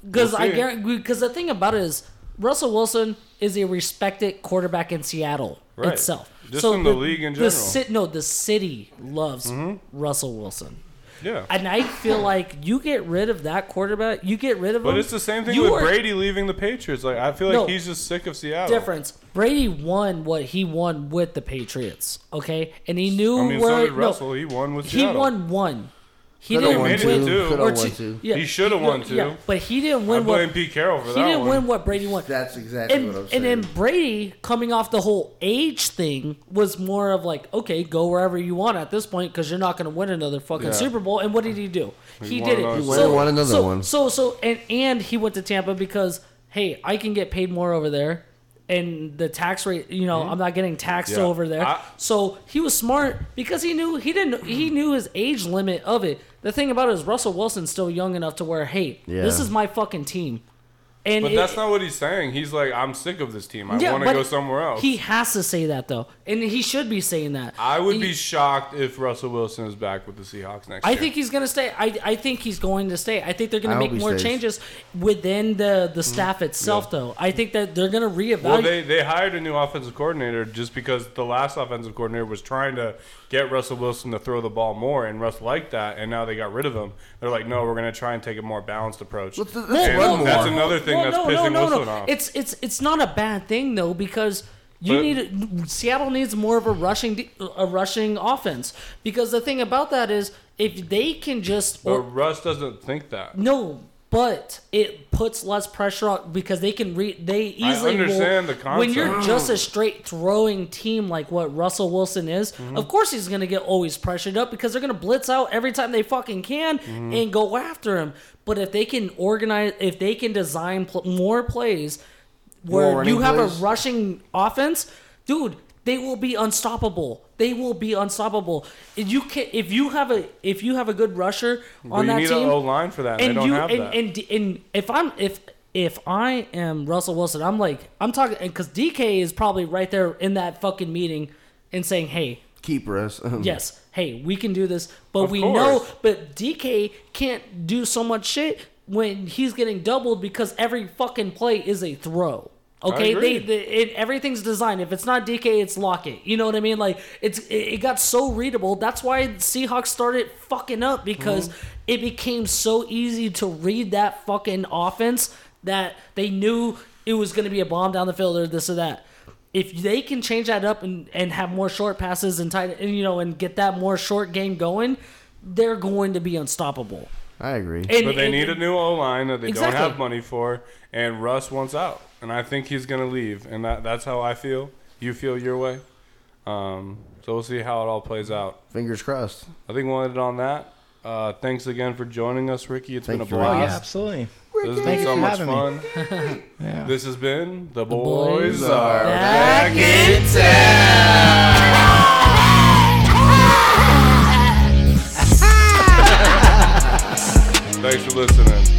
Speaker 3: because
Speaker 1: We'll
Speaker 3: I
Speaker 1: see.
Speaker 3: guarantee. Because the thing about it is, Russell Wilson is a respected quarterback in Seattle
Speaker 1: Right.
Speaker 3: itself.
Speaker 1: Just in the league in general. Mm-hmm.
Speaker 3: ci- no, the city loves Russell Wilson,
Speaker 1: Yeah,
Speaker 3: and I feel like you get rid of that quarterback, you get rid of him.
Speaker 1: but it's the same thing
Speaker 3: you
Speaker 1: with
Speaker 3: are-
Speaker 1: Brady leaving the Patriots. Like I feel like
Speaker 3: No.
Speaker 1: he's just sick of Seattle.
Speaker 3: Difference. Brady won what he won with the Patriots, okay, and he knew
Speaker 1: I mean,
Speaker 3: where
Speaker 1: so did
Speaker 3: no,
Speaker 1: Russell. he won with
Speaker 3: he
Speaker 1: Seattle.
Speaker 3: won one. He
Speaker 6: Coulda
Speaker 3: didn't
Speaker 1: won
Speaker 3: win
Speaker 1: two. Two.
Speaker 6: Coulda
Speaker 3: or
Speaker 6: won
Speaker 3: two.
Speaker 6: two.
Speaker 3: Yeah,
Speaker 1: He shoulda
Speaker 3: no,
Speaker 1: won two.
Speaker 3: Yeah, but he didn't
Speaker 1: I
Speaker 3: win
Speaker 1: blame
Speaker 3: what
Speaker 1: Pete Carroll for
Speaker 3: he
Speaker 1: that
Speaker 3: didn't
Speaker 1: one.
Speaker 3: win what Brady won.
Speaker 6: That's exactly
Speaker 3: and,
Speaker 6: what I'm saying.
Speaker 3: and then Brady coming off the whole age thing was more of like, okay, go wherever you want at this point because you're not going to win another fucking
Speaker 1: Yeah.
Speaker 3: Super Bowl. And what did he do? He,
Speaker 1: won
Speaker 3: did it.
Speaker 1: another He
Speaker 6: went and won another
Speaker 3: so,
Speaker 6: one.
Speaker 3: So so and and he went to Tampa because hey, I can get paid more over there, and the tax rate, you know, I'm not getting taxed
Speaker 1: Mm-hmm. Yeah.
Speaker 3: over there.
Speaker 1: I-
Speaker 3: so he was smart because he knew he didn't he knew his age limit of it. The thing about it is Russell Wilson's still young enough to where hey,
Speaker 6: Yeah.
Speaker 3: this is my fucking team. And
Speaker 1: But
Speaker 3: it-
Speaker 1: that's not what he's saying. He's like, I'm sick of this team. I
Speaker 3: yeah,
Speaker 1: want to
Speaker 3: but
Speaker 1: go somewhere else.
Speaker 3: He has to say that though, and he should be saying that.
Speaker 1: I would
Speaker 3: He-
Speaker 1: be shocked if Russell Wilson is back with the Seahawks next
Speaker 3: I
Speaker 1: year.
Speaker 3: think he's gonna stay. I, I think he's going to stay. I think they're gonna
Speaker 6: I
Speaker 3: make
Speaker 6: hope he
Speaker 3: more
Speaker 6: stays.
Speaker 3: changes within the the staff itself, though. I think that they're gonna reevaluate.
Speaker 1: Mm-hmm. Well, they, they hired a new offensive coordinator just because the last offensive coordinator was trying to get Russell Wilson to throw the ball more, and Russ liked that, and now they got rid of him. They're like, no, we're going to try and take a more balanced approach.
Speaker 6: Let's- let's
Speaker 1: And
Speaker 6: run more.
Speaker 1: that's another thing
Speaker 3: Well,
Speaker 1: that's pissing Wilson off.
Speaker 3: It's it's it's not a bad thing though because you
Speaker 1: But-
Speaker 3: need Seattle needs more of a rushing de- a rushing offense because the thing about that is if they can just
Speaker 1: but Russ doesn't think that.
Speaker 3: no but it puts less pressure on because they can re they easily will-
Speaker 1: understand the
Speaker 3: when you're
Speaker 1: concept.
Speaker 3: just a straight throwing team like what Russell Wilson is
Speaker 1: Mm-hmm.
Speaker 3: of course he's gonna get always pressured up because they're gonna blitz out every time they fucking can
Speaker 1: Mm-hmm.
Speaker 3: and go after him but if they can organize if they can design pl- more plays
Speaker 6: More
Speaker 3: where
Speaker 6: running
Speaker 3: you have
Speaker 6: plays.
Speaker 3: a rushing offense, dude, they will be unstoppable. They will be unstoppable. If you can, if you have a if you have a good rusher
Speaker 1: But
Speaker 3: on
Speaker 1: you
Speaker 3: that
Speaker 1: need
Speaker 3: team,
Speaker 1: an O line for that. And, they
Speaker 3: and
Speaker 1: don't
Speaker 3: you
Speaker 1: have
Speaker 3: and,
Speaker 1: that.
Speaker 3: and and if I'm if if I am Russell Wilson, I'm like I'm talking because DK is probably right there in that fucking meeting and saying, hey,
Speaker 6: Keeper us. *laughs*
Speaker 3: Yes. Hey, we can do this, but
Speaker 1: Of
Speaker 3: we
Speaker 1: course.
Speaker 3: know, but DK can't do so much shit when he's getting doubled because every fucking play is a throw. Okay,
Speaker 1: agree.
Speaker 3: they, they it, everything's designed. If it's not DK, it's Lockett. You know what I mean? Like it's it, it got so readable. That's why Seahawks started fucking up because it became so easy to read that fucking offense that they knew it was going to be a bomb down the field or this or that if they can change that up and, and have more short passes and tight and you know and get that more short game going, they're going to be unstoppable.
Speaker 6: I agree.
Speaker 3: And,
Speaker 1: but they
Speaker 3: and-
Speaker 1: need a new O line that they
Speaker 3: Exactly.
Speaker 1: don't have money for, and Russ wants out, and I think he's gonna leave, and that, that's how I feel. You feel your way. Um, so we'll see how it all plays out.
Speaker 6: Fingers crossed.
Speaker 1: I think we'll end it on that. Uh, thanks again for joining us, Ricky. It's
Speaker 6: Thank
Speaker 1: been a
Speaker 6: you, Ricky.
Speaker 4: Oh yeah,
Speaker 1: blast.
Speaker 4: absolutely.
Speaker 1: This has
Speaker 4: Thank
Speaker 1: been
Speaker 4: you
Speaker 1: so
Speaker 4: for
Speaker 1: much
Speaker 4: having me.
Speaker 1: fun.
Speaker 4: *laughs* Yeah.
Speaker 1: This has been the, boys,
Speaker 3: Boys
Speaker 1: are
Speaker 3: Back
Speaker 1: back in Thanks for listening.